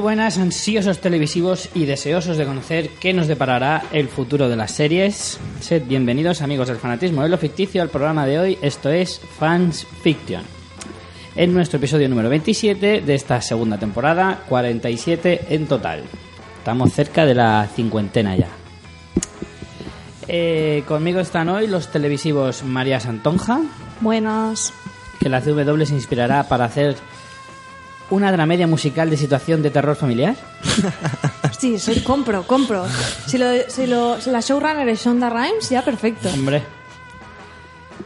buenas, ansiosos televisivos y deseosos de conocer qué nos deparará el futuro de las series. Sed bienvenidos, amigos del fanatismo de lo ficticio, al programa de hoy. Esto es Fans Fiction. En nuestro episodio número 27 de esta segunda temporada, 47 en total. Estamos cerca de la cincuentena ya. Eh, conmigo están hoy los televisivos María Santonja, Buenas. que la CW se inspirará para hacer una dramedia musical de situación de terror familiar. Sí, soy, compro, compro. Si, lo, si, lo, si la showrunner es Shonda Rhimes, ya perfecto. Hombre.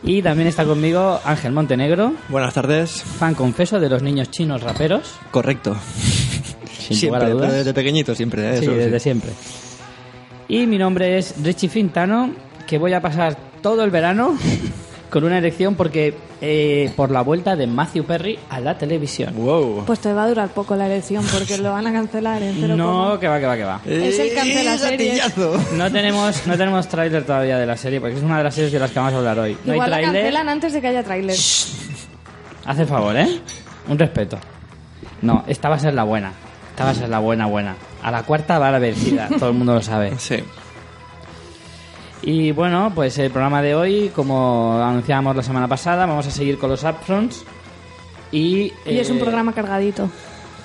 Y también está conmigo Ángel Montenegro, Buenas tardes. fan confeso de los niños chinos raperos. Correcto. Sin lugar siempre, a dudas. pero desde pequeñito siempre. ¿eh? Sí, Eso, desde sí. siempre. Y mi nombre es Richie Fintano, que voy a pasar todo el verano con una erección porque eh, por la vuelta de Matthew Perry a la televisión. Wow. Pues te va a durar poco la elección porque lo van a cancelar en cero No, coma. que va, que va, que va. Es el ¡Eh, cancela series. gatillazo! No tenemos, no tenemos tráiler todavía de la serie, porque es una de las series de las que vamos a hablar hoy. No Igual la hay tráiler. cancelan antes de que haya tráiler. Hace favor, ¿eh? Un respeto. No, esta va a ser la buena. Esta va a ser la buena, buena. A la cuarta va la vencida, todo el mundo lo sabe. Sí. Y bueno, pues el programa de hoy, como anunciábamos la semana pasada, vamos a seguir con los upfronts. Y, Y es un eh, programa cargadito.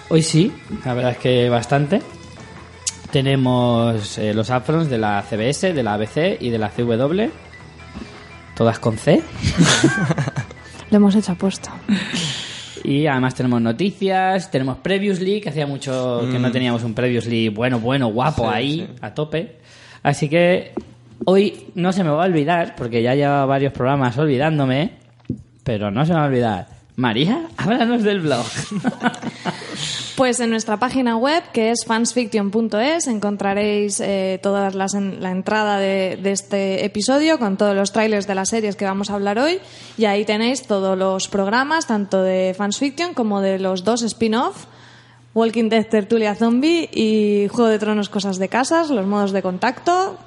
Hoy sí, la verdad es que bastante. Tenemos eh, los upfronts de la CBS, de la ABC y de la CW. Todas con C. Lo hemos hecho apuesta. Y además tenemos noticias, tenemos Previously, que hacía mucho que no teníamos un Previously bueno, bueno, guapo ahí, a tope. Así que hoy no se me va a olvidar, porque ya llevaba varios programas olvidándome, pero no se me va a olvidar. María, háblanos del blog. Pues en nuestra página web, que es fansfiction.es, encontraréis eh, todas las en- la entrada de, de este episodio con todos los trailers de las series que vamos a hablar hoy. Y ahí tenéis todos los programas, tanto de fansfiction como de los dos spin-off. Walking Dead Tertulia Zombie y Juego de Tronos Cosas de Casas, los modos de contacto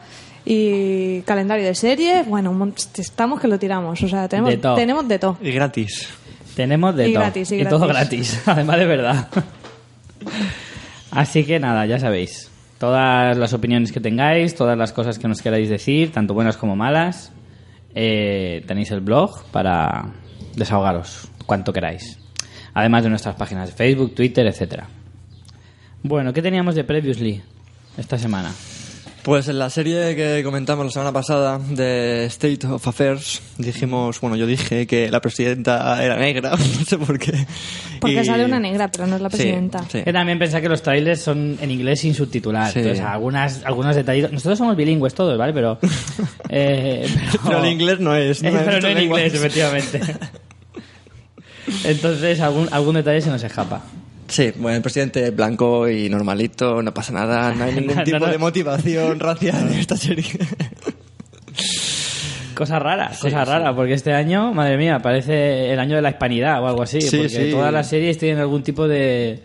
y calendario de serie. Bueno, un mon- estamos que lo tiramos. O sea, tenemos De todo. tenemos de todo. Y gratis. tenemos de Y todo. gratis, y todo gratis. gratis, además de verdad. Así que nada, ya sabéis. Todas las opiniones que tengáis, todas las cosas que nos queráis decir, tanto buenas como malas, eh, tenéis el blog para desahogaros cuanto queráis. Además de nuestras páginas de Facebook, Twitter, etcétera. Bueno, ¿qué teníamos de Previously esta semana? Pues en la serie que comentamos la semana pasada de State of Affairs dijimos, bueno, yo dije que la presidenta era negra, no sé por qué. Porque Y- sale una negra, pero no es la Sí, presidenta. sí. Que también pensé que los trailers son en inglés sin subtitular. Sí. Entonces, algunas, algunos detallitos. Nosotros somos bilingües todos, ¿vale? Pero. eh, Pero el inglés no es. Eh, pero no en lengua. inglés, efectivamente. Entonces, algún, algún detalle se nos escapa. Sí, bueno, el presidente es blanco y normalito, no pasa nada, no hay No, ningún tipo no. de motivación racial en esta serie. Cosas raras, cosas raras, porque este año, madre mía, parece el año de la hispanidad o algo así, Sí, porque sí. todas las series tienen algún tipo de,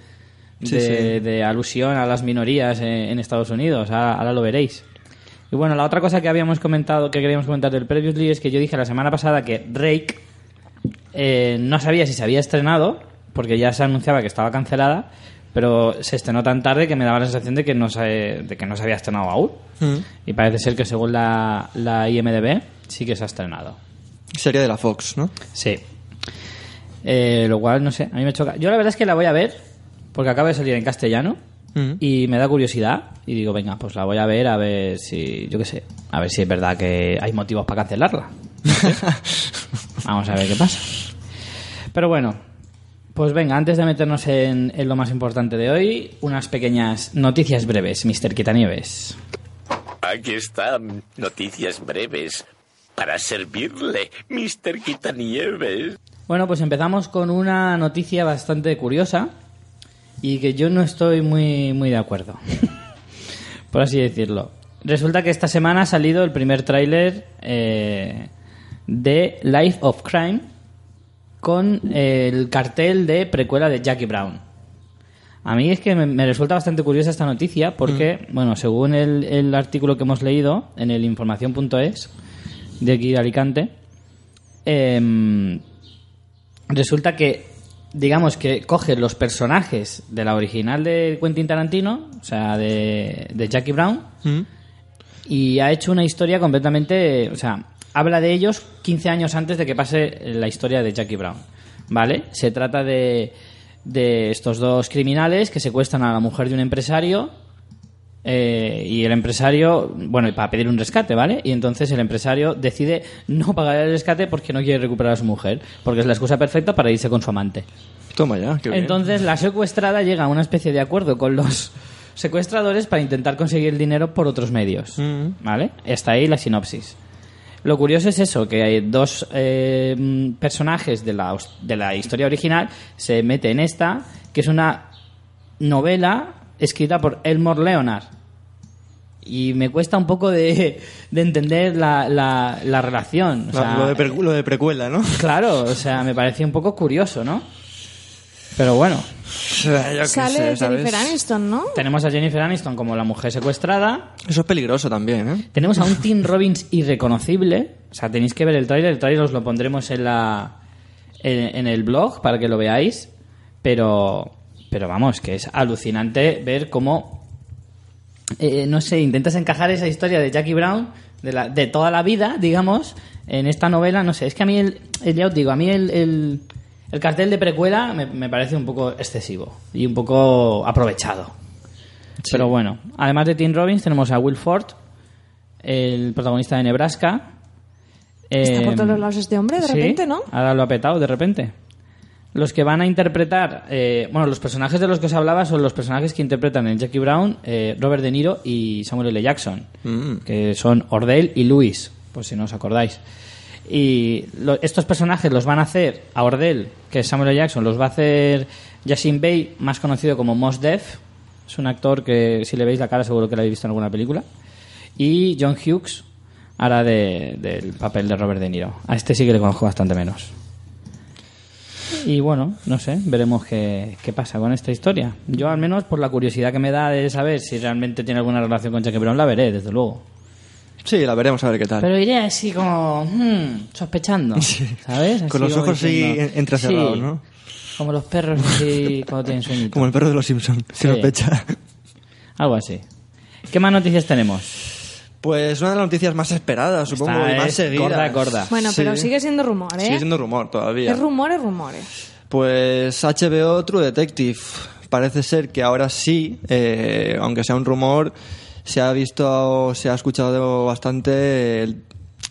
de, Sí, sí. de alusión a las minorías en, en Estados Unidos, ahora, ahora lo veréis. Y bueno, la otra cosa que habíamos comentado, que queríamos comentar del Previously, es que yo dije la semana pasada que Drake eh, no sabía si se había estrenado, porque ya se anunciaba que estaba cancelada, pero se estrenó tan tarde que me daba la sensación de que no se, de que no se había estrenado aún. Y parece ser que según la, la IMDB sí que se ha estrenado. Serie de la Fox, ¿no? Sí. Eh, lo cual, no sé, a mí me choca. Yo la verdad es que la voy a ver, porque acaba de salir en castellano, Mm. y me da curiosidad, y digo, venga, pues la voy a ver, a ver si, yo qué sé, a ver si es verdad que hay motivos para cancelarla. Vamos a ver qué pasa. Pero bueno, pues venga, antes de meternos en, en lo más importante de hoy, unas pequeñas noticias breves, Mr. Quitanieves. Aquí están noticias breves para servirle, Mr. Quitanieves. Bueno, pues empezamos con una noticia bastante curiosa y que yo no estoy muy, muy de acuerdo, por así decirlo. Resulta que esta semana ha salido el primer tráiler eh, de Life of Crime con eh, el cartel de precuela de Jackie Brown. A mí es que me, me resulta bastante curiosa esta noticia porque, bueno, según el, el artículo que hemos leído en el información.es de aquí de Alicante, em, resulta que digamos que coge los personajes de la original de Quentin Tarantino, o sea, de, de Jackie Brown, y ha hecho una historia completamente, o sea, habla de ellos 15 años antes de que pase la historia de Jackie Brown, ¿vale? Se trata de, de estos dos criminales que secuestran a la mujer de un empresario eh, y el empresario, bueno, para pedir un rescate, ¿vale? Y entonces el empresario decide no pagar el rescate porque no quiere recuperar a su mujer, porque es la excusa perfecta para irse con su amante. Toma ya, qué bien. Entonces la secuestrada llega a una especie de acuerdo con los secuestradores para intentar conseguir el dinero por otros medios. Mm. ¿Vale? Hasta ahí la sinopsis. Lo curioso es eso, que hay dos eh, mm, personajes de la, os- de la historia original se mete en esta, que es una novela escrita por Elmore Leonard. Y me cuesta un poco de, de entender la, la- la relación. o La- sea, eh, lo, de pre- lo de precuela, ¿no? Claro, o sea, me parecía un poco curioso, ¿no? Pero bueno, Sale Jennifer Aniston, ¿no? tenemos a Jennifer Aniston como la mujer secuestrada. Eso es peligroso también, ¿eh? Tenemos a un Tim Robbins irreconocible. O sea, tenéis que ver el tráiler. El tráiler os lo pondremos en la en, en el blog para que lo veáis. Pero pero vamos, que es alucinante ver cómo eh, no sé, intentas encajar esa historia de Jackie Brown de, la- de toda la vida, digamos, en esta novela. No sé, es que a mí el, el- ya os digo, a mí el, el, el cartel de precuela me, me parece un poco excesivo y un poco aprovechado. Pero bueno, además de Tim Robbins tenemos a Will Ford, el protagonista de Nebraska. Está por Em, todos los lados este hombre, de sí, repente, ¿no? Ahora lo ha petado de repente. Los que van a interpretar, eh, bueno, los personajes de los que os hablaba son los personajes que interpretan en Jackie Brown, eh, Robert De Niro y Samuel L. Jackson, que son Ordell y Luis, por si no os acordáis. Y lo- estos personajes los van a hacer a Ordell, que es Samuel L. Jackson, los va a hacer Yasin Bey, más conocido como Mos Def. Es un actor que, si le veis la cara, seguro que lo habéis visto en alguna película. Y John Hughes hará de- del papel de Robert De Niro. A este sí que le conozco bastante menos. Y bueno, no sé, veremos qué, qué pasa con esta historia. Yo al menos por la curiosidad que me da de saber si realmente tiene alguna relación con Jackie Brown, la veré, desde luego. Sí, la veremos a ver qué tal. Pero iré así como hmm, sospechando, ¿sabes? Así Con los como ojos así diciendo, en- entrecerrados, sí, ¿no? Como los perros así cuando tienen sueñito. Como el perro de los Simpsons, que Sí. sospecha. Algo así. ¿Qué más noticias tenemos? Pues una de las noticias más esperadas, supongo, Esta y más es seguidas. gorda, gorda. Bueno, Ah, Sí. pero sigue siendo rumor, ¿eh? Sigue siendo rumor todavía. Es ¿eh? rumores, rumores. Pues HBO True Detective. Parece ser que ahora sí, eh, aunque sea un rumor, se ha visto, se ha escuchado bastante el-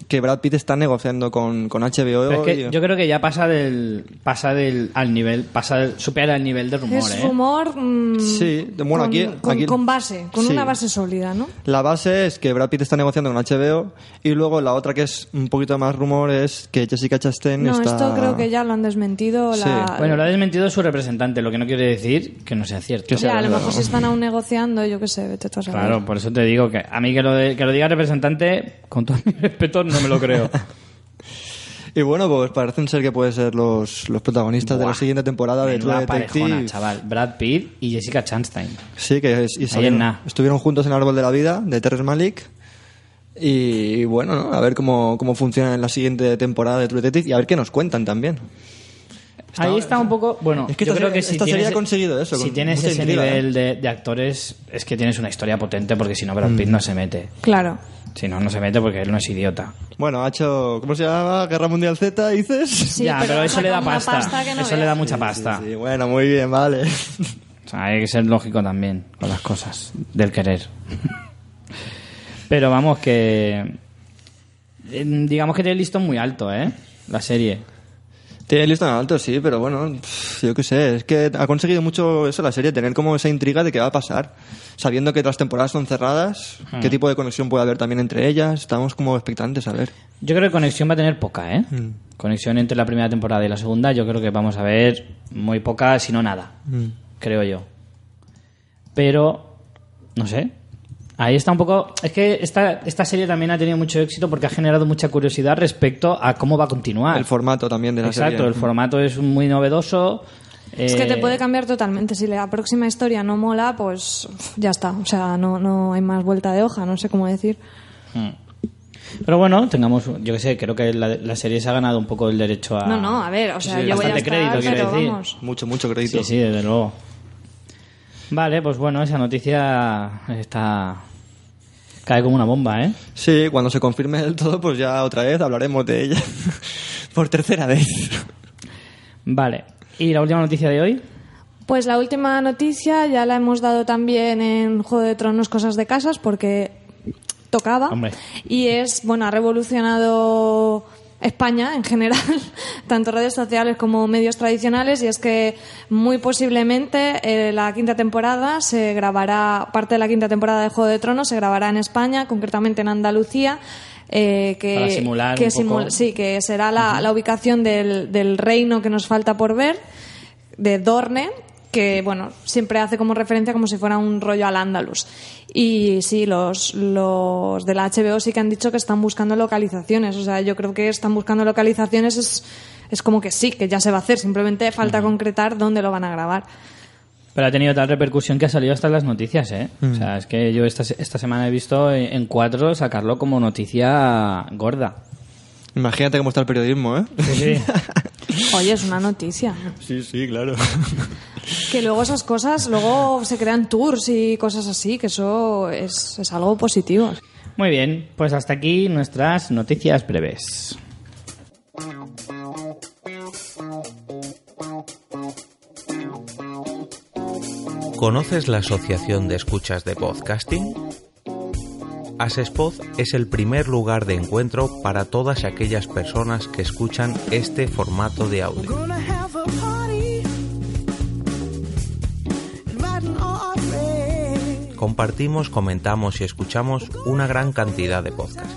que Brad Pitt está negociando con, con HBO. Pero es que y- yo creo que ya pasa del pasa del al nivel, pasa del- supera el nivel de rumor, es ¿eh? rumor. mm, Sí, de- con, bueno, aquí- con- aquí- con base, con Sí. una base sólida, ¿no? La base es que Brad Pitt está negociando con HBO y luego la otra que es un poquito más rumor es que Jessica Chastain No, está... esto creo que ya lo han desmentido. Sí. La... Bueno, lo ha desmentido su representante, lo que no quiere decir que no sea cierto. Que sea ya, a lo verdad. mejor si están aún negociando, yo qué sé, vete tú a saber. Claro, por eso te digo que a mí que lo, de- que lo diga el representante, con todo mi respeto, no me lo creo. Y bueno, pues parecen ser que pueden ser los, los protagonistas de la Buah. siguiente temporada de True Menuda parejona, Detective. chaval. Brad Pitt y Jessica Chastain. Sí, que es- y salieron- nada. estuvieron juntos en Árbol de la Vida, de Terrence Malik. Y bueno, ¿no? a ver cómo, cómo funciona en la siguiente temporada de True Detective y a ver qué nos cuentan también. Ahí está un poco. Bueno, Es que yo esta creo serie- que si esta serie tienes, ha conseguido eso, Si con tienes mucha ese intriga, ¿eh? nivel de, de actores, es que tienes una historia potente, porque si no, Brad Mm. Pitt no se mete. Claro. Si no, no se mete porque él no es idiota. Bueno, ha hecho, ¿cómo se llama? Guerra Mundial Z, dices. Sí, ya, pero, ha eso le da sacado una pasta. que no eso le da veas. mucha pasta. Sí, bueno, muy bien, vale. O sea, hay que ser lógico también con las cosas del querer. Pero vamos, que. eh, Digamos que tiene el listón muy alto, ¿eh? La serie. Tiene listo en alto, sí, pero bueno, pff, yo qué sé, es que ha conseguido mucho eso la serie, tener como esa intriga de qué va a pasar, sabiendo que las temporadas son cerradas, Hmm. qué tipo de conexión puede haber también entre ellas, estamos como expectantes a ver. Yo creo que conexión va a tener poca, ¿eh? Conexión entre la primera temporada y la segunda, yo creo que vamos a ver muy poca, si no nada. Hmm. Creo yo. Pero, no sé. Ahí está un poco. Es que esta, esta serie también ha tenido mucho éxito porque ha generado mucha curiosidad respecto a cómo va a continuar. El formato también de la Ah. Exacto, serie. el formato es muy novedoso. Es que te eh, puede cambiar totalmente. Si la próxima historia no mola, pues uf, ya está. O sea, no, no hay más vuelta de hoja, no sé cómo decir. Pero bueno, tengamos, yo que sé, creo que la, la serie se ha ganado un poco el derecho a... Ah. No, no, a ver, o sea, yo voy a bastante estar, crédito, quiero pero decir. vamos. Mucho, mucho crédito. Sí, sí, desde luego. Vale, pues bueno, esa noticia está... Cae como una bomba, ¿eh? Sí, cuando se confirme del todo, pues ya otra vez hablaremos de ella. Por tercera vez. Vale. ¿Y la última noticia de hoy? Pues la última noticia ya la hemos dado también en Juego de Tronos Cosas de Casas porque tocaba. Hombre. Y es, bueno, ha revolucionado España en general, tanto redes sociales como medios tradicionales, y es que muy posiblemente eh, la quinta temporada se grabará, parte de la quinta temporada de Juego de Tronos se grabará en España, concretamente en Andalucía. eh, que, Para simular que un poco. simul- sí, que será la, la ubicación del, del reino que nos falta por ver, de Dorne, que bueno, siempre hace como referencia como si fuera un rollo al Andalus. Y sí, los, los de la HBO sí que han dicho que están buscando localizaciones. O sea, yo creo que están buscando localizaciones es, es como que sí, que ya se va a hacer. Simplemente falta concretar dónde lo van a grabar. Pero ha tenido tal repercusión que ha salido hasta en las noticias, ¿eh? O sea, es que yo esta, esta semana he visto en en cuatro sacarlo como noticia gorda. Imagínate cómo está el periodismo, ¿eh? Sí, sí. Oye, es una noticia. Sí, sí, claro. Que luego esas cosas, luego se crean tours y cosas así, que eso es, es algo positivo. Muy bien, pues hasta aquí nuestras noticias breves. ¿Conoces la Asociación de Escuchas de Podcasting? Asespod es el primer lugar de encuentro para todas aquellas personas que escuchan este formato de audio. Gonna have a party. Inviting all our friends. Compartimos, comentamos y escuchamos una gran cantidad de podcasts,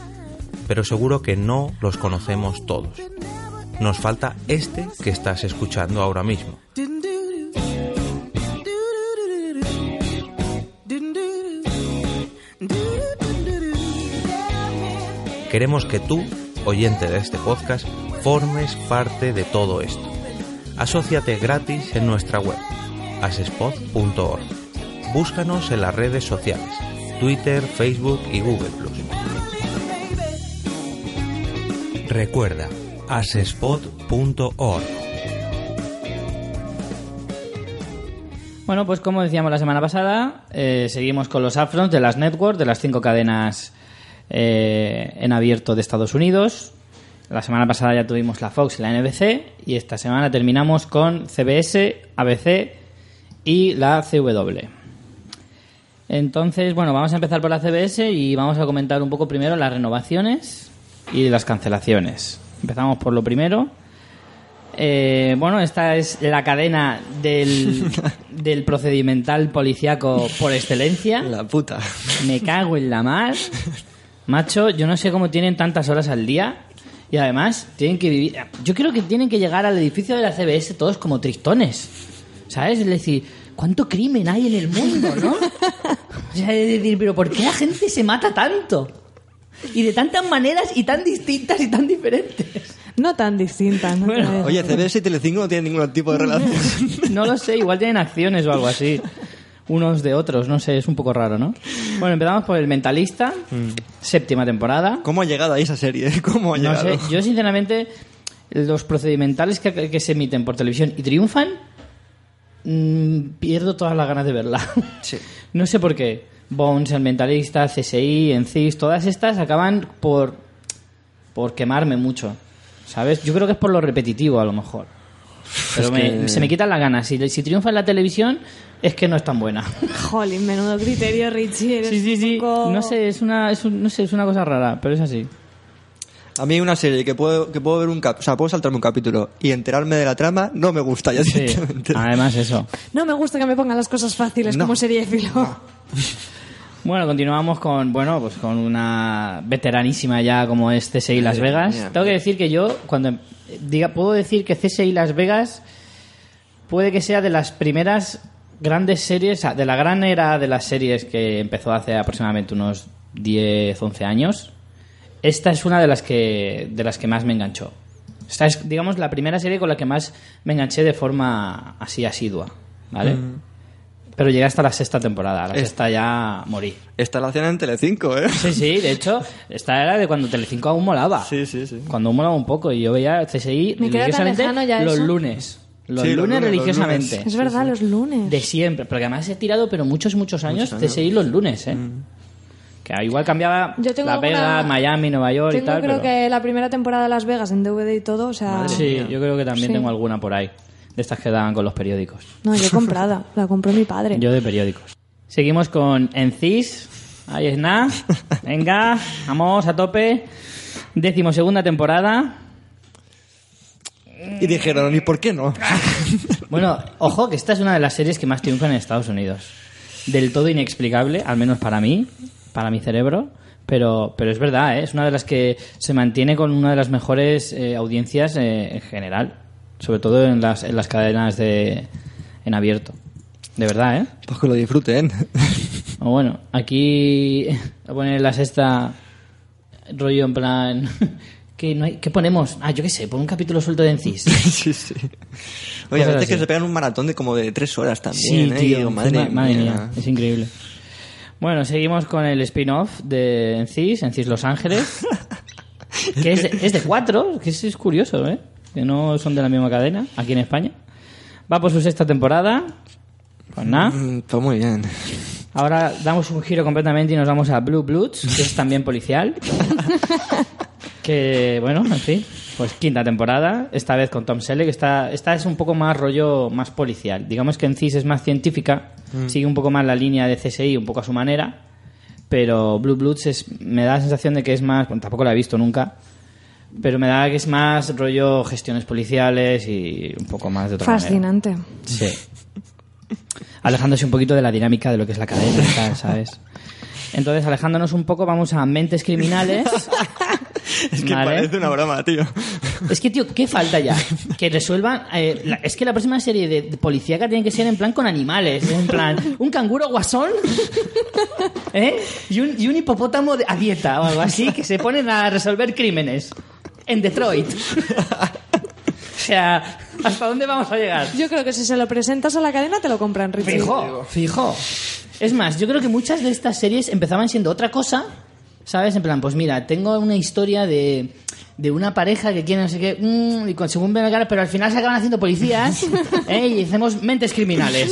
pero seguro que no los conocemos todos. Nos falta este que estás escuchando ahora mismo. Didn't do do. Do do do do do. Didn't do do. Do do do do do. Yeah, Queremos que tú, oyente de este podcast, formes parte de todo esto. Asociate gratis en nuestra web, asespod.org. Búscanos en las redes sociales, Twitter, Facebook y Google Recuerda, asespod.org. Bueno, pues como decíamos la semana pasada, eh, seguimos con los upfronts de las networks, de las cinco cadenas eh, en abierto de Estados Unidos. La semana pasada ya tuvimos la Fox y la NBC y esta semana terminamos con CBS, ABC y la CW. Entonces, bueno, vamos a empezar por la CBS y vamos a comentar un poco primero las renovaciones y las cancelaciones. Empezamos por lo primero. Eh, bueno, esta es la cadena del, del procedimental policiaco por excelencia. La puta. Me cago en la mar. Macho, yo no sé cómo tienen tantas horas al día. Y además, tienen que vivir. Yo creo que tienen que llegar al edificio de la CBS todos como tristones. ¿Sabes? Es decir, ¿cuánto crimen hay en el mundo, no? O sea, es decir, ¿pero por qué la gente se mata tanto? Y de tantas maneras y tan distintas y tan diferentes. No tan distinta, ¿no? Bueno, Te- Oye, CBS y Telecinco no tienen ningún tipo de relación. No lo sé, igual tienen acciones o algo así. Unos de otros, no sé, es un poco raro, ¿no? Bueno, empezamos por El Mentalista, séptima temporada. ¿Cómo ha llegado ahí esa serie? ¿Cómo ha No llegado? sé, yo sinceramente, los procedimentales que, que se emiten por televisión y triunfan, mm, pierdo todas las ganas de verla. Sí. No sé por qué. Bones, El Mentalista, CSI, Encis, todas estas acaban por, por quemarme mucho. ¿Sabes? Yo creo que es por lo repetitivo, a lo mejor. Pero Es me- que- se me quitan las ganas. Si, si triunfa en la televisión, es que no es tan buena. Jolín, menudo criterio, Richie. eres Sí, sí, sí. un poco- No sé, es una, es un- no sé, es una cosa rara, pero es así. A mí una serie que puedo, que puedo ver un cap, o sea, puedo saltarme un capítulo y enterarme de la trama, no me gusta ya Sí. Ah. directamente. Además, eso. No me gusta que me pongan las cosas fáciles No. como serie de filo. Bueno, continuamos con, bueno, pues con una veteranísima ya como es CSI Las Vegas. mía, Tengo que decir que yo, cuando em- diga, puedo decir que CSI Las Vegas puede que sea de las primeras grandes series, o sea, de la gran era de las series que empezó hace aproximadamente unos 10, 11 años. Esta es una de las que, de las que más me enganchó. Esta es, digamos, la primera serie con la que más me enganché de forma así asidua, ¿vale? Pero llegué hasta la sexta temporada. La Es- sexta ya morí. Esta la hacían en Telecinco, ¿eh? Sí, sí, de hecho, esta era de cuando Telecinco aún molaba. Sí, sí, sí. Cuando aún molaba un poco. Y yo veía CSI Me queda tan religiosamente lejano ya los eso. lunes. Los Sí, lunes los lunes, los religiosamente. lunes. Es verdad, los lunes. De siempre. Porque además he tirado, pero muchos, muchos años, CSI los lunes, ¿eh? Mm. Que ah, igual cambiaba Yo tengo La Vega, alguna- Miami, Nueva York Tengo y tal. pero- creo que la primera temporada de Las Vegas en DVD y todo, o sea... Sí, yo creo que también Sí. tengo alguna por ahí. De estas que dan con los periódicos. No, yo comprada, la compró mi padre. Yo de periódicos. Seguimos con Encis. Ahí es nada. Venga, vamos a tope. Décimo segunda temporada. Y dijeron, ¿y por qué no? Bueno, ojo que esta es una de las series que más triunfan en Estados Unidos. Del todo inexplicable, al menos para mí, para mi cerebro, pero, pero es verdad, ¿eh? es una de las que se mantiene con una de las mejores eh, audiencias eh, en general, sobre todo en las, en las cadenas de, en abierto. De verdad, ¿eh? Pues que lo disfruten. O bueno, aquí voy a poner la sexta rollo en plan... ¿Qué, no hay- ¿Qué ponemos? Ah, yo qué sé, pon un capítulo suelto de Encis. sí, sí. Oye, a Cosas veces que así. se pegan un maratón de como de tres horas también, Sí, ¿eh? Y tío, digo, madre, madre, mía. madre mía. mía, es increíble. Bueno, seguimos con el spin-off de Encis, Encis Los Ángeles, que es de, es de cuatro, que es, es curioso, ¿eh? Que no son de la misma cadena, aquí en España. Va por su sexta temporada, pues nada. Mm, Está muy bien. Ahora damos un giro completamente y nos vamos a Blue Bloods, que es también policial. que, bueno, en fin, pues quinta temporada, esta vez con Tom Selleck. Esta, esta es un poco más rollo, más policial. Digamos que en CIS es más científica, sigue un poco más la línea de CSI, un poco a su manera. Pero Blue Bloods es, me da la sensación de que es más, bueno, tampoco la he visto nunca, pero me da que es más rollo gestiones policiales y un poco más de otra manera. Fascinante. Sí. Alejándose un poquito de la dinámica de lo que es la cadena, y tal, ¿sabes? Entonces, alejándonos un poco, vamos a mentes criminales. Es que Vale. parece una broma, tío. Es que, tío, ¿qué falta ya? Que resuelvan... eh, la- es que la próxima serie de, de policíaca tiene que ser en plan con animales. ¿eh? En plan, un canguro guasón ¿eh? y, un, y un hipopótamo de- a dieta o algo así que se ponen a resolver crímenes en Detroit. O sea, ¿hasta dónde vamos a llegar? Yo creo que si se lo presentas a la cadena te lo compran, Richie. Fijo, fijo. Es más, yo creo que muchas de estas series empezaban siendo otra cosa, ¿sabes? En plan, pues mira, tengo una historia de, de una pareja que quiere no sé qué, mm, y con, según ven la cara, pero al final se acaban haciendo policías ¿eh? y hacemos mentes criminales.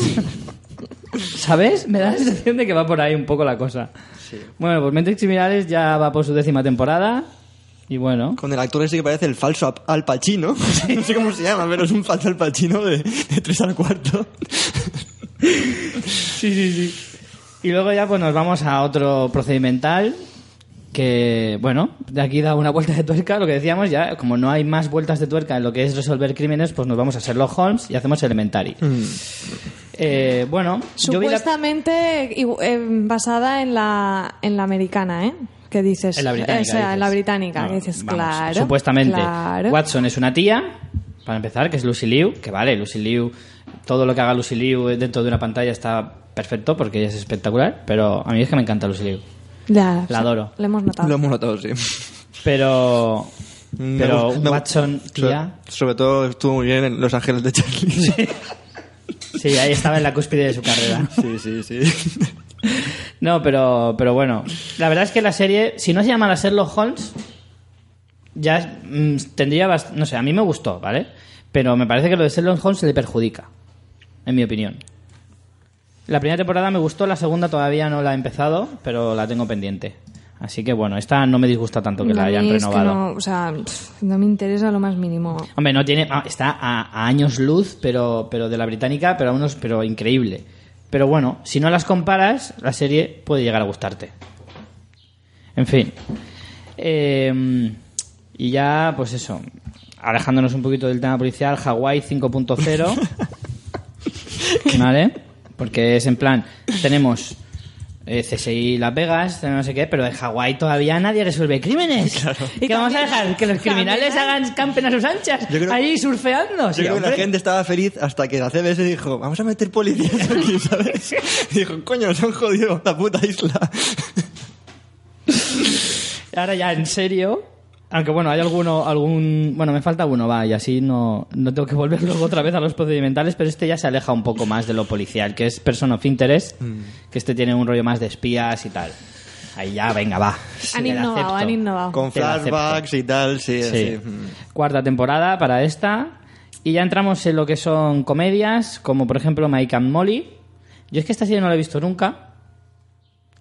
¿Sabes? Me da la sensación de que va por ahí un poco la cosa. Bueno, pues Mentes Criminales ya va por su décima temporada. Y bueno. Con el actor ese que parece el falso Ap- Al Pacino. No sé cómo se llama, pero es un falso Al Pacino de, de tres al cuarto. Sí, sí, sí. Y luego ya pues nos vamos a otro procedimental que, bueno, de aquí da una vuelta de tuerca, lo que decíamos ya, como no hay más vueltas de tuerca en lo que es resolver crímenes, pues nos vamos a Sherlock Holmes y hacemos Elementary. Eh, bueno, yo vi la- Supuestamente igu- eh, basada en la, en la americana, ¿eh? Que dices. En la británica. O sea, en la dices. británica. No, que dices, vamos, claro. Supuestamente. claro. Watson es una tía, para empezar, que es Lucy Liu, que vale, Lucy Liu, todo lo que haga Lucy Liu dentro de una pantalla está perfecto porque ella es espectacular, pero a mí es que me encanta Lucy Liu. Ya, La adoro. Lo hemos notado. Lo hemos notado, sí. Pero. Me Pero gusta- me- Watson, tía. Sobre, sobre todo estuvo muy bien en Los Ángeles de Charlie. Sí, ahí estaba en la cúspide de su carrera. Sí, sí, sí. No, pero, pero bueno. La verdad es que la serie, si no se llamara Sherlock Holmes, ya mm, tendría. bast- No sé, a mí me gustó, ¿vale? Pero me parece que lo de Sherlock Holmes se le perjudica, en mi opinión. La primera temporada me gustó, la segunda todavía no la he empezado, pero la tengo pendiente. Así que bueno, esta no me disgusta tanto que A la mí hayan es que renovado. no, o sea, pff, no me interesa lo más mínimo. Hombre, no tiene. ah, Está a, a años luz, pero, pero de la británica, pero a unos, pero increíble. Pero bueno, si no las comparas, la serie puede llegar a gustarte. En fin. Eh, y ya, pues eso. Alejándonos un poquito del tema policial, Hawái 5.0. ¿Vale? Porque es en plan, tenemos eh, CSI Las Vegas, no sé qué, pero en Hawái todavía nadie resuelve crímenes. Y ¿Qué vamos a también- dejar? Que los criminales también- hagan campen a sus anchas, Yo creo- ahí surfeando. Sí, Yo creo que la hombre. gente estaba feliz hasta que la CBS dijo, vamos a meter policías aquí, ¿sabes? Y dijo, coño, se han jodido la puta isla. Ahora ya, en serio, Aunque bueno, hay alguno, algún. Bueno, me falta uno, va, y así no, no tengo que volver luego otra vez a los procedimentales, pero este ya se aleja un poco más de lo policial, que es Person of Interest, Mm. que este tiene un rollo más de espías y tal. Ahí ya, venga, va. Han Te la innovado, acepto. han innovado. Con Ah. Te la flashbacks y tal, sí, Sí. sí. Mm. Cuarta temporada para esta. Y ya entramos en lo que son comedias, como por ejemplo Mike and Molly. Yo es que esta serie no la he visto nunca.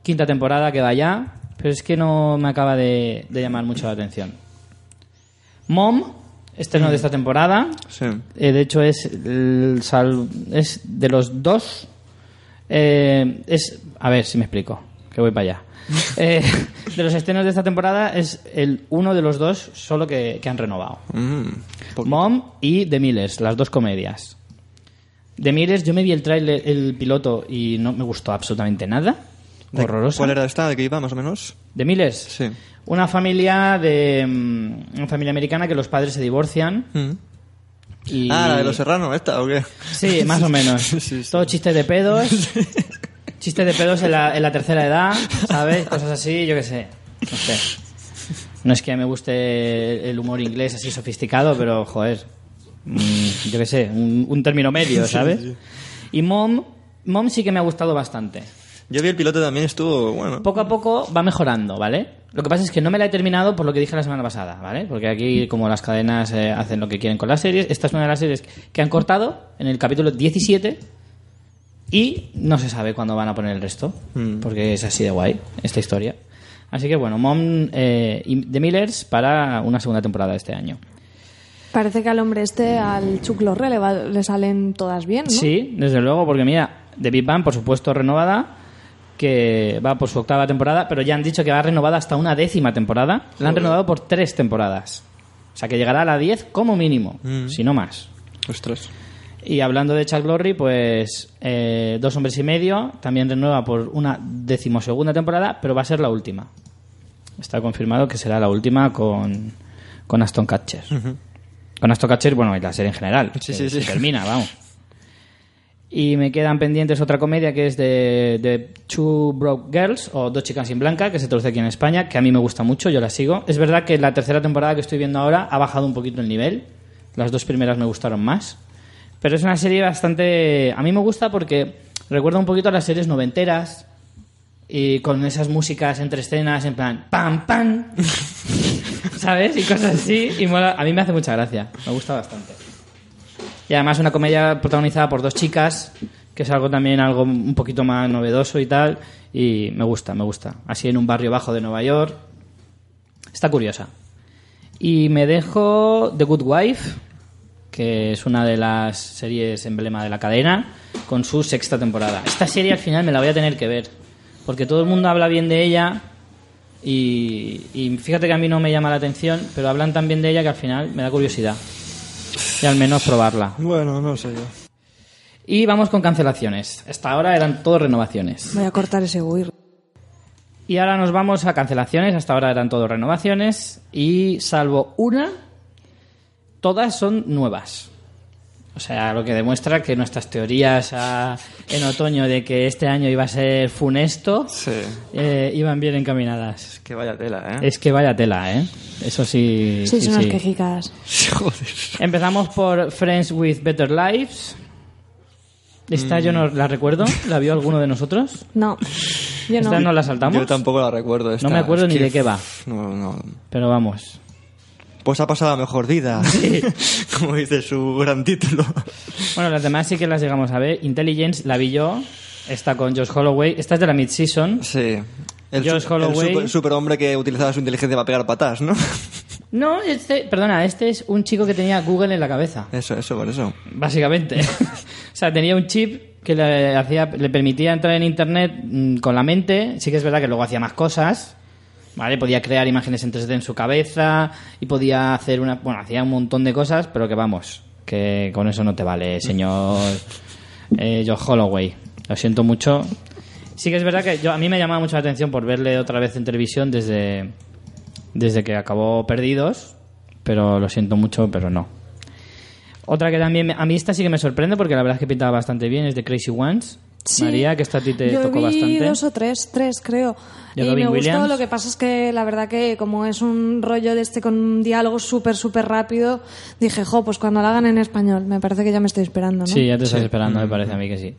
Quinta temporada que va ya. Pero es que no me acaba de, de llamar mucho la atención. Mom, este no de esta temporada. Sí. Eh, de hecho, es, el sal- es de los dos. eh, es, a ver si me explico, que voy para allá. Eh, de los estrenos de esta temporada es el uno de los dos solo que, que han renovado. Mm. Poquito. Mom y The Millers, las dos comedias. The Millers, yo me vi el trailer, el piloto y no me gustó absolutamente nada. ¿De- Horroroso. ¿Cuál era esta? ¿De qué iba, más o menos? ¿De Millers? Sí. Una familia de mm, una familia americana que los padres se divorcian Mm. y Ah, la de los serranos, ¿esta o qué? Sí, más o menos. Sí, sí, sí. Todo chistes de pedos. chistes de pedos en la, en la tercera edad, ¿sabes? Cosas así, yo qué sé. No sé. No es que me guste el humor inglés así sofisticado, pero joder. mm, yo qué sé, un, un término medio, ¿sabes? Y Mom, Mom sí que me ha gustado bastante. Yo vi el piloto también, estuvo bueno. Poco a poco va mejorando, ¿vale? Lo que pasa es que no me la he terminado por lo que dije la semana pasada, ¿vale? Porque aquí, como las cadenas eh, hacen lo que quieren con las series, esta es una de las series que han cortado en el capítulo 17 y no se sabe cuándo van a poner el resto, porque es así de guay esta historia. Así que bueno, Mom eh, y The Millers para una segunda temporada este año. Parece que al hombre este, al Chuck Lorre, le, va- le salen todas bien, ¿no? Sí, desde luego, porque mira, The Big Bang, por supuesto, renovada, que va por su octava temporada, pero ya han dicho que va renovada hasta una décima temporada. La han renovado por tres temporadas. O sea, que llegará a la 10 como mínimo, si no más. Ostras. Y hablando de Chuck Lorre, pues eh, Dos Hombres y Medio también renueva por una decimosegunda temporada, pero va a ser la última. Está confirmado que será la última con, con Aston Catcher. Con Aston Catcher, bueno, y la serie en general. Sí, que sí, se sí. termina, vamos. Y me quedan pendientes otra comedia que es de, de Two Broke Girls o Dos Chicas sin Blanca, que se traduce aquí en España, que a mí me gusta mucho, yo la sigo. Es verdad que la tercera temporada que estoy viendo ahora ha bajado un poquito el nivel. Las dos primeras me gustaron más. Pero es una serie bastante... A mí me gusta porque recuerda un poquito a las series noventeras y con esas músicas entre escenas en plan pam pam ¿sabes? y cosas así y mola. a mí me hace mucha gracia me gusta bastante y además una comedia protagonizada por dos chicas que es algo también algo un poquito más novedoso y tal y me gusta me gusta así en un barrio bajo de Nueva York está curiosa y me dejo The Good Wife que es una de las series emblema de la cadena, con su sexta temporada. Esta serie al final me la voy a tener que ver, porque todo el mundo habla bien de ella y, y fíjate que a mí no me llama la atención, pero hablan tan bien de ella que al final me da curiosidad. Y al menos probarla. Bueno, no sé yo. Y vamos con cancelaciones. Hasta ahora eran todo renovaciones. Voy a cortar ese huir. Y ahora nos vamos a cancelaciones. Hasta ahora eran todo renovaciones. Y salvo una, todas son nuevas. O sea, lo que demuestra que nuestras teorías ah, en otoño de que este año iba a ser funesto Sí. eh, iban bien encaminadas. Es que vaya tela, ¿eh? Es que vaya tela, ¿eh? Eso sí. Sí, sí, son unas sí. quejicas. Joder. Empezamos por Friends with Better Lives. Esta Mm. yo no la recuerdo. ¿La vio alguno de nosotros? No, yo no. Esta no la saltamos. Yo tampoco la recuerdo. esta. No me acuerdo Es ni que- de qué va. No, no. Pero vamos. Pues ha pasado la mejor vida. Como dice su gran título. Bueno, las demás sí que las llegamos a ver. Intelligence la vi yo. Está con Josh Holloway. Esta es de la mid-season. Sí. El, Josh su- el Holloway. super- superhombre que utilizaba su inteligencia para pegar patas, ¿no? No, este, perdona, este es un chico que tenía Google en la cabeza, Eso, eso, por eso. básicamente. o sea, tenía un chip que le, hacía, le permitía entrar en Internet mm, con la mente. Sí que es verdad que luego hacía más cosas. ¿Vale? Podía crear imágenes en 3D en su cabeza y podía hacer una... Bueno, hacía un montón de cosas, pero que vamos, que con eso no te vale, señor eh, Josh Holloway. Lo siento mucho. Sí que es verdad que yo, a mí me llamaba mucho la atención por verle otra vez en televisión desde, desde que acabó Perdidos, pero lo siento mucho, pero no. Otra que también... me- A mí esta sí que me sorprende porque la verdad es que pintaba bastante bien, es de Crazy Ones. Sí. María, que esta a ti te Yo tocó vi bastante. dos o tres, tres creo. De y Robin me Williams. gustó, lo que pasa es que la verdad que como es un rollo de este con un diálogo súper, súper rápido, dije, jo, pues cuando la hagan en español, me parece que ya me estoy esperando, ¿no? Sí, ya te estás Sí. Mm, esperando, me parece a mí que sí.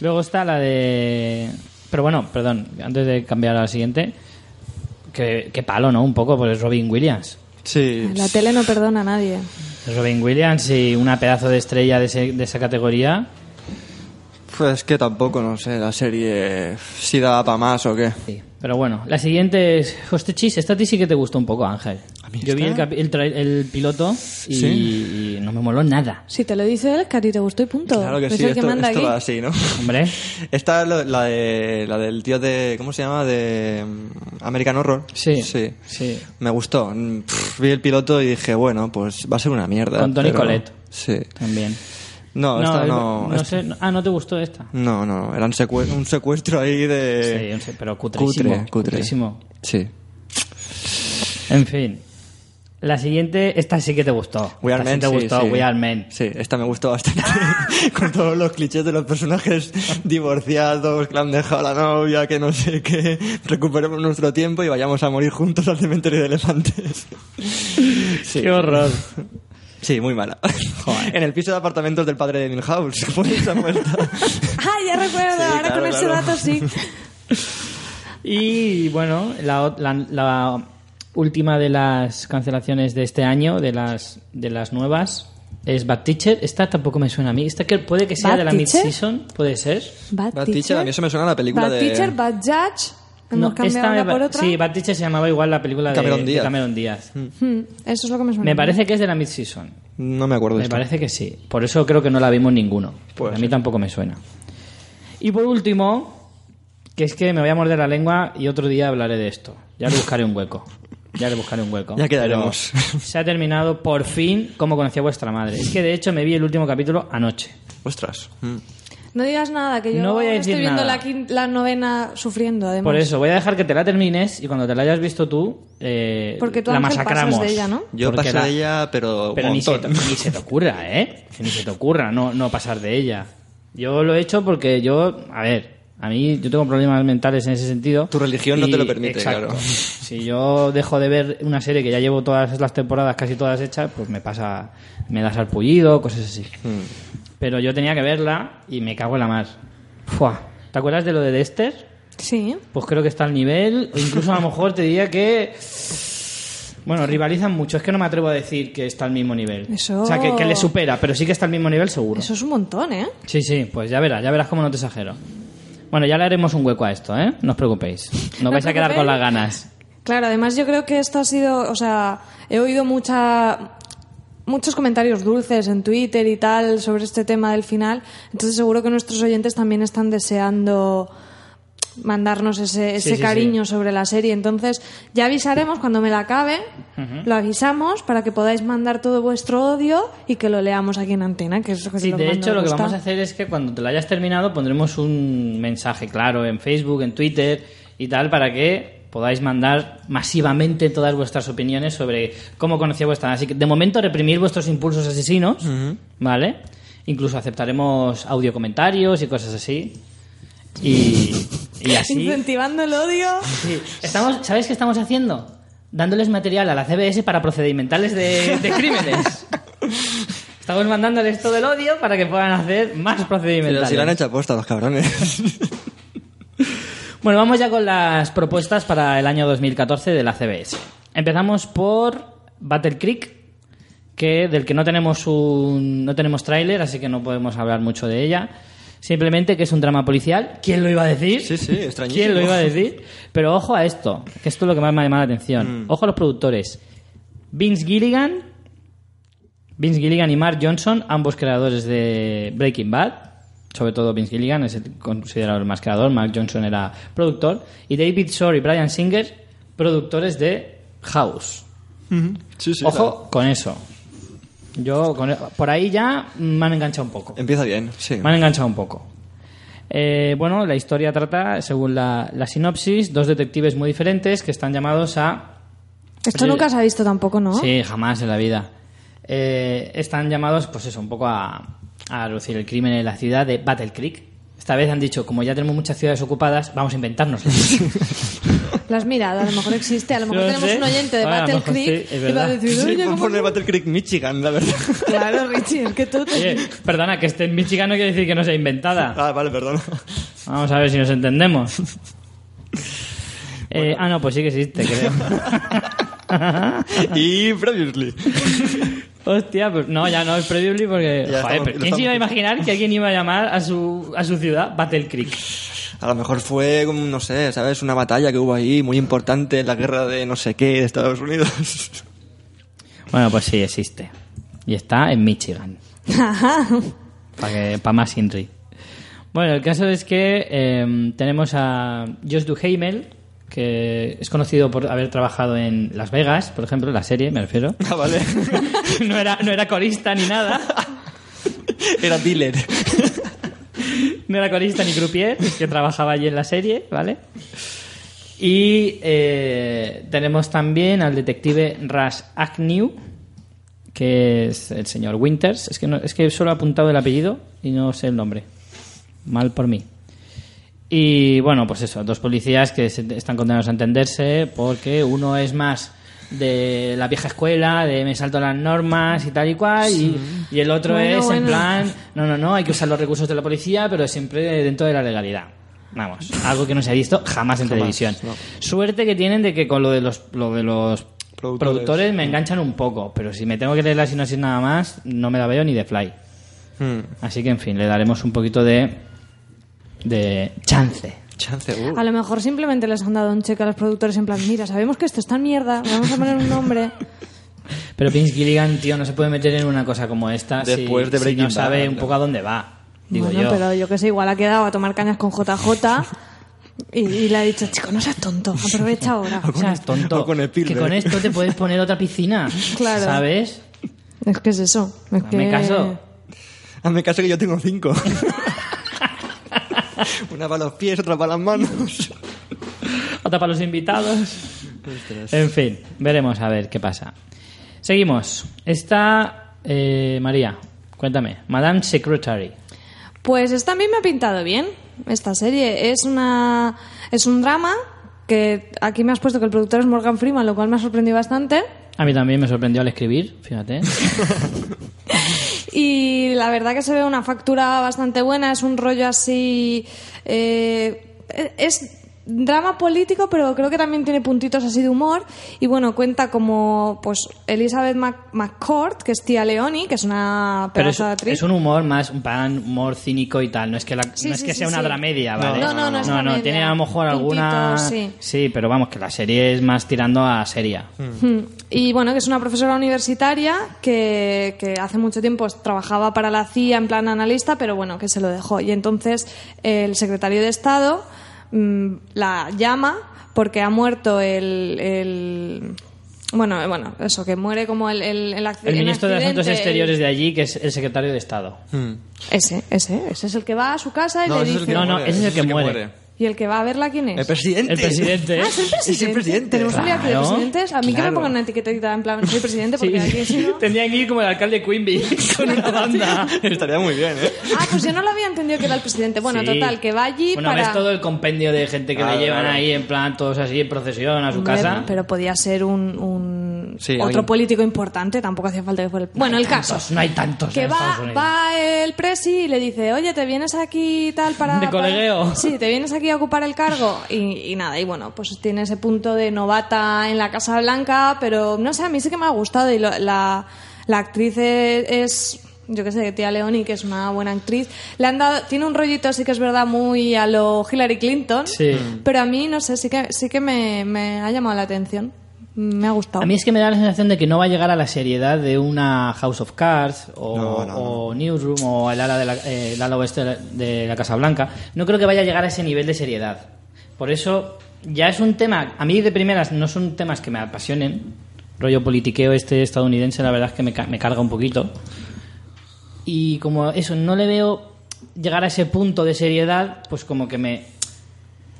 Luego está la de... Pero bueno, perdón, antes de cambiar a la siguiente, que, que palo, ¿no? Un poco, pues es Robin Williams. Sí. La tele no perdona a nadie. Es Robin Williams y una pedazo de estrella de, ese- de esa categoría. Pues es que tampoco, no sé, la serie si da para más o qué. Sí. Pero bueno, la siguiente es... Hostia, chis, esta a ti sí que te gustó un poco, Ángel. A mí Yo vi el, esta- capi- el, trai- el piloto y, Sí. y no me moló nada. Si te lo dice él, que a ti te gustó y punto. Claro que Es sí, pues el que esto, manda esto aquí. va así, ¿no? Hombre, Esta es lo- la, de, la del tío de. ¿Cómo se llama? De. mm, American Horror. Sí, Sí. sí. Me gustó. Mm, pff, vi el piloto y dije, bueno, pues va a ser una mierda. Con Toni pero- Collette. Sí. también. No, esta no. no esta- sé, no- ah, ¿no te gustó esta? No, no, era un, secue- un secuestro ahí Sí, de. un se- pero cutrísimo. Eh, Cutre, cutre. cutrísimo. Sí. En fin. La siguiente, esta sí que te gustó. We Are Esta sí Men, te sí, gustó, sí. We Are Men. Sí, esta me gustó bastante. Con todos los clichés de los personajes divorciados, que le han dejado a la novia, que no sé qué. Recuperemos nuestro tiempo y vayamos a morir juntos al cementerio de elefantes. Sí, Qué horror. sí muy mala. En el piso de apartamentos del padre de Milhouse. que pone esa puerta. Ah, ya recuerdo, Sí, ahora claro, con ese claro. dato sí. Y bueno, la, ot- la- la última de las cancelaciones de este año, de las, de las nuevas, es Bad Teacher. Esta tampoco me suena a mí. Esta que puede que sea ¿Bad de la Teacher? mid-season, puede ser. Bad, Bad Teacher, a mí eso me suena a la película Bad de- Teacher, Bad Judge. Hemos No, cambiado esta me una pa- por otra. Sí, Bad Teacher se llamaba igual la película de- Cameron de Díaz. Cameron Díaz. Hmm, eso es lo que me suena. Me parece que es de la mid-season. No me acuerdo de Me esto. parece que sí. Por eso creo que no la vimos ninguno. Pues Puede a mí ser. tampoco me suena. Y por último, que es que me voy a morder la lengua y otro día hablaré de esto. Ya le buscaré un hueco. Ya le buscaré un hueco. Ya quedaremos. Pero se ha terminado por fin como conocía vuestra madre. Es que de hecho me vi el último capítulo anoche. Ostras. Mm. No digas nada, que yo No voy a decir estoy viendo nada. La, quin- la novena sufriendo, además. Por eso, voy a dejar que te la termines y cuando te la hayas visto tú, eh, Porque tú, la Ángel, pasas masacramos. de ella, ¿no? Yo Porque paso la- de ella, pero. un Pero ni se, montón. te, ni se te ocurra, ¿eh? Que Ni se te ocurra no, no pasar de ella. Yo lo he hecho porque yo, a ver, a mí yo tengo problemas mentales en ese sentido. Tu religión no te lo permite, exacto. claro. Si yo dejo de ver una serie que ya llevo todas las temporadas, casi todas hechas, pues me pasa, me da sarpullido, cosas así. Hmm. Pero yo tenía que verla y me cago en la mar. Fua. ¿Te acuerdas de lo de Dexter? Sí. Pues creo que está al nivel, o incluso a lo mejor te diría que. Bueno, rivalizan mucho. Es que no me atrevo a decir que está al mismo nivel. Eso- O sea, que, que le supera, pero sí que está al mismo nivel seguro. Eso es un montón, ¿eh? Sí, sí, pues ya verás, ya verás cómo no te exagero. Bueno, ya le haremos un hueco a esto, ¿eh? No os preocupéis. No No vais a quedar preocupéis. con las ganas. Claro, además yo creo que esto ha sido, o sea, he oído mucha, muchos comentarios dulces en Twitter y tal sobre este tema del final, entonces seguro que nuestros oyentes también están deseando mandarnos ese, ese Sí, sí, cariño sobre la serie, entonces ya avisaremos cuando me la acabe, lo avisamos para que podáis mandar todo vuestro odio y que lo leamos aquí en antena, que es lo que Sí, lo de más hecho, nos lo que gusta. vamos a hacer es que cuando te lo hayas terminado pondremos un mensaje claro en Facebook, en Twitter y tal para que podáis mandar masivamente todas vuestras opiniones sobre cómo conocía vuestra. Así que de momento reprimir vuestros impulsos asesinos, ¿vale? Incluso aceptaremos audio comentarios y cosas así. Y, y así. Incentivando el odio. Sí. Estamos, ¿Sabes qué estamos haciendo? Dándoles material a la CBS para procedimentales de, de crímenes. Estamos mandándoles todo el odio para que puedan hacer más Pero procedimentales. si lo han hecho aposta los cabrones. Bueno, vamos ya con las propuestas para el año 2014 de la CBS. Empezamos por Battle Creek, que del que no tenemos un no tenemos tráiler, así que no podemos hablar mucho de ella. Simplemente que es un drama policial. ¿Quién lo iba a decir? Sí, sí, extrañísimo. ¿Quién lo iba a decir? Pero ojo a esto, que esto es lo que más me ha llamado la atención. Mm. Ojo a los productores. Vince Gilligan, Vince Gilligan y Mark Johnson, ambos creadores de Breaking Bad, sobre todo Vince Gilligan es el considerado el más creador, Mark Johnson era productor, y David Shore y Brian Singer, productores de House. Sí, sí. Ojo con eso. Yo con- e- por ahí ya me han enganchado un poco. Empieza bien, sí. Me han enganchado un poco. Eh, bueno, la historia trata, según la, la sinopsis, dos detectives muy diferentes que están llamados a Esto Sí. nunca se ha visto tampoco, ¿no? Sí, jamás en la vida. Eh, están llamados, pues eso, un poco a, a reducir el crimen en la ciudad de Battle Creek, Esta vez han dicho, como ya tenemos muchas ciudades ocupadas, vamos a inventárnoslas. Las mirado, a lo mejor existe, a lo mejor No tenemos sé. un oyente de Ahora, a lo Battle mejor Creek sí, es y va a verdad. decir, Sí, "Oye, por ¿cómo poner Battle Creek Michigan, la verdad. Claro, Richie, es que tú... Oye, perdona, que esté en Michigan no quiere decir que no sea inventada. Ah, vale, perdón. Vamos a ver si nos entendemos. Eh, ah, no, pues sí que existe, creo. y previously. Hostia, pues no, ya no es Previously porque... Ya joder, estamos- pero lo ¿quién se iba a estamos- imaginar que alguien iba a llamar a su, a su ciudad Battle Creek? A lo mejor fue, no sé, ¿sabes? Una batalla que hubo ahí muy importante en la guerra de no sé qué de Estados Unidos. Bueno, pues sí, existe. Y está en Michigan. Para que para más Inri. Bueno, el caso es que eh, tenemos a Josh Duhamel, que es conocido por haber trabajado en Las Vegas, por ejemplo, la serie, me refiero. Ah, vale. No era, no era corista ni nada. Era dealer. No era corista ni croupier, que trabajaba allí en la serie, ¿vale? Y eh, tenemos también al detective Rush Agnew, que es el señor Winters. Es que, no- es que solo he apuntado el apellido y no sé el nombre. Mal por mí. Y bueno, pues eso, dos policías que se- están condenados a entenderse porque uno es más de la vieja escuela, de me salto las normas y tal y cual, y, y el otro Bueno, es en bueno. plan, no, no, no, hay que usar los recursos de la policía, pero siempre dentro de la legalidad. Vamos, algo que no se ha visto jamás en televisión. no. Suerte que tienen de que con lo de los, lo de los productores. Productores. me enganchan un poco, pero si me tengo que leer la sinopsis nada más, no me la veo ni de fly. Hmm. Así que, en fin, le daremos un poquito de, de chance. Chance, uh. A lo mejor simplemente les han dado un cheque a los productores en plan, mira, sabemos que esto está en mierda, le vamos a poner un nombre. Pero Vince Gilligan, tío, no se puede meter en una cosa como esta si- Después de si, Breaking no sabe Bad, un ¿no? poco a dónde va. Digo bueno, yo. pero yo que sé, igual ha quedado a tomar cañas con JJ y, y le ha dicho, chico, no seas tonto, aprovecha ahora. O sea, es tonto. o con Spielberg. que con esto te puedes poner otra piscina. Claro. ¿Sabes? Es que es eso. Es que... Hazme caso. Hazme caso que yo tengo cinco. Una para los pies, otra para las manos. Otra para los invitados. En fin, veremos a ver qué pasa. Seguimos. Está eh, María. Cuéntame. Madame Secretary. Pues esta a mí me ha pintado bien. Esta serie es una es un drama que aquí me has puesto que el productor es Morgan Freeman, lo cual me ha sorprendido bastante. A mí también me sorprendió al escribir, fíjate. Y la verdad que se ve una factura bastante buena, es un rollo así... eh, es drama político, pero creo que también tiene puntitos así de humor. Y bueno, cuenta como pues Elizabeth Mac- McCord, que es tía Leoni, que es una Pero es, pedazo de actriz. es un humor más, un pan humor cínico y tal. No es que, la- Sí, no es sí, que sí, sea una sí. dramedia, No, ¿vale? no, no, no es dramedia. tiene a lo mejor alguna. Puntitos, sí. pero vamos, que la serie es más tirando a seria. Mm. Y bueno, que es una profesora universitaria que, que hace mucho tiempo trabajaba para la CIA en plan analista, pero bueno, que se lo dejó. Y entonces eh, el secretario de Estado mm, la llama porque ha muerto el... el- bueno, eh, bueno, eso, que muere como el, el, el, acc- El en ministro de accidente, Asuntos el- Exteriores de allí, que es el secretario de Estado. Ese, ese, ese es el que va a su casa y No, le ese es dice... el No, que no, muere, ese es el que muere. ¿Y el que va a verla quién es? El presidente. El presidente. Ah, es el presidente. Es el presidente. Tenemos un día aquí de Claro. presidentes. A mí que me Claro. pongan una etiquetita en plan, soy presidente, porque aquí si no... Tendrían que ir como el alcalde Quimby con una banda. Estaría muy bien, ¿eh? Ah, pues yo no lo había entendido que era el presidente. Bueno, Sí. total, que va allí Bueno, para... ves todo el compendio de gente que Claro, le llevan claro. ahí en plan todos así en procesión a su Hombre, casa. Pero podía ser un, un- Sí, otro alguien. político importante, tampoco hacía falta que fuera el... Bueno, el caso. Tantos, no hay tantos. Que en Estados va, Unidos. va el presi y le dice, oye, ¿te vienes aquí tal para...? De colegueo. para- Sí, ¿te vienes aquí a ocupar el cargo? Y, y nada, y bueno, pues tiene ese punto de novata en la Casa Blanca, pero no sé, a mí sí que me ha gustado y lo- la, la actriz e- es... Yo que sé, tía Leoni, que es una buena actriz. Le han dado, tiene un rollito, sí que es verdad, muy a lo Hillary Clinton. Sí. Pero a mí, no sé, sí que, sí que me, me ha llamado la atención. Me ha gustado. A mí es que me da la sensación de que no va a llegar a la seriedad de una House of Cards o, No, no, o Newsroom o el ala, de la, eh, el ala oeste de la- de la Casa Blanca. No creo que vaya a llegar a ese nivel de seriedad. Por eso ya es un tema, a mí de primeras no son temas que me apasionen. Rollo politiqueo este estadounidense, la verdad es que me, ca- me carga un poquito. Y como eso, no le veo llegar a ese punto de seriedad, pues como que me...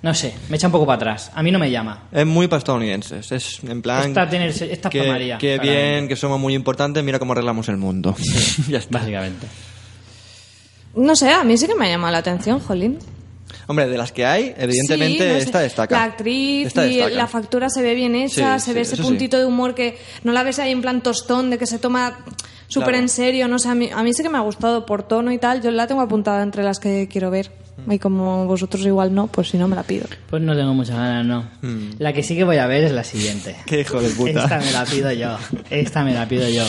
No sé, me echa un poco para atrás. A mí no me llama. Es muy para estadounidenses. Es en plan. Esta tiene el se- esta es que, pa' María, que claramente. bien, que somos muy importantes. Mira cómo arreglamos el mundo. ya está. Básicamente. No sé, a mí sí que me ha llamado la atención, Jolín. Hombre, de las que hay, evidentemente Sí, no sé. esta destaca. La actriz Esta y destaca. la factura se ve bien hecha, Sí, se ve sí, ese eso sí. puntito de humor que no la ves ahí en plan tostón, de que se toma súper Claro. en serio. No sé, a mí, a mí sí que me ha gustado por tono y tal. Yo la tengo apuntada entre las que quiero ver. Mm. Y como vosotros igual no, pues si no me la pido. Pues no tengo muchas ganas, no. La que sí que voy a ver es la siguiente. Mm. Qué hijo de puta. Esta me la pido yo. Esta me la pido yo.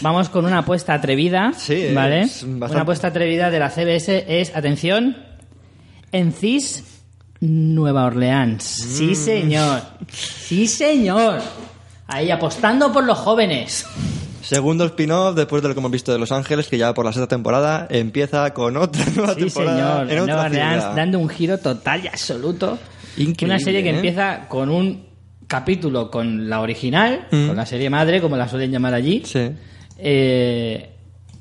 Vamos con una apuesta atrevida. Sí, ¿Vale? es bastante- Una apuesta atrevida de la CBS es, atención, Encis Nueva Orleans. Mm. Sí, señor. Sí, señor. Ahí apostando por los jóvenes. Segundo spin-off después de lo que hemos visto de Los Ángeles, que ya por la sexta temporada empieza con otra nueva Sí, temporada. señor. en otra Nueva Orleans ciudad. dando un giro total y absoluto. Increíble, Una serie que ¿eh? empieza con un capítulo con la original, con la serie madre, como la suelen llamar allí. Mm. Sí. Eh,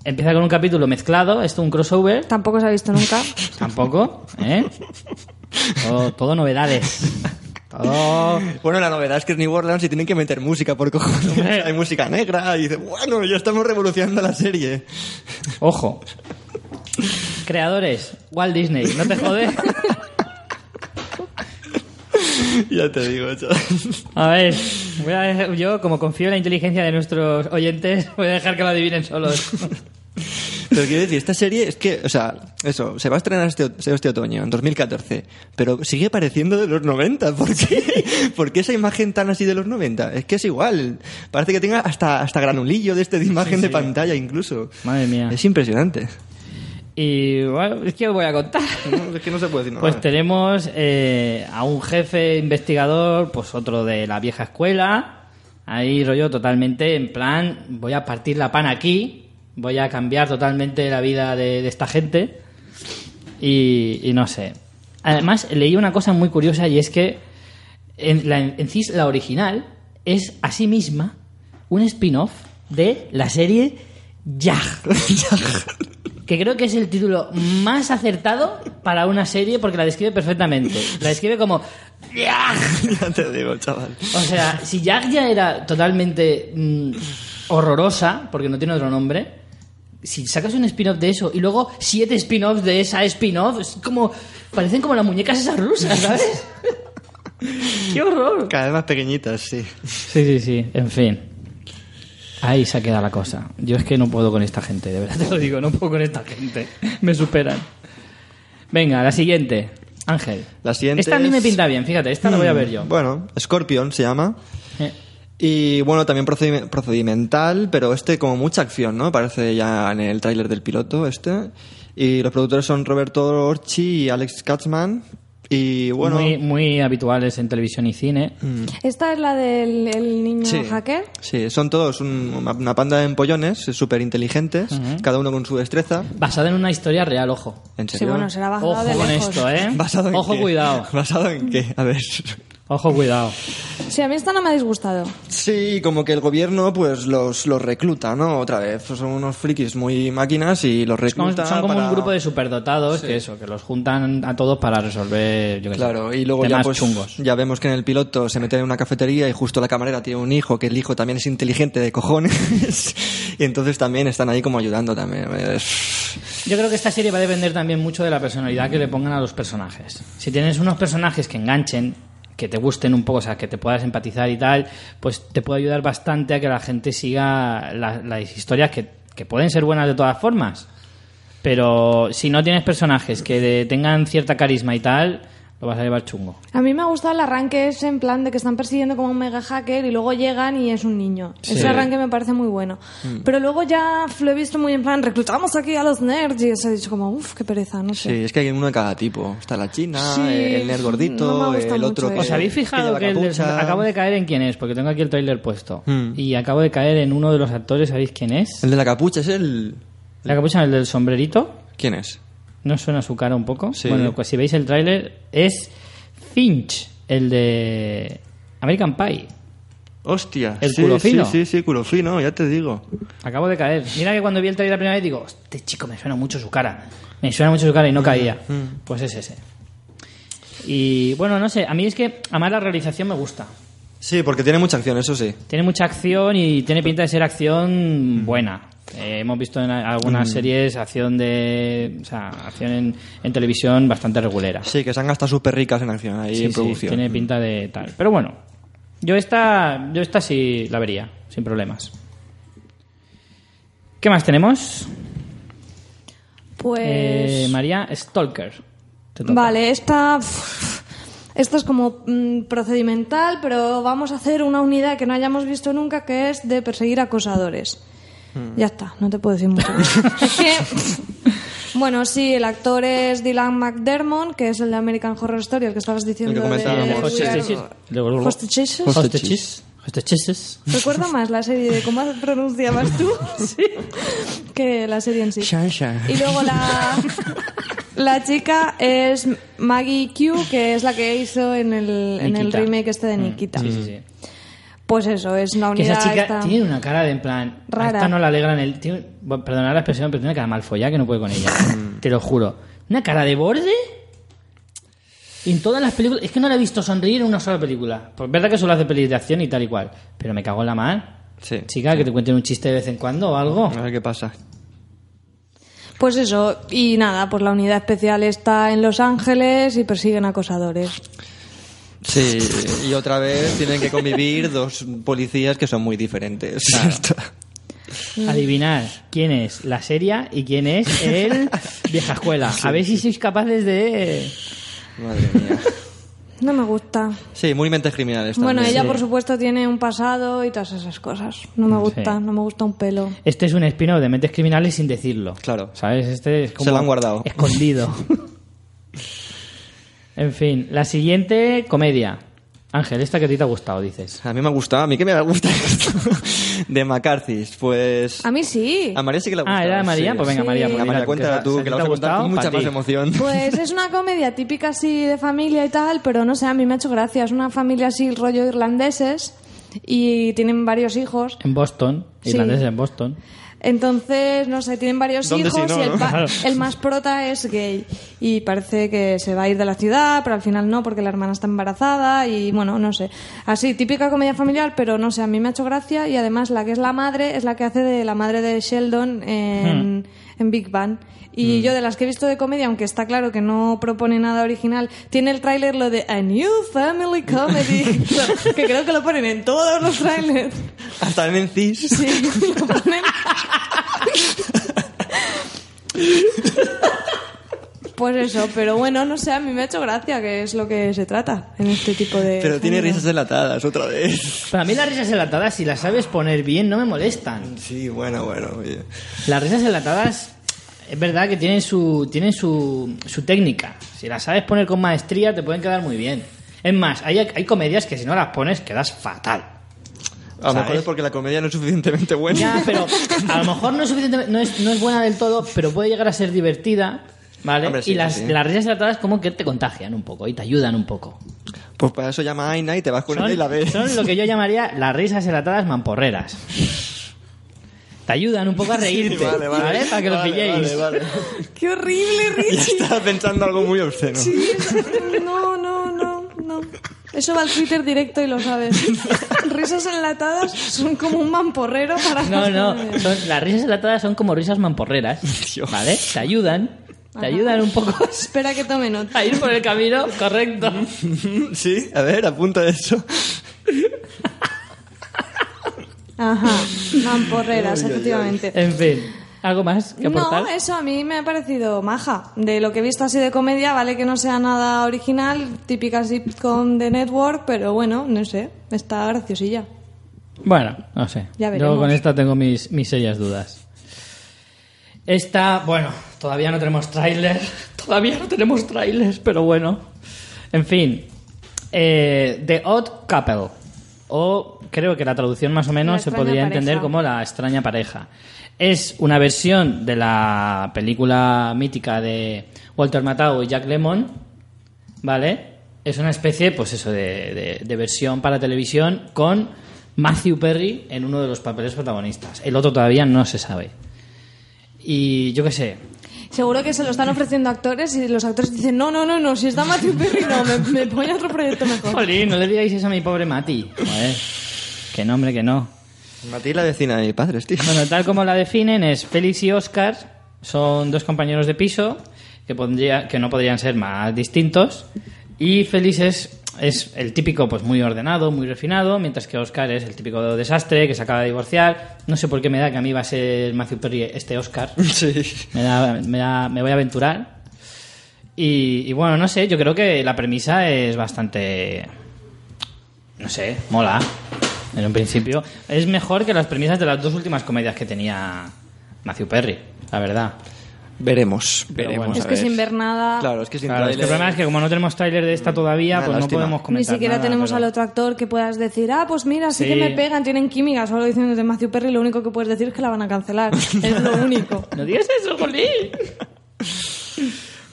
empieza con un capítulo mezclado, esto un crossover, Tampoco se ha visto nunca. tampoco, ¿eh? Todo, todo novedades. Todo... Bueno, la novedad es que en New Orleans sí tienen que meter música por cojones. Hay música negra y dice, bueno, ya estamos revolucionando la serie. Ojo. Creadores, Walt Disney, no te jodes. ya te digo, chaval. A ver, voy a dejar- yo como confío en la inteligencia de nuestros oyentes, voy a dejar que lo adivinen solos. Pero quiero decir, esta serie es que, o sea, eso, se va a estrenar este, o- este otoño, en 2014, pero sigue pareciendo de los 90. ¿Por qué? ¿Por qué esa imagen tan así de los 90? Es que es igual. Parece que tenga hasta, hasta granulillo de este de imagen de pantalla incluso. Madre mía. Es impresionante. Y bueno, es que os voy a contar. No, es que no se puede decir nada. Pues tenemos eh, a un jefe investigador, pues otro de la vieja escuela. Ahí rollo totalmente en plan, voy a partir la pan aquí, voy a cambiar totalmente la vida de, de esta gente. Y, y no sé. Además, leí una cosa muy curiosa y es que en, la, en CIS, la original, es a sí misma un spin-off de la serie YAG que creo que es el título más acertado para una serie porque la describe perfectamente. La describe como... "Yag". ya te digo, chaval. O sea, si Jack ya era totalmente mm, horrorosa, porque no tiene otro nombre, si sacas un spin-off de eso y luego siete spin-offs de esa spin-off, es como... Parecen como las muñecas esas rusas, ¿sabes? ¡Qué horror! Cada vez más pequeñitas, sí. Sí, sí, sí. En fin. Ahí se ha quedado la cosa. Yo es que no puedo con esta gente, de verdad te lo digo, no puedo con esta gente. Me superan. Venga, la siguiente. Ángel. La siguiente Esta a mí es- me pinta bien, fíjate, esta la voy a ver yo. Mm, Bueno, Scorpion se llama. Eh, Y bueno, también procedi- procedimental, pero este como mucha acción, ¿no? Aparece ya en el tráiler del piloto este. Y los productores son Roberto Orchi y Alex Katzman. Y bueno, Mm. muy, muy habituales en televisión y cine. Esta es la del el niño sí, hacker. sí, son todos un- una, una panda de empollones súper inteligentes, cada uno con su destreza. Basada en una historia real, ojo. ¿En Sí, serio? bueno, será bajado Ojo de con lejos. esto, ¿eh? ¿Basado en Ojo, qué? cuidado. ¿Basado en qué? A ver. Ojo, cuidado. Sí, a mí esta no me ha disgustado. Sí, como que el gobierno pues los, los recluta, ¿no? Otra vez. Pues Son unos frikis muy máquinas y los Son, recluta. son como para- un grupo de superdotados que eso, que los juntan a todos para resolver, yo qué sé, Claro, y luego temas ya, pues, chungos. ya vemos que en el piloto se mete en una cafetería y justo la camarera tiene un hijo, que el hijo también es inteligente de cojones. y entonces también están ahí como ayudando también. Es- Yo creo que esta serie va a depender también mucho de la personalidad que le pongan a los personajes. Si tienes unos personajes que enganchen, que te gusten un poco, o sea, que te puedas empatizar y tal, pues te puede ayudar bastante a que la gente siga la- las historias que, que pueden ser buenas de todas formas. Pero si no tienes personajes que de- tengan cierta carisma y tal, lo vas a llevar chungo. A mí me ha gustado el arranque ese en plan de que están persiguiendo como un mega hacker y luego llegan y es un niño. Ese arranque me parece muy bueno. Pero luego ya lo he visto muy en plan, reclutamos aquí a los nerds y eso he dicho como, uff, qué pereza, no Sí, sé. es que hay uno de cada tipo. Está la china, Sí, el nerd no gordito, me gusta el otro mucho eso. que... ¿Os habéis que fijado lleva que, el del- Eh, capucha. acabo de caer en quién es? Porque tengo aquí el tráiler puesto. Hmm. Y acabo de caer en uno de los actores, ¿sabéis quién es? El de la capucha es el... La capucha, el del sombrerito. ¿Quién es? ¿No suena su cara un poco? Sí. Bueno, pues si veis el tráiler, es Finch, el de American Pie. Hostia. El sí, culo sí, fino. Sí, sí, culo fino, ya te digo. Acabo de caer. Mira que cuando vi el tráiler la primera vez digo, este chico me suena mucho su cara. Me suena mucho su cara y no caía. Pues es ese. Y bueno, no sé, a mí es que además la realización me gusta. Sí, porque tiene mucha acción, eso sí. Tiene mucha acción y tiene pinta de ser acción buena. Eh, hemos visto en a- algunas series acción de o sea, acción en, en televisión bastante regulera. Sí, que se han gastado súper ricas en acción ahí Sí, en sí, producción. tiene pinta de tal. Pero bueno, yo esta, yo esta sí la vería, sin problemas. ¿Qué más tenemos? Pues. Eh, María Stalker. Te toca. Vale, esta. pf, Esto es como mm, procedimental, pero vamos a hacer una unidad que no hayamos visto nunca, que es de perseguir acosadores. Ya está, no te puedo decir mucho. más. es que. pf, Bueno, sí, el actor es Dylan McDermott, que es el de American Horror Story, el que estabas diciendo. comentábamos. de- De Hostages. De- Hostages. Hostages. Hostages. Recuerdo más la serie de cómo pronunciabas tú sí, que la serie en sí. Shansha. Y luego la, la chica es Maggie Q, que es la que hizo en el, en el Nikita. Mm. remake este de Nikita. Sí, sí, sí. Pues eso, es una Que unidad. esa chica esta- tiene una cara de en plan. a Rara. esta no la alegran el. Tiene, bueno, perdonad la expresión, pero tiene una cara mal follada que no puede con ella. Te lo juro. Una cara de borde. En todas las películas. Es que no la he visto sonreír en una sola película. Pues verdad que solo hace pelis de acción y tal y cual. Pero me cago en la mar. Sí. Chica, que te cuenten un chiste de vez en cuando o algo. A ver qué pasa. Pues eso, y nada, pues la unidad especial está en Los Ángeles y persiguen acosadores. Sí, y otra vez tienen que convivir dos policías que son muy diferentes. Adivinar quién es la seria y quién es el vieja escuela. A ver si sois capaces de. Madre mía. No me gusta. Sí, muy mentes criminales también. Bueno, ella Sí. por supuesto tiene un pasado y todas esas cosas. No me gusta, Sí. no me gusta un pelo. Este es un espino de mentes criminales sin decirlo. Claro. ¿Sabes? Este es como. Se lo han guardado. Escondido. en fin, la siguiente comedia. Ángel, esta que a ti te ha gustado, dices. A mí me ha gustado, a mí que me gusta esto. De McCarthy, pues... A mí sí. A María sí que le ha gustado. Ah, era de María. sí. Pues venga, Sí. María. Venga, pues Venga, María, dila cuéntala tú, si a que ti te ha la vas a contar gustado, con mucha pa' más ti. emoción. Pues es una comedia típica así de familia y tal, pero no sé, a mí me ha hecho gracia. Es una familia así rollo irlandeses y tienen varios hijos. En Boston, Sí. irlandeses en Boston. Entonces, no sé, tienen varios ¿Dónde hijos si no, y el, no? pa- Claro. el más prota es gay. Y parece que se va a ir de la ciudad, pero al final no, porque la hermana está embarazada y bueno, no sé. Así, típica comedia familiar, pero no sé, a mí me ha hecho gracia y además la que es la madre es la que hace de la madre de Sheldon en, Hmm. en Big Bang. Y yo de las que he visto de comedia, aunque está claro que no propone nada original, tiene el tráiler lo de A New Family Comedy, que creo que lo ponen en todos los tráilers. Hasta en CIS. Sí, lo ponen. Pues eso, pero bueno, no sé, a mí me ha hecho gracia, que es lo que se trata en este tipo de... Pero tiene género. risas enlatadas, otra vez. Para mí las risas enlatadas, si las sabes poner bien, no me molestan. Sí, bueno, bueno. oye. Las risas enlatadas es verdad que tienen su tienen su, su técnica. Si las sabes poner con maestría te pueden quedar muy bien. Es más, hay, hay comedias que si no las pones quedas fatal. A lo mejor ¿Sabes? es porque la comedia no es suficientemente buena. Ya, pero a lo mejor no es, suficiente- no es, no es buena del todo, pero puede llegar a ser divertida, ¿vale? Hombre, sí, y las, sí. las risas enlatadas como que te contagian un poco y te ayudan un poco. Pues para eso llama a Aina y te vas con ella y la Son, ves. son lo que yo llamaría las risas enlatadas mamporreras. Te ayudan un poco a reírte, vale, vale. Para que lo Vale, pilléis. Vale, vale. ¡Qué horrible, Richie! Estaba pensando algo muy obsceno. No, no, no, no. Eso va al Twitter directo y lo sabes. Risas enlatadas son como un mamporrero para... No, no, son- las risas enlatadas son como risas mamporreras, Dios. ¿vale? Te ayudan, te ayudan un poco Espera que tome nota. a ir por el camino correcto. Sí, a ver, apunta eso. Ajá, mamporreras, Ay, ay, ay. efectivamente. En fin, ¿algo más que aportar? No, eso a mí me ha parecido maja. De lo que he visto así de comedia, vale que no sea nada original, típica sitcom de Network, pero bueno, no sé, está graciosilla. Bueno, no sé. Ya veremos. Yo con esta tengo mis, mis serias dudas. Esta, bueno, todavía no tenemos tráiler. Todavía no tenemos tráiler, pero bueno. En fin. eh, The Odd Couple. O creo que la traducción más o La menos se extraña podría pareja. entender como La extraña pareja. Es una versión de la película mítica de Walter Matthau y Jack Lemmon. ¿vale? Es una especie, pues eso, de, de- de versión para televisión con Matthew Perry en uno de los papeles protagonistas. El otro todavía no se sabe. Y yo qué sé. Seguro que se lo están ofreciendo actores y los actores dicen, no, no, no, no, si está Matthew Perry, no, me, me voy a otro proyecto mejor. Jolín, no le digáis eso a mi pobre Mati. Joder. Que no, hombre, que no. Matilda vecina de mis padres, tío. Bueno, tal como la definen es Félix y Oscar, son dos compañeros de piso que, pondría- que no podrían ser más distintos. Y Félix es, es el típico, pues muy ordenado, muy refinado, mientras que Oscar es el típico desastre que se acaba de divorciar. No sé por qué me da que a mí va a ser Matthew Perry este Oscar. Sí. Me, da- me da- me voy a aventurar. Y, y bueno, no sé, yo creo que la premisa es bastante. No sé, mola. En un principio. Es mejor que las premisas de las dos últimas comedias que tenía Matthew Perry, la verdad. Veremos, veremos. bueno. Es a que ver. sin ver nada, Claro, es que sin Claro, es que el tráiler- problema es que como no tenemos tráiler de esta todavía, Una pues lástima. no podemos ni comentar. siquiera nada, tenemos pero- al otro actor que puedas decir, ah, pues mira, sí, que Sí. me pegan, tienen química, solo diciéndote Matthew Perry, lo único que puedes decir es que la van a cancelar. es lo único. ¡No digas eso, Jolín!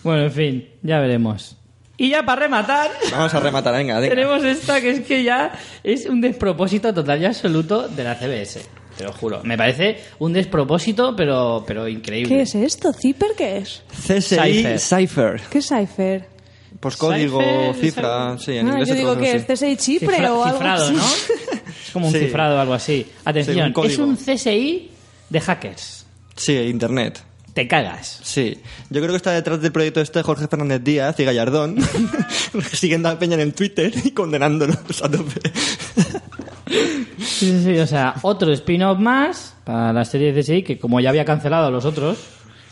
bueno, en fin, ya veremos. Y ya para rematar. Vamos a rematar, venga, venga. Tenemos esta que es que ya es un despropósito total y absoluto de la CBS. Te lo juro. Me parece un despropósito, pero, pero increíble. ¿Qué es esto? ¿Zipper qué es? CSI Cypher. Cypher. ¿Qué es Cypher? Pues código, Cypher, cifra, sí, en Ah, inglés yo se digo traduce que así. este- es CSI Chipre Cifra- o algo cifrado, así. ¿no? Es como un Sí. cifrado o algo así. Sí, un Atención, código. es un CSI de hackers. Sí, internet. Te cagas. Sí. Yo creo que está detrás del proyecto este Jorge Fernández Díaz y Gallardón, siguiendo a Peña en Twitter y condenándolos a tope. Sí, sí, sí, O sea, otro spin-off más para la serie CSI que como ya había cancelado a los otros,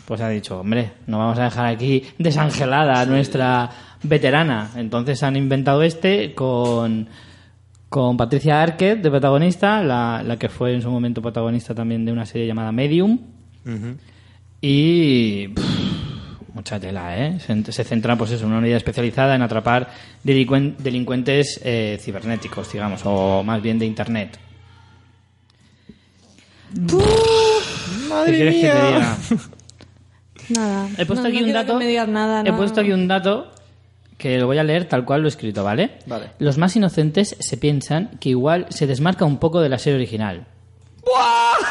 pues ha dicho, hombre, no vamos a dejar aquí desangelada a nuestra veterana. Entonces han inventado este con, con Patricia Arquette de protagonista, la, la que fue en su momento protagonista también de una serie llamada Medium. Y... pff, mucha tela, ¿eh? Se, se centra pues eso, en una unidad especializada en atrapar delicuen- delincuentes eh, cibernéticos, digamos, o más bien de Internet. ¿Qué ¡Madre quieres que te diga? Nada. He puesto No, no aquí un quiero que dato. me digas nada, He no. puesto aquí un dato que lo voy a leer tal cual lo he escrito, ¿vale? Vale. Los más inocentes se piensan que igual se desmarca un poco de la serie original. Gran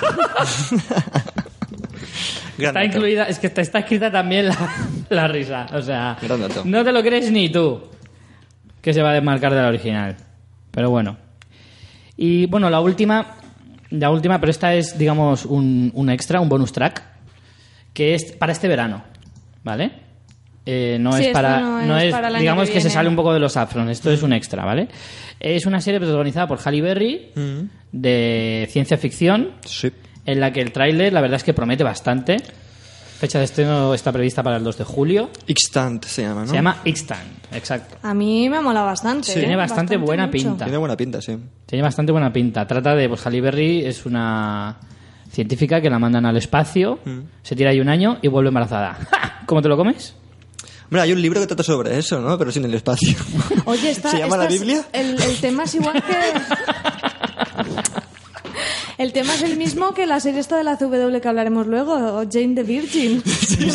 Está dato. incluida, es que está, está escrita también la, la risa. O sea, Gran dato. no te lo crees ni tú que se va a desmarcar de la original. Pero bueno. Y bueno, la última, la última, pero esta es, digamos, un, un extra, un bonus track, que es para este verano, ¿vale? Eh, no Sí, es esto para, no es para el año digamos que que, se viene. sale un poco de los Afrons, esto es un extra, ¿vale? Es una serie protagonizada por Halle Berry de ciencia ficción Sí. en la que el tráiler la verdad es que promete bastante. Fecha de estreno está prevista para el 2 de julio. Xtant se llama, ¿no? Se llama Ixtan, exacto. A mí me mola bastante. Tiene ¿eh? bastante buena mucho. pinta. Tiene buena pinta, sí. Tiene bastante buena pinta. Trata de, pues Halle Berry es una científica que la mandan al espacio, se tira ahí un año y vuelve embarazada. ¡Ja! ¿Cómo te lo comes? Mira, hay un libro que trata sobre eso, ¿no? Pero sin el espacio. Oye, está, ¿Se llama esta la es- Biblia? el, el tema es igual que... El tema es el mismo que la serie esta de la CW que hablaremos luego, o Jane the Virgin. Sí,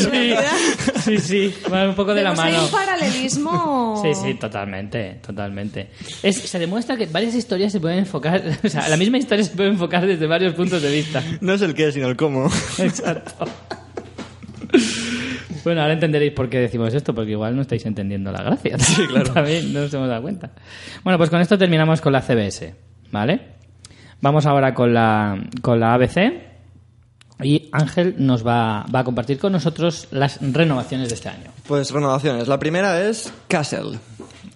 Sí, sí, va un poco de la mano. un paralelismo. Sí, sí, totalmente, totalmente. Es- se demuestra que varias historias se pueden enfocar, o sea, la misma historia se puede enfocar desde varios puntos de vista. No es el qué, sino el cómo. Exacto. Bueno, ahora entenderéis por qué decimos esto, porque igual no estáis entendiendo la gracia. Sí, claro. También no nos hemos dado cuenta. Bueno, pues con esto terminamos con la CBS, ¿vale? Vamos ahora con la, con la ABC. Y Ángel nos va, va a compartir con nosotros las renovaciones de este año. Pues renovaciones. La primera es Castle.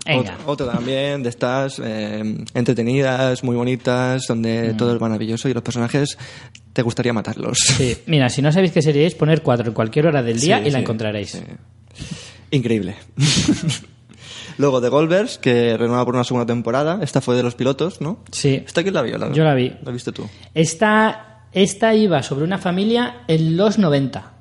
Venga. Ot- Otro, también de estas eh, entretenidas, muy bonitas, donde todo es maravilloso y los personajes te gustaría matarlos. Mm. Sí, mira, si no sabéis qué serie es, poner cuatro en cualquier hora del día Sí, y la sí, encontraréis. sí. Increíble. Luego The Golvers, que renueva por una segunda temporada. Esta fue de los pilotos, ¿no? Sí. ¿Esta quién la vio? Yo la vi. ¿La viste tú? Esta, esta iba sobre una familia en los 90.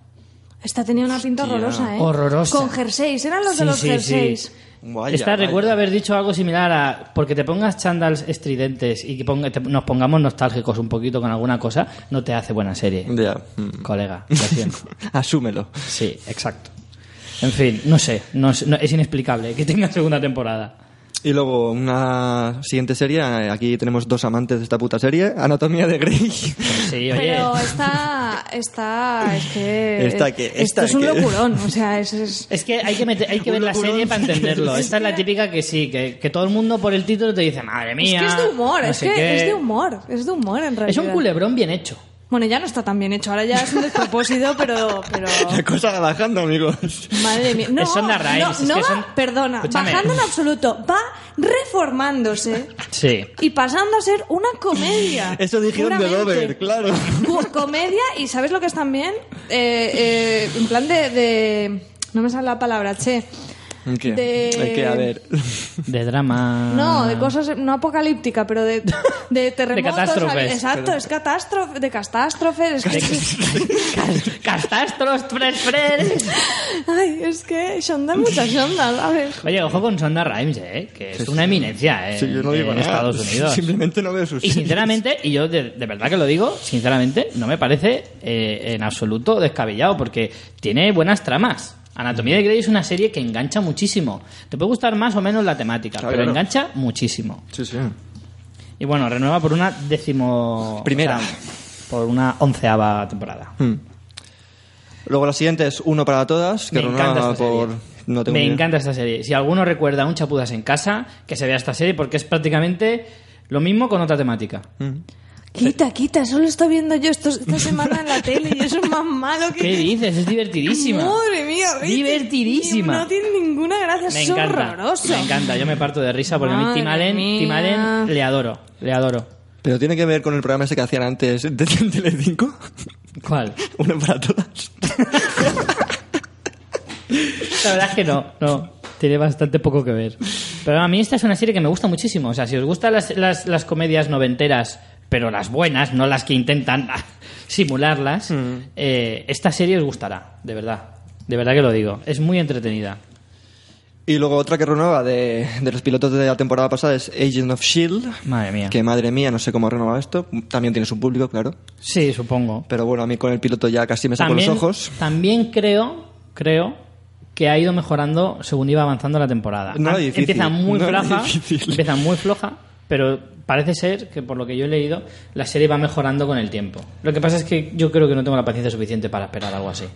Esta tenía una pinta Hostia. horrorosa, ¿eh? Horrorosa. Con jerseys, eran los Sí, de los sí, jerseys. sí. Vaya, Esta vaya. recuerdo haber dicho algo similar a porque te pongas chandals estridentes y que ponga- te- nos pongamos nostálgicos un poquito con alguna cosa, no te hace buena serie. Ya. mm. Colega, lo siento. Asúmelo. Sí, exacto. En fin, no sé, no sé, no- es inexplicable que tenga segunda temporada. Y luego una siguiente serie. eh, Aquí tenemos dos amantes de esta puta serie. Anatomía de Grey. Sí, oye, Pero esta, está. Es que. Esta que- esto esta es un que- locurón. O sea, es. es- Es que hay que, meter- hay que ver la serie para entenderlo. Esta es la típica que sí, que, que todo el mundo por el título te dice, madre es mía. que es de humor, no es sé que qué". es de humor, es de humor en realidad. Es un culebrón bien hecho. Bueno, ya no está tan bien hecho, ahora ya es un despropósito, pero. pero... La cosa va bajando, amigos. Madre mía. No, Son las raíces, no, no es que va- son- perdona, Escúchame. bajando en absoluto, va reformándose Sí. y pasando a ser una comedia. Eso dijeron de Puramente. Robert, claro. Co- comedia y ¿sabes lo que es también? Eh, eh, en plan de, de- No me sale la palabra, che. ¿Qué? De- Es que, a ver. De drama. No, de cosas no apocalíptica, pero de, de terremotos. catástrofes. Exacto, es catástrofe, de catástrofe. Es que, Castastros, tres, tres. ay, es que Shonda, mucha Shonda, ¿sabes? Oye, ojo con Sonda Rhimes, ¿eh? que es una eminencia eh, Sí, yo no en digo nada. Estados Unidos. Simplemente no veo sus Y sinceramente, y yo de, de verdad que lo digo, sinceramente, no me parece eh, en absoluto descabellado, porque tiene buenas tramas. Anatomía de Grey es una serie que engancha muchísimo. Te puede gustar más o menos la temática, Claro, pero claro. engancha muchísimo. Sí, sí. Y bueno, renueva por una décimo... Primera. o sea, por una onceava temporada. Hmm. Luego la siguiente es Uno para Todas, que Me encanta renueva esta por... serie. No tengo Me ni idea. encanta esta serie. Si alguno recuerda un Chapudas en casa, que se vea esta serie porque es prácticamente lo mismo con otra temática. Mm. Quita, quita, solo estoy viendo yo esto- esta semana en la tele y eso es más malo que... ¿Qué dices? Es divertidísima. Madre mía, ¿viste? Divertidísima. No tiene ninguna gracia, Me es encanta. horroroso. Me encanta. Yo me parto de risa porque a mí Madre Tim Allen, Tim mía. Allen le adoro. Le adoro. Pero tiene que ver con el programa ese que hacían antes de de Telecinco. ¿Cuál? Uno para Todas. La verdad es que no, no. Tiene bastante poco que ver. Pero a mí esta es una serie que me gusta muchísimo. O sea, si os gustan las, las, las comedias noventeras, pero las buenas, no las que intentan simularlas, eh, esta serie os gustará, de verdad. De verdad que lo digo. Es muy entretenida. Y luego otra que renueva de, de los pilotos de la temporada pasada es Agent of S.H.I.E.L.D. Madre mía. E Que madre mía, no sé cómo ha renovado esto. También tiene su público, claro. Sí, supongo. Pero bueno, a mí con el piloto ya casi me saco los ojos. también creo, creo que ha ido mejorando según iba avanzando la temporada. Nada An- difícil, Empieza muy nada floja, difícil. empieza muy floja, pero parece ser que por lo que yo he leído, la serie va mejorando con el tiempo. Lo que pasa es que yo creo que no tengo la paciencia suficiente para esperar algo así.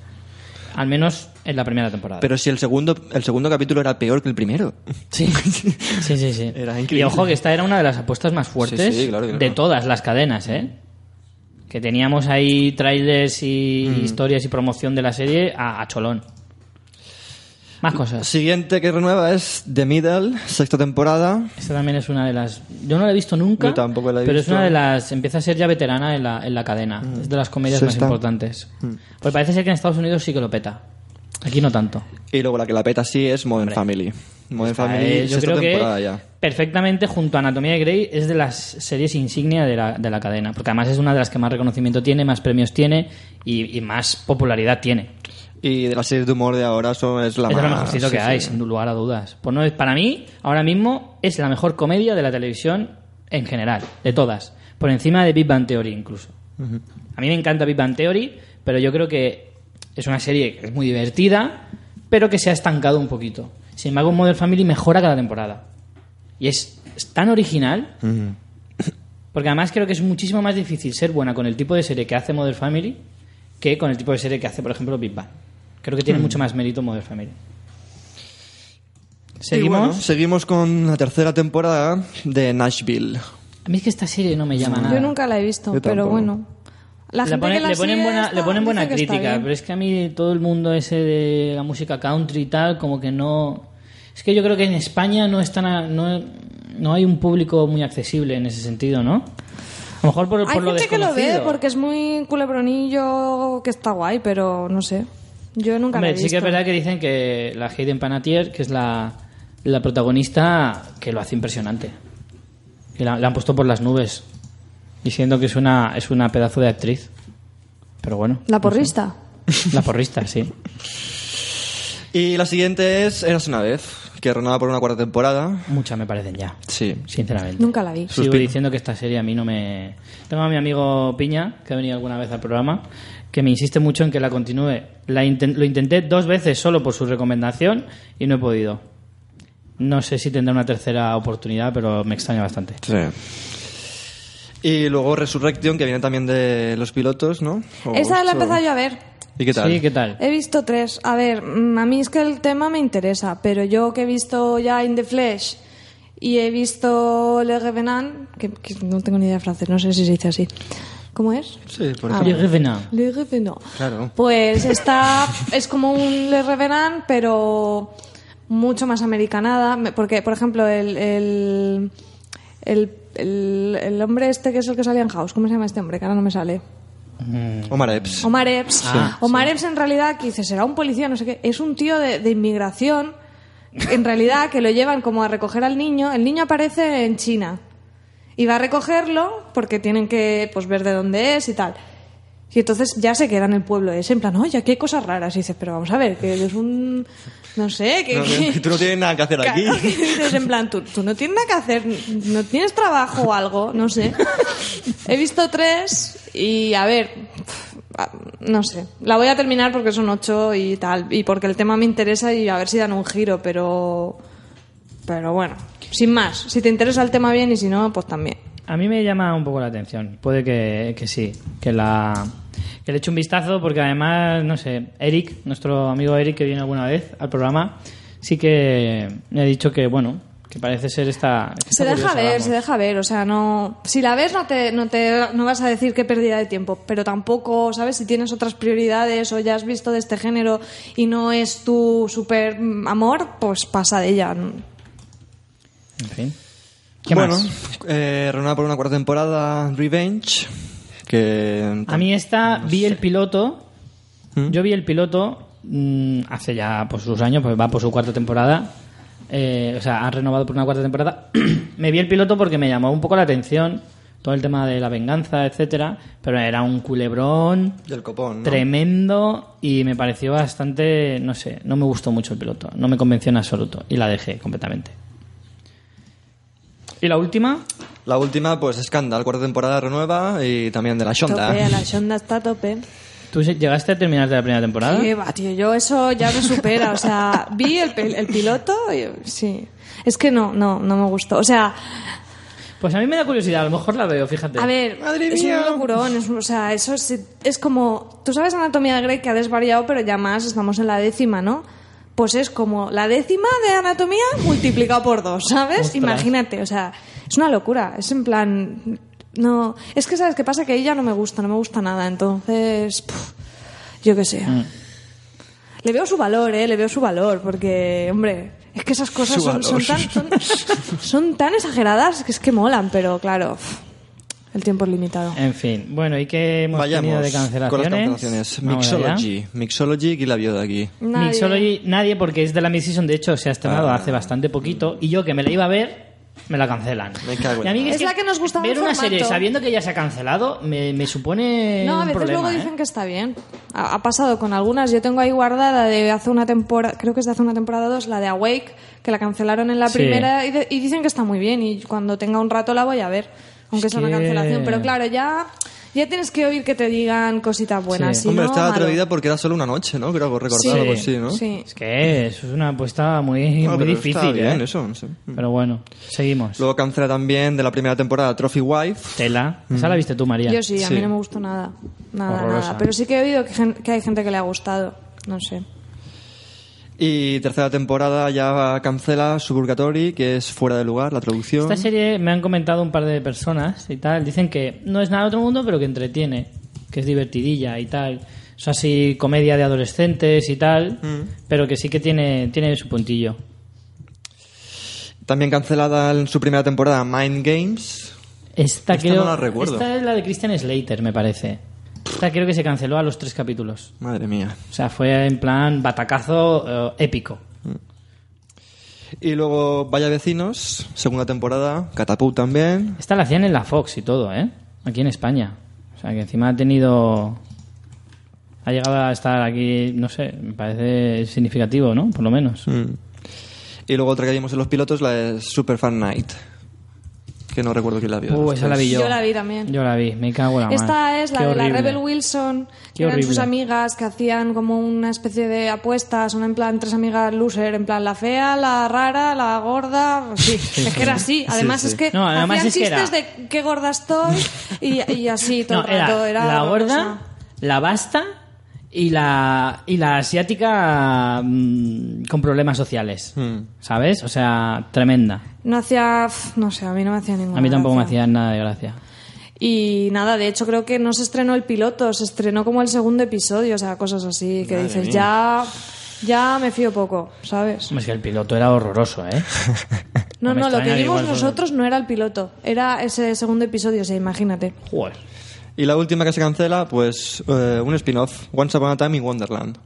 Al menos en la primera temporada. Pero si el segundo, el segundo capítulo era peor que el primero. Sí, sí, sí. sí. Era y increíble. ojo que esta era una de las apuestas más fuertes Sí, sí, claro, claro. de todas las cadenas, ¿eh? Que teníamos ahí trailers y Mm. historias y promoción de la serie a, a cholón. Más cosas. Siguiente que renueva es The Middle, sexta temporada. Esta también es una de las... Yo no la he visto nunca, Yo tampoco la he pero visto. Mm. es una de las... Empieza a ser ya veterana en la, en la cadena. Es de las comedias más Sexta. importantes. Mm. Pues parece ser que en Estados Unidos sí que lo peta. Aquí no tanto. Y luego la que la peta sí es Modern Family. Modern Family, Eh, yo sexta creo temporada que ya. perfectamente junto a Anatomía de Grey es de las series insignia de la, de la cadena, porque además es una de las que más reconocimiento tiene, más premios tiene y, y más popularidad tiene. Y de las series de humor de ahora son, es la es de más... lo mejorcito sí, que hay, sí. sin lugar a dudas. Pues no, es- para mí, ahora mismo, es la mejor comedia de la televisión en general, de todas, por encima de Big Bang Theory incluso. A mí me encanta Big Bang Theory, pero yo creo que es una serie que es muy divertida, pero que se ha estancado un poquito. Sin embargo, Modern Family mejora cada temporada. Y es, es tan original, porque además creo que es muchísimo más difícil ser buena con el tipo de serie que hace Modern Family que con el tipo de serie que hace, por ejemplo, Big Bang. Creo que Mm. tiene mucho más mérito Modern Family. Y Seguimos. bueno, seguimos con la tercera temporada de Nashville. A mí es que esta serie no me llama nada. Yo nunca la he visto, Yo pero tampoco. bueno. La Le gente ponen- que la le ponen sigue buena, está- le ponen buena dice que está crítica, bien. pero es que a mí todo el mundo ese de la música country y tal, como que no... Es que yo creo que en España no, es tan a- no, no hay un público muy accesible en ese sentido, ¿no? A lo mejor por, por Hay lo gente que lo ve desconocido. porque es muy culebronillo, que está guay, pero no sé. Yo nunca Hombre, la he visto. sí que es verdad que dicen que la Hayden Panatier, que es la, la protagonista, que lo hace impresionante. Que la, la han puesto por las nubes, diciendo que es una, es una pedazo de actriz. Pero bueno, La porrista. la porrista, sí. Y la siguiente es Eras una vez, que renueva por una cuarta temporada. Muchas me parecen ya, Sí. sinceramente. Nunca la vi. Sigo Suspiro. diciendo que esta serie a mí no me... Tengo a mi amigo Piña, que ha venido alguna vez al programa, que me insiste mucho en que la continúe. La inten- Lo intenté dos veces solo por su recomendación y no he podido. No sé si tendrá una tercera oportunidad, pero me extraña bastante. Sí. Y luego Resurrection, que viene también de los pilotos, ¿no? Pues O Esa la he ocho. empezado yo a ver. ¿Y qué tal? Sí, ¿qué tal? He visto tres. A ver, mm, a mí es que el tema me interesa, pero yo que he visto ya In the Flesh y he visto Le Revenant, que, que no tengo ni idea de francés, no sé si se dice así. ¿Cómo es? Sí, por Ah, ejemplo. Le Revenant. Le Revenant. Claro. Pues está, es como un Le Revenant, pero mucho más americanada. me- Porque, por ejemplo, el, el, el, el- el hombre este que es el que salía en House, ¿cómo se llama este hombre? Que ahora no me sale. Omar Epps. Omar Epps. Ah, Omar Epps en realidad, que dice, será un policía, no sé qué, es un tío de, de inmigración, en realidad, que lo llevan como a recoger al niño. El niño aparece en China y va a recogerlo porque tienen que pues, ver de dónde es y tal. Y entonces ya se queda en el pueblo ese, en plan, oye, aquí hay cosas raras. Y dices, pero vamos a ver, que es un... No sé, que... No, que tú no tienes nada que hacer aquí. Claro, que dices, en plan, tú, tú no tienes nada que hacer, no tienes trabajo o algo, no sé. He visto tres y, a ver, ah, no sé. La voy a terminar porque son ocho y tal, y porque el tema me interesa y a ver si dan un giro, pero... Pero bueno, sin más. Si te interesa el tema bien y si no, pues también. A mí me llama un poco la atención. Puede que, que sí, que la que le eche un vistazo porque además, no sé, Eric, nuestro amigo Eric que viene alguna vez al programa, sí que me ha dicho que bueno, que parece ser esta que Se está deja curiosa, ver, vamos. se deja ver, o sea, no si la ves no te no te no vas a decir qué pérdida de tiempo, pero tampoco, ¿sabes? Si tienes otras prioridades o ya has visto de este género y no es tu super mm, amor, pues pasa de ella. En fin. ¿Qué bueno, más? eh, renovada por una cuarta temporada, Revenge. Que A mí esta vi el piloto. Yo vi el piloto mm, hace ya pues, sus años, pues va por su cuarta temporada. Eh, o sea, han renovado por una cuarta temporada. me vi el piloto porque me llamó un poco la atención todo el tema de la venganza, etcétera, pero era un culebrón Del copón. ¿no? tremendo y me pareció bastante, no sé, no me gustó mucho el piloto, no me convenció en absoluto y la dejé completamente. Y la última, La última, pues Scandal, cuarta temporada renueva y también de la Shonda. Tope, la Shonda está a tope. ¿tú llegaste a terminar de la primera temporada? Qué va, tío, yo eso ya me supera, o sea, vi el, pel- el piloto y sí. Es que no, no, no me gustó. O sea, Pues a mí me da curiosidad, a lo mejor la veo, fíjate. A ver, Madre es mía. un locurón, es, un- o sea, eso es, es como... Tú sabes Anatomía de Grey que ha desvariado, pero ya más estamos en la décima, ¿no? Pues es como la décima de anatomía multiplicado por dos, ¿sabes? Ostras. Imagínate, o sea, es una locura, es en plan... No, es que sabes qué pasa, que ella no me gusta, no me gusta nada, entonces... puf, yo qué sé. Le veo su valor, ¿eh? Le veo su valor, porque, hombre, es que esas cosas Su son, son valor. tan, son, son tan exageradas que es que molan, pero claro, pff, el tiempo es limitado. En fin, bueno, ¿y qué hemos tenido Vayamos de cancelaciones? con las cancelaciones. Vamos allá. Mixology. Mixology, que la vio de aquí. Nadie- Mixology, nadie, porque es de la mid-season, de hecho se ha Ah. estrenado hace bastante poquito, y yo que me la iba a ver, me la cancelan. Me cago en Y a mí Es la que nos gustaba Ver el una formato. serie sabiendo que ya se ha cancelado me, me supone No, a un veces problema. luego ¿eh? dicen que está bien. Ha, ha pasado con algunas. Yo tengo ahí guardada de hace una temporada, creo que es de hace una temporada dos, la de Awake, que la cancelaron en la Sí. primera y, de- y dicen que está muy bien y cuando tenga un rato la voy a ver, aunque Es sea una que- cancelación. Pero claro, ya, ya tienes que oír que te digan cositas buenas. Sí. si Hombre, no, estaba malo. atrevida porque era solo una noche, ¿no? Creo que recordaba Sí. algo así, ¿no? Sí. Es que eso es una apuesta muy, Ah, muy pero difícil. Está bien, ¿eh? eso, no sé. Pero bueno, seguimos. Luego cancela también de la primera temporada Trophy Wife. Tela, esa la viste tú, María. Yo sí, a Sí. mí no me gustó nada. Nada, Horrorosa. nada. Pero sí que he oído que, gen- que hay gente que le ha gustado. No sé. Y tercera temporada ya cancela Suburgatory, que es fuera de lugar, la traducción. Esta serie me han comentado un par de personas y tal. Dicen que no es nada de otro mundo, pero que entretiene, que es divertidilla y tal. Es así comedia de adolescentes y tal, pero que sí que tiene, tiene su puntillo. También cancelada en su primera temporada Mind Games. Esta, Esta creo, no la recuerdo. Esta es la de Christian Slater, me parece. Esta creo que se canceló a los tres capítulos. Madre mía. O sea, fue en plan batacazo eh, épico. Y luego Vaya Vecinos, segunda temporada, Catapult también. Esta la hacían en la Fox y todo, ¿eh? Aquí en España. O sea, que encima ha tenido... Ha llegado a estar aquí, no sé, me parece significativo, ¿no? Por lo menos. Mm. Y luego otra que vimos en los pilotos, la de Super Fan Night. que no recuerdo quién la vio. Uh, esa la vi yo. Yo la vi también. Yo la vi, me cago en la Esta mar. es la Qué de la horrible. Rebel Wilson, Qué que eran horrible. sus amigas que hacían como una especie de apuestas, son en plan tres amigas loser, en plan la fea, la rara, la gorda. pues Sí, es que era así. Además sí. es que No, además hacían es que era- chistes de qué gorda estoy y, y así todo No, el rato. era Era la gorda, horrorosa. la basta y la, y la asiática mm, con problemas sociales. ¿Sabes? O sea, tremenda. No hacía, pf, no sé, a mí no me hacía ninguna. A mí tampoco me gracia. hacían nada de gracia. Y nada, de hecho creo que no se estrenó el piloto, se estrenó como el segundo episodio, o sea, cosas así que dices, ya ya me fío poco, ¿sabes? Hombre, Es que el piloto era horroroso, ¿eh? No, me no, lo extraña que que vimos igual son- nosotros no era el piloto, era ese segundo episodio, o sea, imagínate. Joder. Y la última que se cancela, pues eh, un spin-off, Once Upon a Time in Wonderland.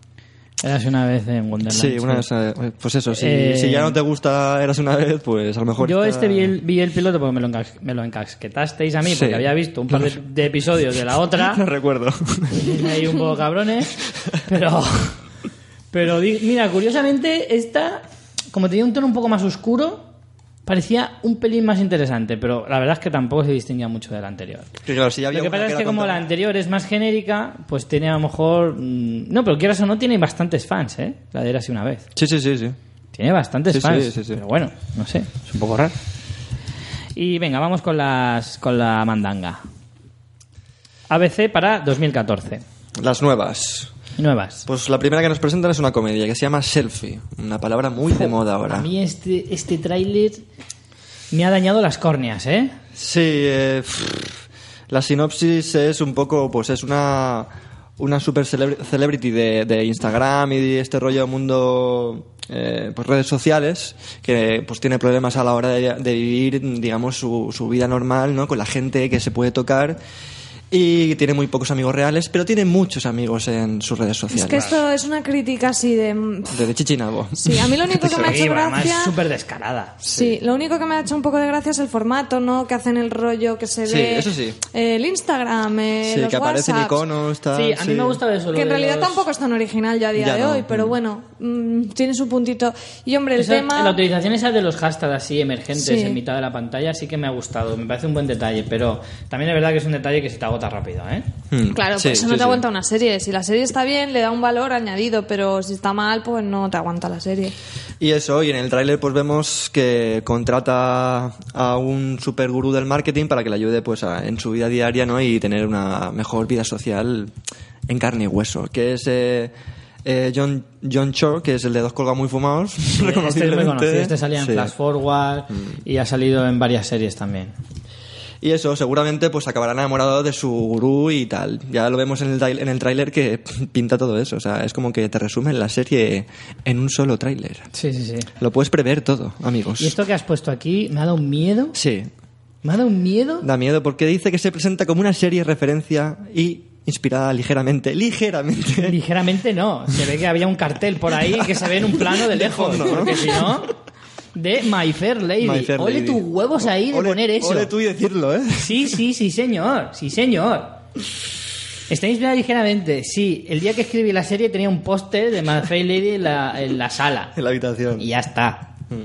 Eras una vez en Wonderland. Sí, una vez, eh, pues eso, si, Eh, si ya no te gusta Eras una vez, pues a lo mejor... Yo esta- este vi el, vi el piloto porque me lo, encas- me lo encasquetasteis a mí, Sí. porque había visto un par de, de episodios de la otra. No recuerdo. ahí un poco cabrones. Pero, pero di- mira, curiosamente, esta, como tenía un tono un poco más oscuro, parecía un pelín más interesante, pero la verdad es que tampoco se distinguía mucho de la anterior. Que claro, si ya había Lo que una pasa es era que como contra- la anterior es más genérica, pues tiene a lo mejor... mm, No, pero quieras o no, tiene bastantes fans, ¿eh? La de Érase una vez. Sí, sí, sí, sí. Tiene bastantes Sí, sí, fans, sí, sí. pero bueno, no sé, es un poco raro. Y venga, vamos con, las, con la mandanga. ABC para 2014. Las nuevas. Nuevas. Pues la primera que nos presentan es una comedia que se llama Selfie, una palabra muy de moda A ahora. mí este, este tráiler me ha dañado las córneas, ¿eh? Sí, eh, pff, la sinopsis es un poco, pues es una, una super celebr- celebrity de, de Instagram y de este rollo mundo, eh, pues redes sociales, que pues tiene problemas a la hora de, de vivir, digamos, su, su vida normal, ¿no? Con la gente que se puede tocar. Y tiene muy pocos amigos reales, pero tiene muchos amigos en sus redes Es que sociales. esto es una crítica así de... Desde Chichinabo. Sí, a mí lo único que me ha Sí, hecho pero además gracia... es súper descarada. Sí, lo único que me ha hecho un poco de gracia es el formato, ¿no? Que hacen el rollo que se Sí, ve... eso sí. eh, El Instagram, eh, Sí, los que aparecen WhatsApps. iconos, tal. Sí, a mí me ha gustado eso. lo Que en de realidad los- tampoco es tan original ya a día Ya de no, hoy, pero mm. bueno, mm, tiene su puntito. Y hombre, el Eso- tema... La utilización esa de los hashtags así emergentes Sí. en mitad de la pantalla sí que me ha gustado. Me parece un buen detalle, pero también es verdad que es un detalle que se te agota rápido, ¿eh? Mm, Claro, sí, pues eso no sí, te sí. aguanta una serie. Si la serie está bien, le da un valor añadido, pero si está mal, pues no te aguanta la serie. Y eso, y en el tráiler pues vemos que contrata a un supergurú del marketing para que le ayude pues a- en su vida diaria, ¿no? Y tener una mejor vida social en carne y hueso, que es eh, eh, John, John Cho, que es el de dos colgados muy fumados. Este es muy reconociblemente. conocido. Este salía en Sí. Mm. Flash Forward y ha salido en varias series también. Y eso, seguramente pues acabará enamorado de su gurú y tal. Ya lo vemos en el, trail- en el tráiler que pinta todo eso, o sea, es como que te resumen la serie en un solo tráiler. Sí, sí, sí. Lo puedes prever todo, amigos. Y esto que has puesto aquí me ha dado un miedo. Sí, Me ha dado un miedo. Da miedo porque dice que se presenta como una serie de referencia y inspirada ligeramente, ligeramente. Ligeramente no. Se ve que había un cartel por ahí que se ve en un plano de lejos. fondo, ¿no? Porque si no. De My Fair Lady. My Fair ole Lady. tus huevos ahí de Ole- poner eso. Ole tú y decirlo, ¿eh? Sí, sí, sí, señor. Sí, señor. Está inspirada ligeramente. Sí, el día que escribí la serie tenía un póster de My Fair Lady en la, en la sala. En la habitación. Y ya está. Hmm.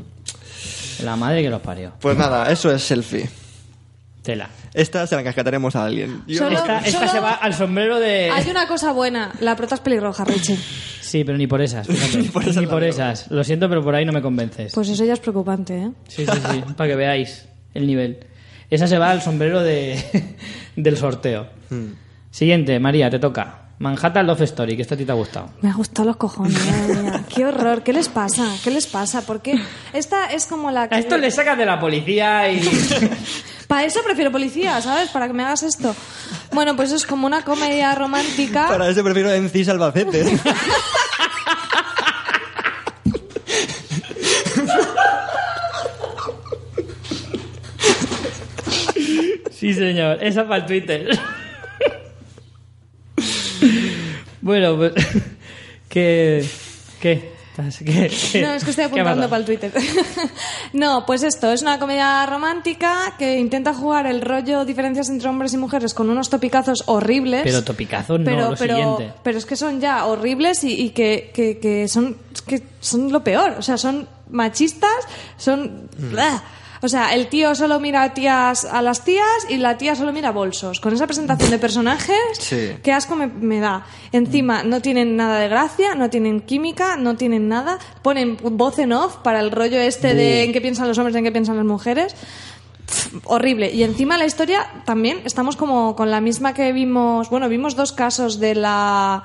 La madre que los parió. Pues nada, eso es selfie. Tela. Esta se la cascataremos a alguien. Yo- Solo- Esta, esta solo- se va al sombrero de. Eh. Hay una cosa buena, la prota es pelirroja, Richie. Sí, pero ni por esas. fíjate. Ni por esas Ni la por veo. esas. Lo siento, pero por ahí no me convences. Pues eso ya es preocupante, ¿eh? Sí, sí, sí, para que veáis el nivel. Esa se va al sombrero de, del sorteo. Hmm. Siguiente, María, te toca. Manhattan Love Story, que esta a ti te ha gustado. Me ha gustado los cojones. madre mía. Qué horror, ¿qué les pasa? ¿Qué les pasa? Porque esta es como la A que... esto le sacas de la policía y... Para eso prefiero policía, ¿sabes? Para que me hagas esto. Bueno, pues es como una comedia romántica. Para eso prefiero en CIS Albacete. Sí, señor, esa para el Twitter. bueno, pues... ¿Qué? ¿Qué? ¿Estás- qué- qué? No, es que estoy ¿Qué ha pasado? apuntando para el Twitter. no, pues esto, es una comedia romántica que intenta jugar el rollo diferencias entre hombres y mujeres con unos topicazos horribles. Pero topicazos no, lo siguiente. Pero es que son ya horribles y, y que, que- Mm. que son, que son lo peor. O sea, son machistas, son... ¡Bla! O sea, el tío solo mira a, tías, a las tías y la tía solo mira bolsos. Con esa presentación de personajes, Sí. qué asco me, me da. Encima, Mm. no tienen nada de gracia, no tienen química, no tienen nada. Ponen voz en off para el rollo este de en qué piensan los hombres, en qué piensan las mujeres. Pff, horrible. Y encima la historia también, estamos como con la misma que vimos. Bueno, vimos dos casos de la.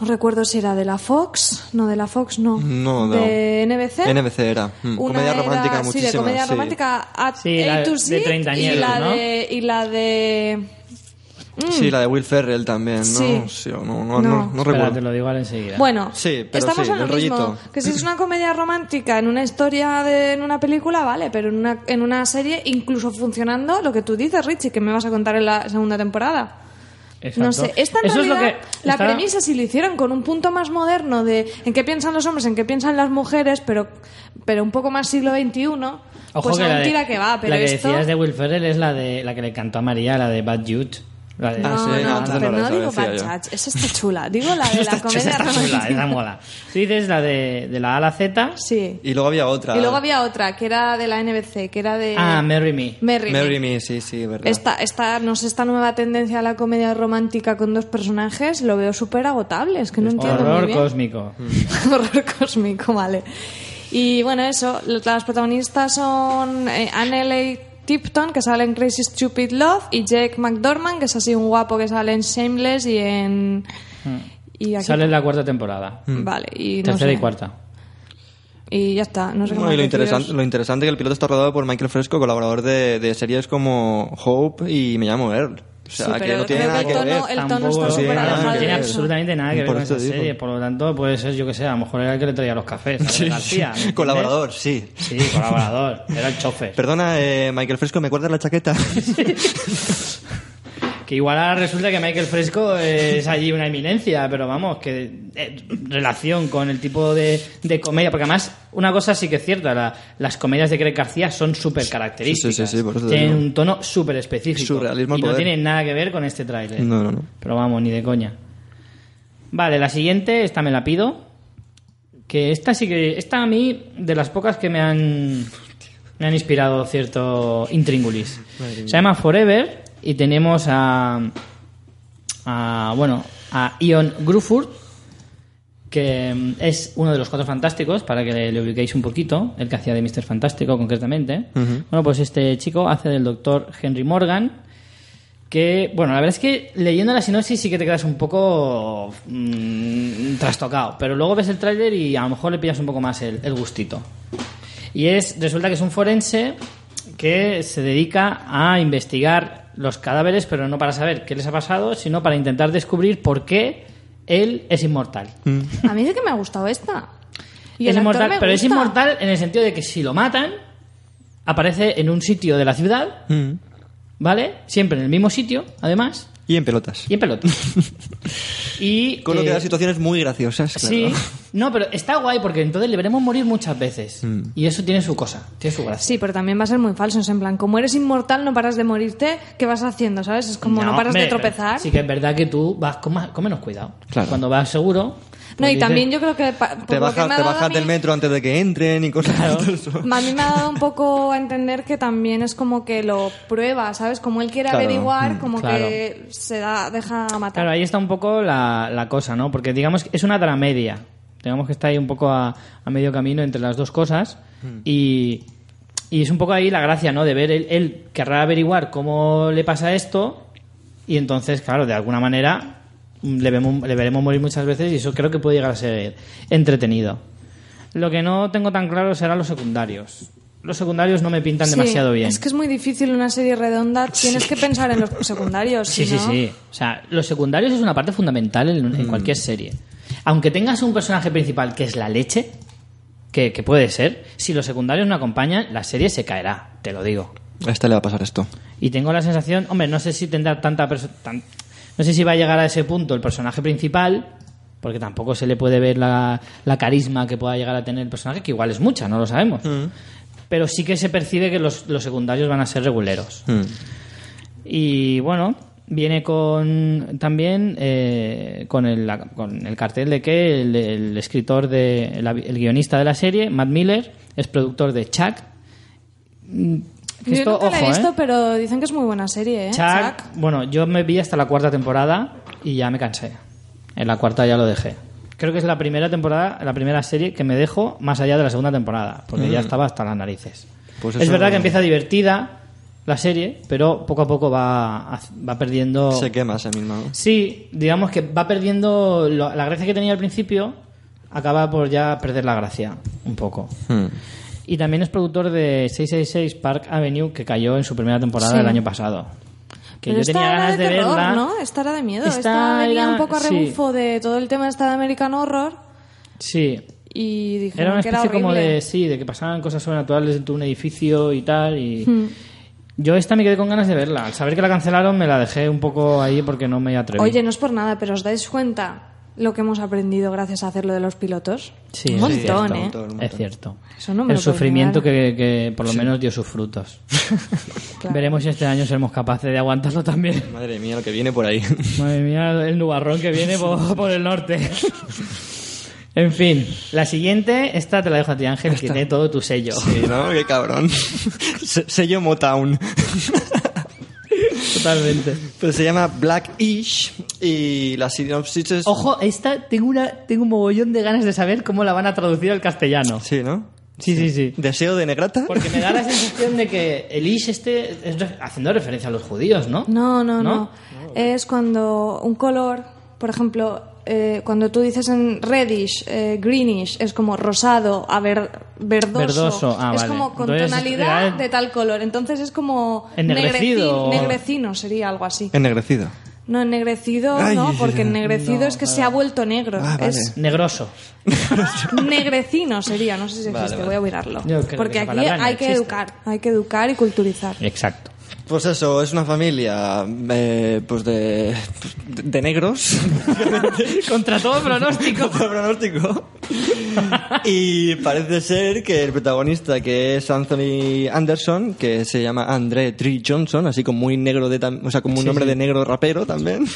No recuerdo si era de la Fox, no de la Fox, no. No, no. De NBC. NBC era. Mm, Una comedia era- romántica sí, muchísima, de comedia sí. romántica A, Sí, la A to de Z y treintañeros, la ¿no? de y la de Sí, la de Will Ferrell también, ¿no? mm. Sí. Sí, o no, no, no, No. no Espera, te recuerdo. lo digo ahora enseguida. bueno, Sí, pero estamos sí, en lo el mismo. rollito. Que si es una comedia romántica en una historia de, en una película, vale, pero en una, en una serie, incluso funcionando lo que tú dices, Richie, que me vas a contar en la segunda temporada. Exacto. No sé, esta en Eso es lo realidad, que la está- premisa si lo hicieron con un punto más moderno de en qué piensan los hombres, en qué piensan las mujeres, pero, pero un poco más siglo XXI, Ojo pues que la aún de- tira que va, pero La que esto... decías de Will Ferrell es la, de, la que le cantó a María, la de Bad Youth. La de- Ah, No, sí, no, no, pero no, no eso digo decía Bad yo. Touch, esa está chula. Digo la de la Esa comedia está chula, ¿eh? esa romántica. mola. Tú dices la de, de la A a la Z. Sí. Y luego había otra. Y luego había otra, que era de la NBC, que era de... Ah, Marry Me. Merry. Marry Me, sí, sí, verdad. Esta, esta, no sé, esta nueva tendencia a la comedia romántica con dos personajes lo veo súper agotable, es que no entiendo muy Horror bien. cósmico. Horror cósmico, vale. Y bueno, eso, los- las protagonistas son eh, Anneley Tipton, que sale en Crazy Stupid Love, y Jake McDormand, que es así un guapo que sale en Shameless y en... Y aquí- Sale en la cuarta temporada. Vale, y no Tercera sé. y cuarta. Y ya está, no sé cómo No, y lo deciros. interesante, lo interesante es que el piloto está rodado por Michael Fresco, colaborador de, de series como Hope y Me llamo Earl. O sea, Sí, que pero no tiene creo nada que que el ver. tono- el tono Tampoco está súper nada, alejado no de tiene eso. absolutamente nada que ver Por con eso esa digo. serie. Por lo tanto, puede ser, yo que sé, a lo mejor era el que le traía los cafés. a Sí, García, ¿me sí. entiendes? Colaborador, sí. Sí, colaborador. Era el chofer. Perdona, eh, Michael Fresco, ¿me guardas la chaqueta? Que igual ahora resulta que Michael Fresco es allí una eminencia, pero vamos, que eh, relación con el tipo de, de comedia. Porque además, una cosa sí que es cierta: la- las comedias de Greg García son súper características. Sí, sí, sí, sí, por eso te Tienen digo. un tono súper específico. Surrealismo al y no poder. tienen nada que ver con este tráiler. No, no, no. Pero vamos, ni de coña. Vale, la siguiente, esta me la pido. Que esta sí que. Esta a mí, de las pocas que me han. Me han inspirado cierto intríngulis. Se llama Forever y tenemos a. a bueno, a Ion Gruford, que mm, es uno de los cuatro fantásticos, para que le, le ubiquéis un poquito, el que hacía de Mr. Fantástico concretamente. Bueno, pues este chico hace del doctor Henry Morgan. Que, bueno, la verdad es que leyendo la sinopsis sí que te quedas un poco mm, trastocado, pero luego ves el tráiler y a lo mejor le pillas un poco más el, el gustito. Y es, resulta que es un forense que se dedica a investigar los cadáveres, pero no para saber qué les ha pasado, sino para intentar descubrir por qué él es inmortal. A mí sí que me ha gustado esta. Y es el actor inmortal, me pero es gusta. inmortal en el sentido de que si lo matan, aparece en un sitio de la ciudad, Mm. ¿vale? Siempre en el mismo sitio, además. y en pelotas. Y en pelota. y, Con lo que eh, da situaciones muy graciosas, Sí, claro. no, pero está guay porque entonces le veremos morir muchas veces. Mm. Y eso tiene su cosa, tiene su gracia. Sí, pero también va a ser muy falso. Es en plan, como eres inmortal, no paras de morirte, ¿qué vas haciendo? ¿Sabes? Es como no, paras hombre, de tropezar. pero Sí que es verdad que tú vas con, más- con menos cuidado. Claro. Cuando vas seguro... no, pues y dices- también yo creo que. pa- por Te, lo que baja- me ha te dado a bajas mí- del metro antes de que entren y cosas de eso. A mí me ha dado un poco a entender que también es como que lo prueba, ¿sabes? Como él quiere Claro, averiguar, mm, como claro. que se da, deja matar. Claro, ahí está un poco la, la cosa, ¿no? Porque digamos que es una dramedia. Digamos que está ahí un poco a, a medio camino entre las dos cosas. Y, y es un poco ahí la gracia, ¿no? De ver, él, él querrá averiguar cómo le pasa esto. Y entonces, claro, de alguna manera mm, le, vemos- le veremos morir muchas veces y eso creo que puede llegar a ser entretenido. Lo que no tengo tan claro serán los secundarios. Los secundarios no me pintan Sí, demasiado bien. Es que es muy difícil una serie redonda, tienes que pensar en los secundarios. Sí, si sí, no- sí. O sea, los secundarios es una parte fundamental en, en cualquier serie. Aunque tengas un personaje principal que es la leche, que, que puede ser, si los secundarios no acompañan, la serie se caerá, te lo digo. A esta le va a pasar esto. Y tengo la sensación, hombre, no sé si tendrá tanta perso- tan- no sé si va a llegar a ese punto el personaje principal, porque tampoco se le puede ver la, la carisma que pueda llegar a tener el personaje, que igual es mucha, no lo sabemos. Pero sí que se percibe que los, los secundarios van a ser reguleros. Mm. Y bueno, viene con también eh, con, el, la- con el cartel de que el, el escritor, de, el, el guionista de la serie, Matt Miller, es productor de Chuck, Mm, Que esto, yo nunca ojo, la he visto, ¿eh? pero dicen que es muy buena serie, ¿eh? Chuck, Chuck. bueno, yo me vi hasta la cuarta temporada y ya me cansé. En la cuarta ya lo dejé. Creo que es la primera temporada, la primera serie que me dejo más allá de la segunda temporada, porque ya estaba hasta las narices. Mm. Pues es eso- verdad que empieza divertida la serie, pero poco a poco va, va perdiendo... Se quema ese mismo. Sí, digamos que va perdiendo lo- la gracia que tenía al principio, acaba por ya perder la gracia un poco. Hmm. Y también es productor de 666 Park Avenue, que cayó en su primera temporada Sí. el año pasado. Que Pero yo esta tenía era ganas de, terror, verla. ¿no? Esta era de miedo. Esta, Esta venía era- un poco a sí. rebufo de todo el tema esta de American Horror Sí. y dijeron Era una que era especie como horrible. de, sí, de que pasaban cosas sobrenaturales dentro de un edificio y tal. Y Hmm. yo esta me quedé con ganas de verla. Al saber que la cancelaron, me la dejé un poco ahí porque no me atreví. Oye, no es por nada, pero ¿os dais cuenta lo que hemos aprendido gracias a hacerlo de los pilotos? Sí, un es montón, cierto, ¿eh? montón. Es cierto. Eso no me el lo puedo sufrimiento negar. que, que por lo menos dio sus frutos. Claro. Veremos si este año seremos capaces de aguantarlo también. Madre mía, lo que viene por ahí. Madre mía, el nubarrón que viene por, por el norte. En fin, la siguiente, esta te la dejo a ti, Ángel, que tiene todo tu sello. Sí, ¿no? Qué cabrón. Se- Sello Motown. Totalmente. Pues se llama Blackish y la sinopsis es... Ojo, esta tengo, una, tengo un mogollón de ganas de saber cómo la van a traducir al castellano. Sí, ¿no? Sí, sí, sí. ¿Deseo de negrata? Porque me da la sensación de que Elish este es re- haciendo referencia a los judíos, ¿no? No, no, no, Es cuando un color, por ejemplo, eh, cuando tú dices en reddish, eh, greenish, es como rosado, a ver- verdoso. Verdoso, ah, es vale. como con Entonces, tonalidad era- de tal color. Entonces es como Ennegrecido. negrecin- negrecino sería algo así. Ennegrecido. No, ennegrecido Ay, no, porque no, ennegrecido es que se ha vuelto negro. Ah, vale. Es Negroso. negrecino sería, no sé si existe, voy a mirarlo. Yo creo que Porque esa aquí palabra no hay que existe. educar, hay que educar y culturizar. Exacto. Pues eso, es una familia eh, pues de, de, de negros, Contra todo pronóstico. por pronóstico. y parece ser que el protagonista, que es Anthony Anderson, que se llama André Tree Johnson, así como muy negro de... tam- O sea, como un Sí, nombre sí. de negro rapero también,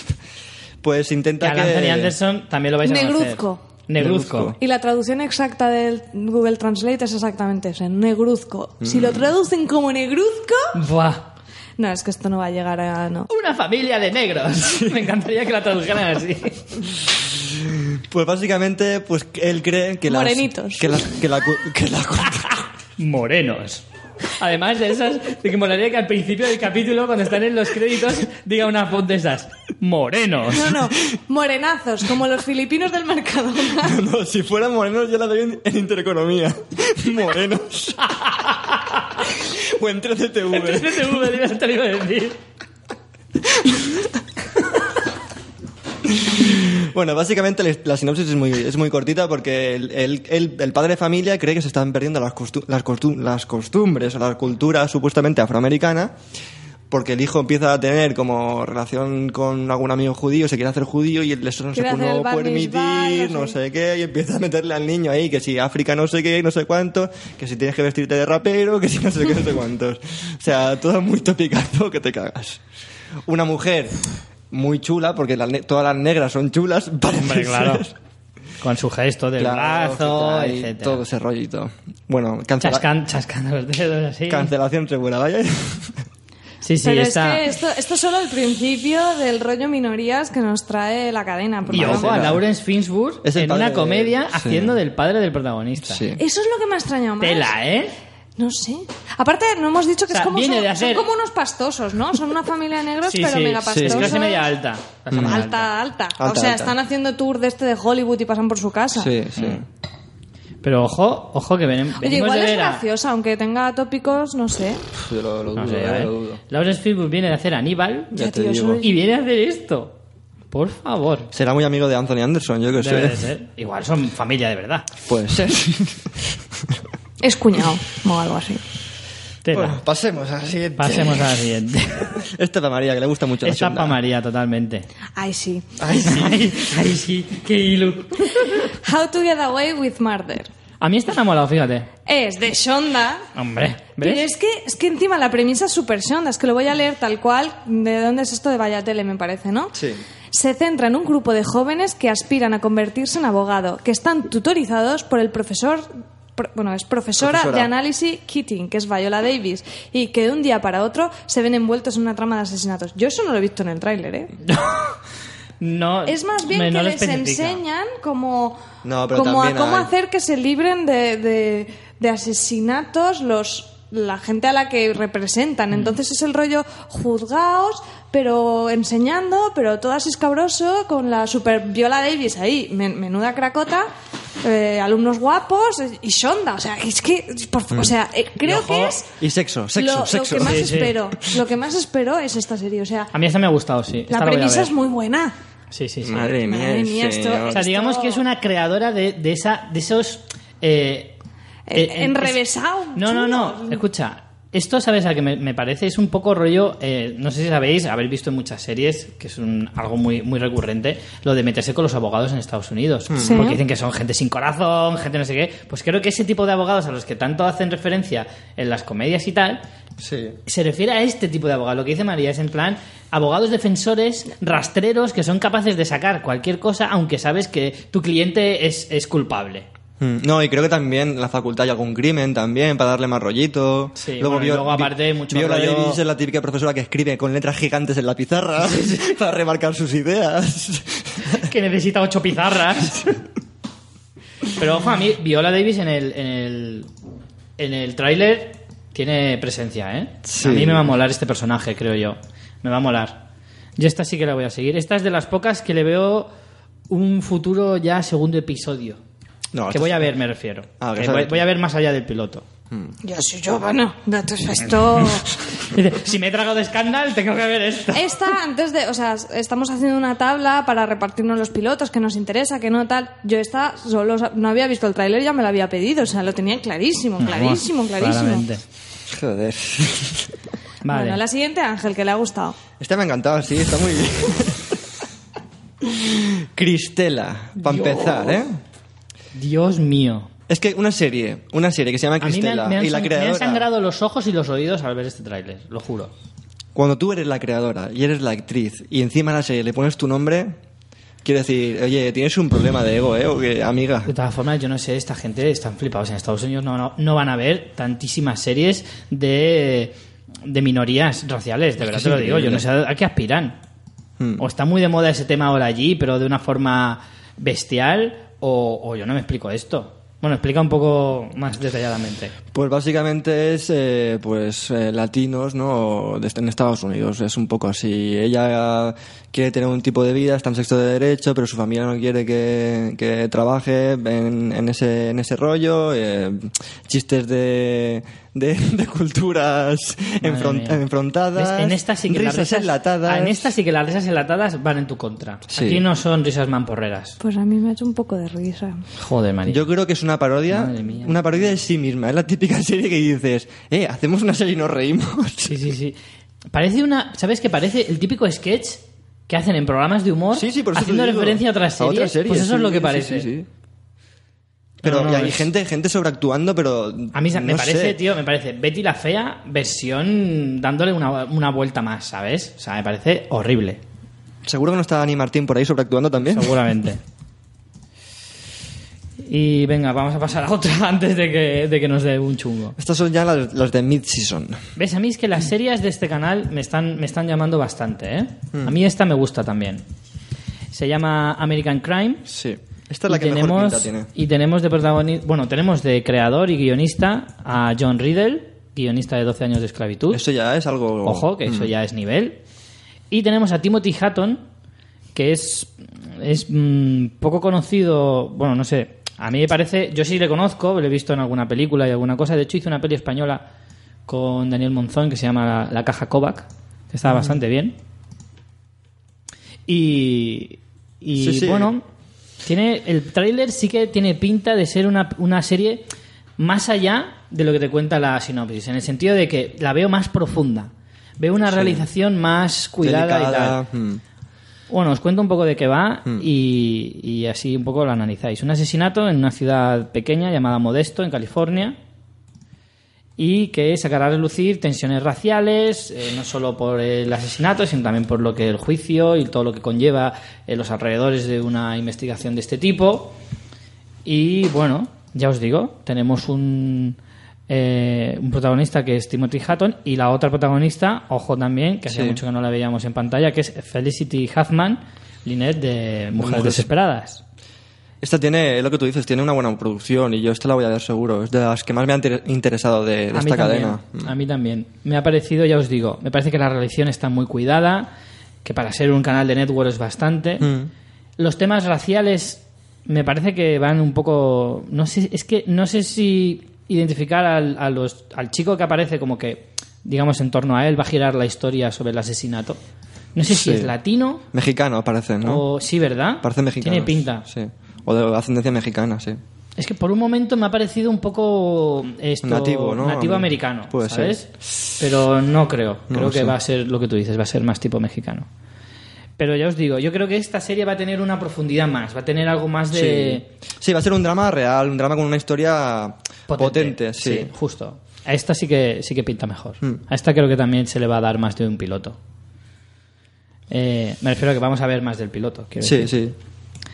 pues Que intenta al que... Anthony Anderson también lo vais a conocer. Negruzco. Negruzco. Y la traducción exacta del Google Translate es exactamente ese, negruzco. Si Mm. lo traducen como negruzco... Buah. No, es que esto no va a llegar a... No. Una familia de negros. Me encantaría que la tradujeran así. Pues básicamente, pues él cree que las... Morenitos. Que las... Que la, cu- que la cu- Morenos. Además de esas, de que molaría que al principio del capítulo, cuando están en los créditos, diga una voz de esas. Morenos. No, no, morenazos, como los filipinos del Mercadona. No, si fueran morenos yo la doy en, en Intereconomía. Morenos. o en 13TV. Entonces, TV, te iba- te lo iba a decir. Bueno, básicamente la- la sinopsis es muy, es muy cortita porque el, el- el- el padre de familia cree que se están perdiendo las, costu- las, costu- las costumbres o la cultura supuestamente afroamericana porque el hijo empieza a tener como relación con algún amigo judío, se quiere hacer judío y el- eso no se Quiere puede hacer el no bar mitzvah, permitir, no no sé. sé qué, y empieza a meterle al niño ahí que si África no sé qué, no sé cuánto, que si tienes que vestirte de rapero, que si no sé qué, no sé cuántos. O sea, todo muy topicazo que te cagas. Una mujer muy chula, porque las ne- todas las negras son chulas, para Hombre, claro. Con su gesto del Claro, brazo, que trae etcétera. Todo ese rollito. Bueno, cancela- Chascan, chascando los dedos así. cancelación segura, vaya. Sí, sí, Pero esta- es que esto, esto es solo el principio del rollo minorías que nos trae la cadena. porque Y vamos, ojo a Lawrence Finsburg Es el en una padre de- comedia sí. haciendo del padre del protagonista. Sí. Eso es lo que me ha extrañado más. Tela, ¿eh? No sé. Aparte, no hemos dicho que O sea, es como, viene son, de son hacer- como unos pastosos, ¿no? Son una familia de negros, pero mega sí. Es pastosos. clase media alta. Clase media Alta, alta. o Alta, sea, alta. están haciendo tour de este de Hollywood y pasan por su casa. Sí, sí. Mm. Pero ojo, ojo que venem- venimos Oye, igual de es ver a- graciosa, aunque tenga tópicos, no sé. Pff, Yo lo, lo No dudo, sé, eh, a ver. lo dudo. Lawrence Fishburne viene de hacer Aníbal Ya te tío, digo. soy- y viene a hacer esto. Por favor. Será muy amigo de Anthony Anderson, yo que Debe de sé. Pues, ser. Igual son familia de verdad. Puede ser. Es cuñado o algo así. Tela. Bueno, pasemos a la siguiente. Pasemos a la siguiente. Esta es para María, que le gusta mucho la Esta chunda. para María totalmente. Ay, sí. Ay, sí. Ay, sí. Qué ilu. How to get away with murder. A mí esta me ha molado, fíjate. Es de Shonda. Hombre, Pero ¿ves? es que, es que encima la premisa es súper Shonda. Es que lo voy a leer tal cual. ¿De dónde es esto de Vaya Tele, me parece, no? Sí. se centra en un grupo de jóvenes que aspiran a convertirse en abogado, que están tutorizados por el profesor pro- bueno, es profesora, Profesora. de análisis Keating, que es Viola Davis, y que de un día para otro se ven envueltos en una trama de asesinatos. Yo eso no lo he visto en el tráiler, ¿eh? No, Es más bien me- no que lo les especifica. enseñan como, No, pero como a también cómo hay. hacer que se libren de, de- de asesinatos los la gente a la que Mm. representan. Entonces es el rollo juzgaos, pero enseñando, pero todo así escabroso, con la super Viola Davis ahí, men- menuda cracota, eh, alumnos guapos eh, y Shonda. O sea, es que, por Mm. fa- o sea, eh, creo ojo. que es Y sexo, sexo, lo, lo sexo. que más Sí, sí. espero. Lo que más espero es esta serie. O sea, A mí esta me ha gustado, sí. Esta la la voy a premisa ver. es muy buena. Sí, sí, sí. Madre mía, Madre mía, sí. esto- O sea, digamos que es una creadora de, de esa, de esos... eh, Eh, eh, enrevesado, es- No, no, no. chulo. Escucha. Esto, ¿sabes a que me, me parece? Es un poco rollo, eh, no sé si sabéis, habéis visto en muchas series, que es un- algo muy, muy recurrente, lo de meterse con los abogados en Estados Unidos. Mm. Sí. Porque dicen que son gente sin corazón, gente no sé qué. Pues creo que ese tipo de abogados a los que tanto hacen referencia en las comedias y tal, Sí. se refiere a este tipo de abogado. Lo que dice María es en plan abogados defensores, rastreros, que son capaces de sacar cualquier cosa, aunque sabes que tu cliente es, es culpable. Mm, No, y creo que también la facultad hay algún crimen también para darle más rollito. Sí, bueno, y Vio- luego Vi- aparte mucho Viola rollo- Davis es la típica profesora que escribe con letras gigantes en la pizarra para remarcar sus ideas. Que necesita ocho pizarras. Pero ojo, a mí, Viola Davis en el, en el, en el tráiler tiene presencia, ¿eh? Sí. A mí me va a molar este personaje, creo yo. Me va a molar. Yo esta sí que la voy a seguir. Esta es de las pocas que le veo un futuro ya segundo episodio. No, que esta- voy a ver, me refiero. Ah, que Que sabe voy, tú. voy a ver más allá del piloto. Yo soy Giovanna. Datos esto. Dice, si me he tragado de Scandal, tengo que ver esta. Esta, antes de. O sea, estamos haciendo una tabla para repartirnos los pilotos que nos interesa, que no tal. Yo esta solo. sa- No había visto el tráiler, ya me la había pedido. O sea, lo tenía clarísimo, clarísimo, clarísimo. Claramente. Joder. Vale. Bueno, la siguiente, Ángel, que le ha gustado. Este me ha encantado, sí, está muy bien. Cristela, para empezar, ¿eh? Dios mío. Es que una serie, una serie que se llama A mí me, Cristela han- me han, y la sang- me han creadora. sangrado los ojos y los oídos al ver este tráiler, lo juro. Cuando tú eres la creadora y eres la actriz y encima a la serie le pones tu nombre, quiero decir, oye, tienes un problema de ego, ¿eh? O que- amiga. De todas formas, yo no sé, esta gente están flipados. En Estados Unidos no, no, no van a ver tantísimas series de, de minorías raciales, de verdad es te lo digo. Yo increíble. no sé a qué aspiran. Hmm. O está muy de moda ese tema ahora allí, pero de una forma bestial, o, o yo no me explico esto. Bueno, explica un poco más detalladamente. Pues básicamente es, eh, pues, eh, latinos, ¿no? De- En Estados Unidos, es un poco así. Ella quiere tener un tipo de vida, está en sexto de derecho, pero su familia no quiere que, que trabaje en, en ese, en ese rollo. eh, chistes de, de, de culturas enfron- Madre mía. enfrontadas. ¿Ves? En esta sí que las risas risas enlatadas. Ah, En esta sí que las risas enlatadas van en tu contra. Sí. Aquí no son risas mamporreras. Pues a mí me ha hecho un poco de risa. Joder, María. Yo creo que es una parodia, Madre mía. una parodia de sí misma. Es la típica serie que dices, eh, hacemos una serie y nos reímos. Sí, sí, sí. Parece una. ¿Sabes qué parece? El típico sketch que hacen en programas de humor Sí, sí, por eso te haciendo digo. referencia a otras series. series, Pues eso sí, es lo que sí, parece. sí, sí. Pero No, no, y hay es- gente, gente sobreactuando, pero. A mí sa- me no parece, sé. tío, me parece Betty la Fea versión dándole una, una vuelta más, ¿sabes? O sea, me parece horrible, Seguro que no está Dani Martín por ahí sobreactuando también. seguramente. y venga, vamos a pasar a otra antes de que, de que nos dé un chungo. Estas son ya las, las de mid-season. ¿Ves? A mí es que las series de este canal me están, me están llamando bastante, ¿eh? Hmm. A mí esta me gusta también. Se llama American Crime. Sí. Esta es la Y que mejor pinta tiene. Y tenemos de protagonista, bueno, tenemos de creador y guionista a John Riddle, guionista de 12 años de esclavitud. Eso ya Mm. es algo. Ojo, que eso ya es nivel. Y tenemos a Timothy Hatton, que es, es mm, poco conocido, bueno, no sé, a mí me parece, yo sí le conozco, lo he visto en alguna película y alguna cosa, de hecho hice una peli española con Daniel Monzón que se llama La, La Caja Kovac, que Mm. estaba bastante bien. Y, y Sí, sí. bueno, tiene el tráiler sí que tiene pinta de ser una, una serie más allá de lo que te cuenta la sinopsis, en el sentido de que la veo más profunda. Veo una realización más cuidada y Delicada, Hmm. tal. mm. Bueno, os cuento un poco de qué va y, y así un poco lo analizáis. Un asesinato en una ciudad pequeña llamada Modesto, en California, y que sacará a relucir tensiones raciales, eh, no solo por el asesinato, sino también por lo que el juicio y todo lo que conlleva eh, los alrededores de una investigación de este tipo. Y bueno, ya os digo, tenemos un, eh, un protagonista que es Timothy Hatton y la otra protagonista, ojo también, que hacía Sí. mucho que no la veíamos en pantalla, que es Felicity Huffman, Lynette de Mujeres Mujeres. Desesperadas. Esta tiene, es lo que tú dices, tiene una buena producción y yo esta la voy a dar seguro. Es de las que más me ha inter- interesado de, de a mí esta también, cadena. Hmm. A mí también. Me ha parecido, ya os digo, me parece que la relación está muy cuidada, que para ser un canal de network es bastante. Mm. Los temas raciales me parece que van un poco. No sé, es que no sé si identificar al, a los- al chico que aparece como que, digamos, en torno a él va a girar la historia sobre el asesinato. No sé si Sí. es latino Mexicano parecen, ¿no? o. Sí, ¿verdad? Parecen mexicanos. Tiene pinta. Sí. O de ascendencia mexicana, sí. Es que por un momento me ha parecido un poco esto, Nativo, ¿no? nativo americano, Puede ¿sabes? Pero no creo. No creo lo que sé. va a ser lo que tú dices, va a ser más tipo mexicano. Pero ya os digo, yo creo que esta serie va a tener una profundidad más, va a tener algo más de sí. Sí, va a ser un drama real, un drama con una historia potente, sí. justo. A esta sí que sí que pinta mejor. Mm. A esta creo que también se le va a dar más de un piloto. Eh, me refiero a que vamos a ver más del piloto. quiero Sí, decir. sí.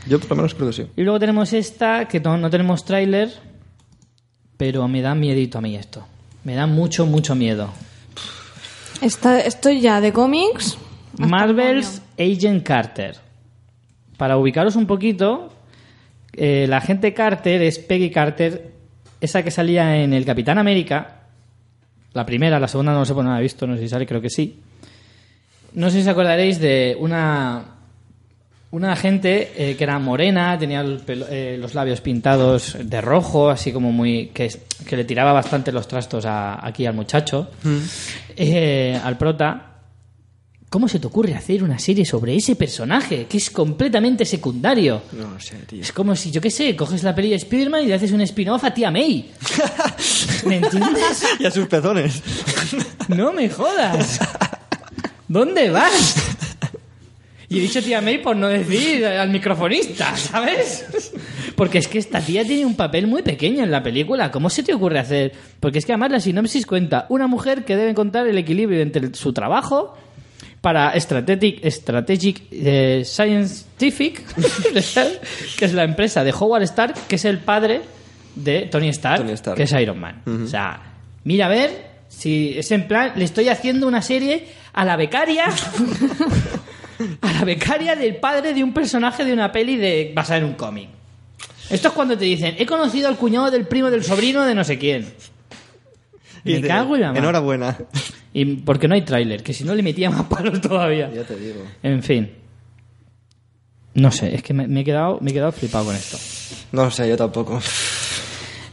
Yo por lo menos creo que sí. Y luego tenemos esta, que no, no tenemos tráiler, pero me da miedito a mí esto. Me da mucho, mucho miedo. Está- estoy ya de cómics. hasta el Marvel's coño. Agent Carter. Para ubicaros un poquito, eh, la agente Carter es Peggy Carter, esa que salía en el Capitán América. La primera, la segunda no lo sé, pues no la he visto, no sé si sale, creo que sí. No sé si os acordaréis de una, una agente eh, que era morena, tenía el pelo- eh, los labios pintados de rojo, así como muy. que, es- que le tiraba bastante los trastos a- aquí al muchacho, eh, al prota. ¿Cómo se te ocurre hacer una serie sobre ese personaje que es completamente secundario? No sé, tío. Es como si, yo qué sé, coges la peli de Spider-Man y le haces un spin-off a tía May. ¿Me entiendes? Y a sus pezones. No me jodas. ¿Dónde vas? Y he dicho tía May por no decir al microfonista, ¿sabes? Porque es que esta tía tiene un papel muy pequeño en la película. ¿Cómo se te ocurre hacer? Porque es que además la sinopsis cuenta una mujer que debe encontrar el equilibrio entre su trabajo para Strategic, Strategic eh, Scientific, que es la empresa de Howard Stark, que es el padre de Tony Stark, Tony Stark. que es Iron Man. O sea, mira a ver si es en plan, le estoy haciendo una serie a la becaria. a la becaria del padre de un personaje de una peli de basada en un cómic. Esto es cuando te dicen, he conocido al cuñado del primo del sobrino de no sé quién. Me Y te- cago en la mar. Enhorabuena. Y porque no hay tráiler, que si no le metía más palos todavía. te digo. En fin. No sé, es que me, me he quedado, me he quedado flipado con esto. No sé, yo tampoco.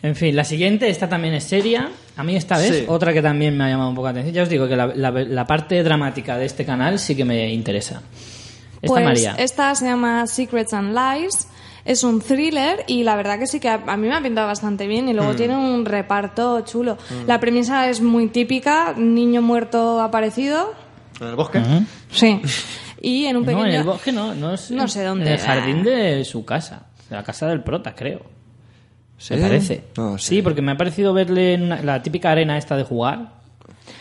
En fin, la siguiente, esta también es seria. A mí esta vez, Sí. otra que también me ha llamado un poco la atención. Ya os digo que la, la- la parte dramática de este canal sí que me interesa. Esta Pues María. esta se llama Secrets and Lies. Es un thriller y la verdad que sí que a, a mí me ha pintado bastante bien y luego Mm. tiene un reparto chulo. La premisa es muy típica, niño muerto aparecido. ¿En el bosque? ¿Mm? Sí. Y en un pequeño... No, en el bosque no, no, sé, No sé dónde. En el jardín de su casa, de la casa del prota, creo. ¿Sí? Me parece. No sé. Sí, porque me ha parecido verle en una- la típica arena esta de jugar.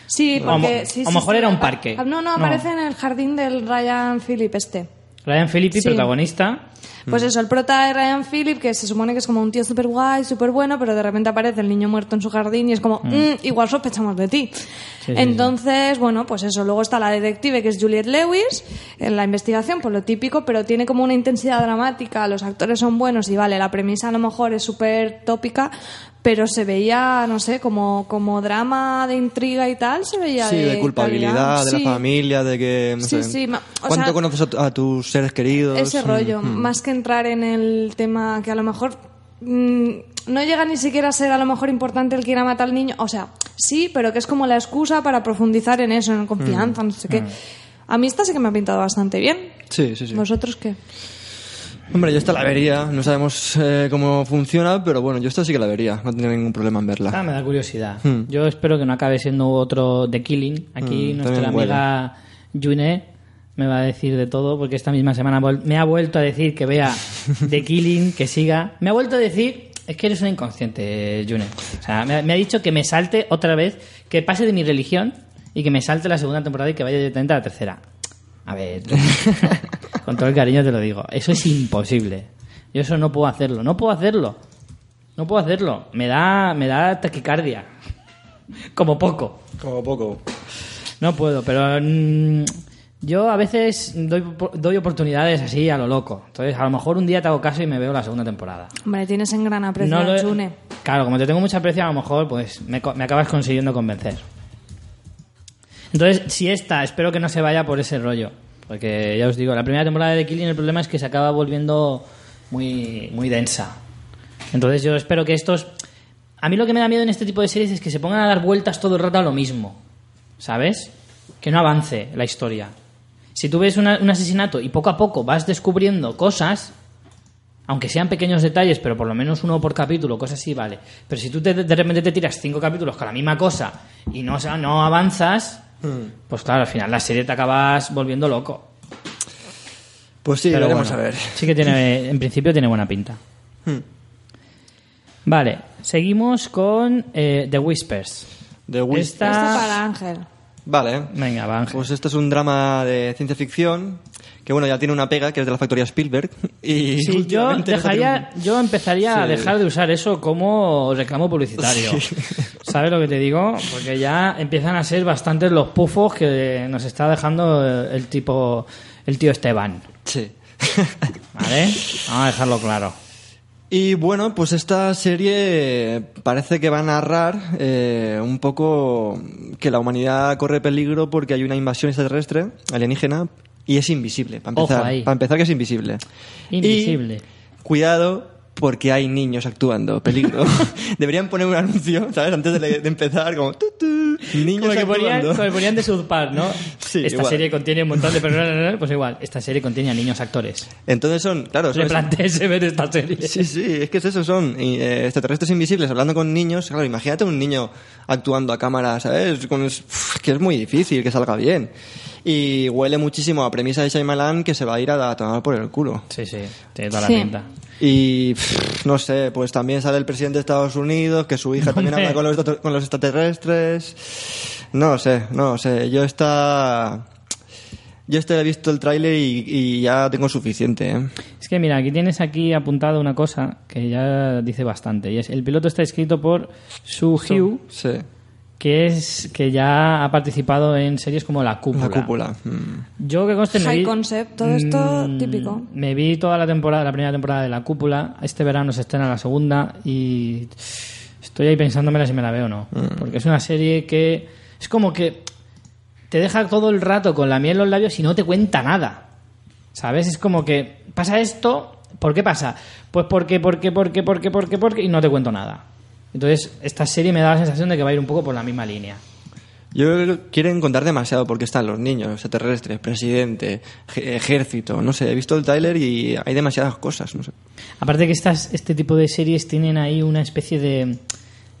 Sí, O a porque... mo- sí, a sí, lo mejor sí. era un parque. Ah, No, No. no, aparece en el jardín del Ryan Phillip este. Ryan Philippi, Sí. protagonista. Pues eso, el prota de Ryan Phillip, que se supone que es como un tío súper guay, súper bueno, pero de repente aparece el niño muerto en su jardín y es como, "Mm, igual sospechamos de ti. sí, Entonces, bueno, pues eso. Luego está la detective, que es Juliette Lewis, en la investigación, por lo típico, pero tiene como una intensidad dramática, los actores son buenos y vale, la premisa a lo mejor es súper tópica, pero se veía, no sé, como, como drama de intriga y tal, se veía Sí, de, de culpabilidad, calidad. de la Sí. familia, de que... no Sí, sé. sí, ma- o ¿Cuánto sea, conoces a, tu- a tus seres queridos? Ese Mm, rollo, mm. más que entrar en el tema que a lo mejor mm, no llega ni siquiera a ser a lo mejor importante el que irá a matar al niño. O sea, sí, pero que es como la excusa para profundizar en eso, en confianza, Mm. no sé qué. A mí esta sí que me ha pintado bastante bien. Sí, sí, sí. ¿Vosotros qué? Hombre, yo esta la vería. No sabemos eh, cómo funciona, pero bueno, yo esta sí que la vería. No tendría ningún problema en verla. Ah, me da curiosidad. Hmm. Yo espero que no acabe siendo otro The Killing. Aquí Mm, nuestra también amiga June me va a decir de todo, porque esta misma semana vol- me ha vuelto a decir que vea The Killing, que siga. Me ha vuelto a decir, es que eres un inconsciente, eh, June. O sea, me ha, me ha dicho que me salte otra vez, que pase de mi religión y que me salte la segunda temporada y que vaya directamente a la tercera. A ver, con todo el cariño te lo digo, eso es imposible. Yo eso no puedo hacerlo, no puedo hacerlo. No puedo hacerlo. Me da, me da taquicardia. Como poco. Como poco. No puedo, pero mm, yo a veces doy, doy oportunidades así a lo loco. Entonces, a lo mejor un día te hago caso y me veo la segunda temporada. Hombre, tienes en gran aprecio No a lo he- June. Claro, como te tengo mucha aprecio, a lo mejor pues me, co- me acabas consiguiendo convencer. Entonces, si esta, espero que no se vaya por ese rollo. Porque ya os digo, la primera temporada de The Killing el problema es que se acaba volviendo muy, muy densa. Entonces yo espero que estos... A mí lo que me da miedo en este tipo de series es que se pongan a dar vueltas todo el rato a lo mismo. ¿Sabes? Que no avance la historia. Si tú ves una- un asesinato y poco a poco vas descubriendo cosas, aunque sean pequeños detalles, pero por lo menos uno por capítulo, cosas así, vale. Pero si tú te- de repente te tiras cinco capítulos con la misma cosa y no, o sea, no avanzas, Hmm. pues claro, al final la serie te acabas volviendo loco. Pues sí, Pero veremos bueno, a ver. Hmm. Sí que tiene, en principio tiene buena pinta. Vale, seguimos con eh, The Whispers. The Wiz- Esta- Esto para Ángel. Vale. Venga, va, Ángel. Pues este es un drama de ciencia ficción que, bueno, ya tiene una pega, que es de la factoría Spielberg. Y Sí, yo, últimamente no tiene dejaría, yo empezaría a Sí. dejar de usar eso como reclamo publicitario. Sí. ¿Sabes lo que te digo? Porque ya empiezan a ser bastantes los pufos que nos está dejando el tipo, el tío Esteban. un- Sí. ¿Vale? Vamos a dejarlo claro. Y bueno, pues esta serie parece que va a narrar eh, un poco que la humanidad corre peligro porque hay una invasión extraterrestre alienígena y es invisible. Para Ojo empezar, ahí. para empezar que es invisible. Invisible. Y cuidado porque hay niños actuando, peligro. Deberían poner un anuncio, ¿sabes? Antes de, de empezar, como... tu, tu, niños Como que ponían, actuando. como que ponían de South Park, ¿no? Sí, esta igual. serie contiene un montón de personas, pues igual, esta serie contiene a niños actores. Entonces son, claro, son, Replantéese ver esta serie. Sí, sí, es que es eso, son eh, extraterrestres invisibles hablando con niños. Claro, imagínate un niño actuando a cámara, ¿sabes? Con- es uf, que es muy difícil que salga bien. Y huele muchísimo a premisa de Shyamalan que se va a ir a, a tomar por el culo. Sí, sí, tiene toda Sí. la pinta. Y pff, no sé, pues también sale el presidente de Estados Unidos, que su hija también Hombre. habla con los, extra- con los extraterrestres. No sé, no sé. Yo esta. Yo este he visto el tráiler y, y ya tengo suficiente, ¿eh? Es que mira, aquí tienes aquí apuntado una cosa que ya dice bastante. Y es, el piloto está escrito por Su Hugh, Sí. que es que ya ha participado en series como La Cúpula. La cúpula. mm. Yo que conste me High vi- Concept, todo esto Mm, típico. Me vi toda la temporada, la primera temporada de La Cúpula. Este verano se estrena la segunda y estoy ahí pensándomela si me la veo o no, porque es una serie que es como que te deja todo el rato con la miel en los labios y no te cuenta nada. ¿Sabes? Es como que pasa esto, ¿por qué pasa? Pues porque, porque, porque, porque, porque, porque, y no te cuento nada. Entonces, esta serie me da la sensación de que va a ir un poco por la misma línea. Yo creo que quieren contar demasiado porque están los niños, extraterrestres, presidente, ej- ejército, no sé, he visto el trailer y hay demasiadas cosas, no sé. Aparte que estas, este tipo de series tienen ahí una especie de,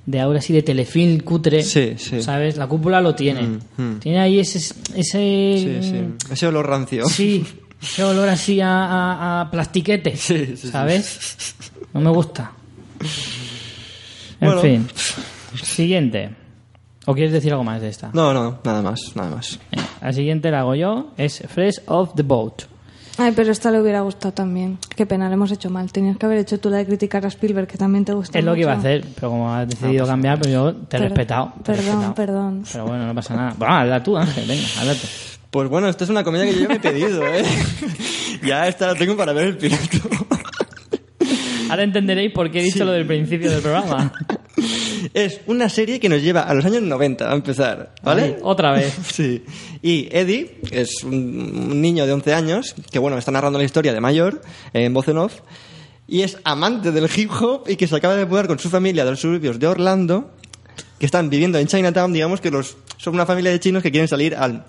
de ahora sí de telefilm cutre. Sí, sí. ¿Sabes? La cúpula lo tiene. mm. Tiene ahí ese... ese mm, Sí, sí. Ese olor rancio. Sí, ese olor así a, a, a plastiquete. Sí, sí, sí. ¿Sabes? No me gusta. En Bueno. fin. Siguiente. ¿O quieres decir algo más de esta? No, no, nada más, nada más. Venga, La siguiente la hago yo. Es Fresh Off the Boat. Ay, pero esta le hubiera gustado también. Qué pena, le hemos hecho mal. Tenías que haber hecho tú la de criticar a Spielberg, que también te gusta Es lo que mucho. iba a hacer, pero como Ah, has decidido cambiar, pues yo te he Per- respetado. te he Perdón, respetado. perdón. Pero bueno, no pasa nada. Bueno, hazla tú, Ángel, venga, hazla tú. Pues bueno, esta es una comedia que yo ya me he pedido, ¿eh? ya esta la tengo para ver el piloto. Ahora entenderéis por qué he dicho lo del principio del programa. es una serie que nos lleva a los años 90, a empezar, ¿vale? Ay, Otra vez. Sí. Y Eddie es un un niño de 11 años que, bueno, está narrando la historia de mayor en voz en off y es amante del hip hop y que se acaba de mudar con su familia de los suburbios de Orlando que están viviendo en Chinatown, digamos que los son una familia de chinos que quieren salir al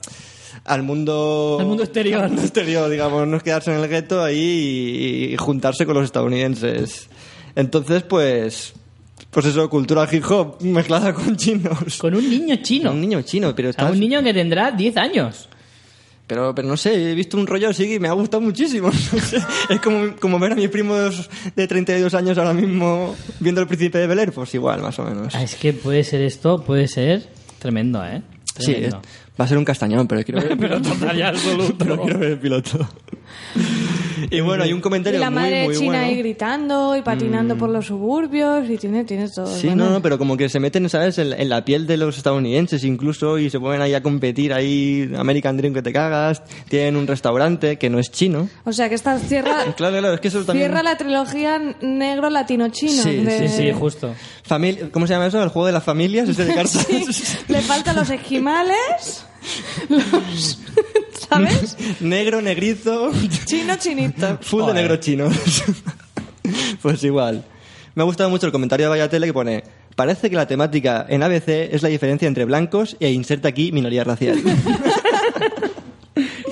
al mundo Al mundo exterior. al mundo exterior, digamos, no es quedarse en el gueto ahí y, y juntarse con los estadounidenses. Entonces, pues pues eso, cultura hip hop mezclada con chinos. Con un niño chino. Un niño chino, pero O sea, está un niño que tendrá 10 años. pero, pero no sé, he visto un rollo así que me ha gustado muchísimo. No sé, es como, como ver a mis primos de 32 años ahora mismo viendo El Príncipe de Bel-Air, pues igual, más o menos. Ah, Es que puede ser esto, puede ser tremendo, ¿eh? Sí, es- Tremendo. va a ser un castañón, pero quiero ver el Pero piloto. total y absoluto. Pero quiero ver el piloto. Y bueno, hay un Y comentario la muy, madre muy china bueno. Mm. ahí gritando y patinando por los suburbios y tiene, tiene todo. Sí, Bueno, no, no, pero como que se meten, ¿sabes? En, en la piel de los estadounidenses incluso y se ponen ahí a competir ahí American Dream que te cagas. Tienen un restaurante que no es chino. O sea que esta cierra, Claro, claro, es que eso también... cierra la trilogía negro-latino-chino. Sí, de- sí, Sí, sí, justo. Famili- ¿Cómo se llama eso? ¿El juego de las familias? ¿Es de cartas? Le faltan los esquimales, los... ¿Sabes? Negro, negrizo, Chino, chinito. full Joder. de negro chino. pues igual. Me ha gustado mucho el comentario de Vaya Tele que pone Parece que la temática en ABC es la diferencia entre blancos e inserta aquí minoría racial.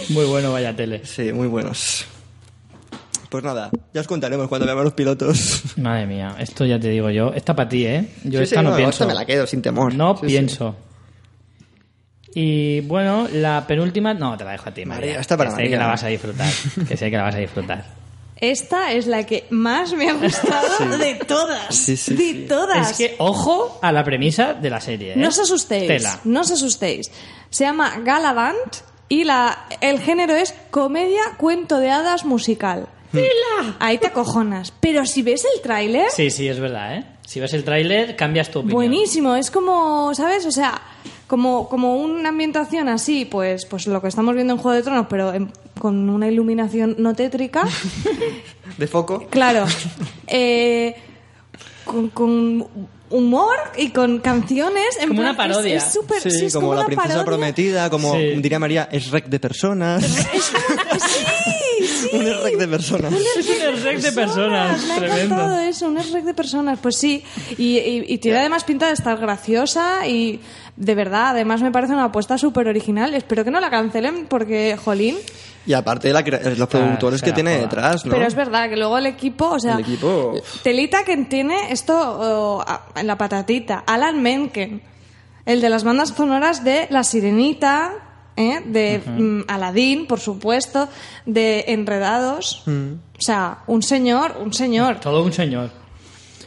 Muy bueno, vaya tele. sí, muy buenos. Pues nada, ya os contaremos cuando veamos los pilotos. Madre mía, esto ya te digo yo. Esta para ti, ¿eh? Yo Sí, esta sí, no, pienso. esta me la quedo sin temor. No Sí, sí. pienso. Y bueno, la penúltima. No, te la dejo a ti, María. María, esta para que sé María. que la vas a disfrutar. Que sé que la vas a disfrutar. Esta es la que más me ha gustado de todas. Sí, sí, de sí. todas. Es que ojo a la premisa de la serie. ¿eh? No os asustéis. Tela. No os asustéis. Se llama Galavant y la, el género es comedia, cuento de hadas, musical. Hmm. Ahí te acojonas. Pero si ves el tráiler, Sí, sí, es verdad, ¿eh? Si ves el tráiler, cambias tu opinión. buenísimo. Es como, ¿sabes? O sea, como, como una ambientación así, pues, pues lo que estamos viendo en Juego de Tronos, pero en- con una iluminación no tétrica. De foco. Claro. Eh, con, con humor y con canciones. en Como plan, una parodia. Es, es súper- Sí, sí, es como, la una princesa parodia. prometida, como Sí. diría María, es rec de personas. Sí, sí. un rec de personas. Es un rec de personas, Me ha encantado tremendo. eso, un rec de personas. Pues sí, y, y- y tiene además pinta de estar graciosa y de verdad, además me parece una apuesta súper original. Espero que no la cancelen porque, jolín, Y aparte de la cre- los productores se que la tiene Ah, joda. detrás, ¿no? pero es verdad que luego el equipo, o sea, El equipo. telita que tiene esto oh, a- en la patatita, Alan Menken, el de las bandas sonoras de La Sirenita, ¿eh? de mm, Aladdin, por supuesto, de Enredados, Mm. o sea, un señor, un señor. Todo un señor.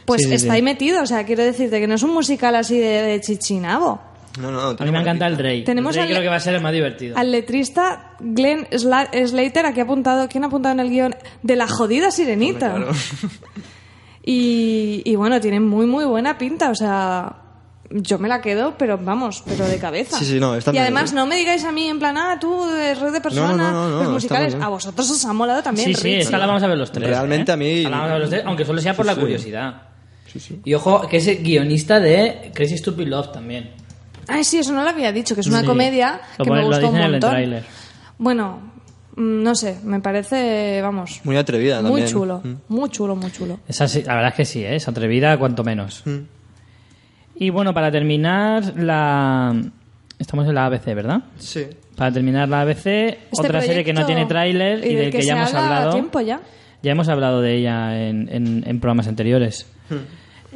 Pues Sí, sí, está sí. ahí metido, o sea, quiero decirte que no es un musical así de, de chichinabo. No, no, A mí me encanta el Drake. Tenemos el Drake al- creo que va a ser el más divertido. Al letrista Glenn Sla- Slater, aquí ha apuntado, ¿quién ha apuntado en el guión? De la jodida sirenita. Y, y bueno, tiene muy, muy buena pinta, o sea. Yo me la quedo, pero vamos, pero de cabeza. Sí, sí, no, está y muy además, bien. no me digáis a mí en plan, ah, tú, de red de personas, no, no, no, los está musicales. muy bien. A vosotros os ha molado también, Sí, sí, Richie. esta la vamos a ver los tres. Realmente ¿eh? a mí- Esta la vamos a ver los tres, aunque solo sea por la sí. curiosidad. Y ojo, que es el guionista de Crazy Stupid Love también. Ay, sí, eso no lo había dicho, que es una Sí. comedia Lo que pone- lo me gustó dicen en un el montón. tráiler. bueno, mm, no sé, me parece, vamos, Muy atrevida muy también. Mm. chulo, muy chulo, muy chulo. Esa sí- la verdad es que sí, ¿eh? es atrevida cuanto menos. Mm. Y bueno, para terminar la... Estamos en la ABC, ¿verdad? Sí. Para terminar la ABC, Este otra serie que no proyecto tiene tráiler y, del del que, ya se hemos habla a hablado. tiempo ya. Ya hemos hablado de ella en, en- en programas anteriores.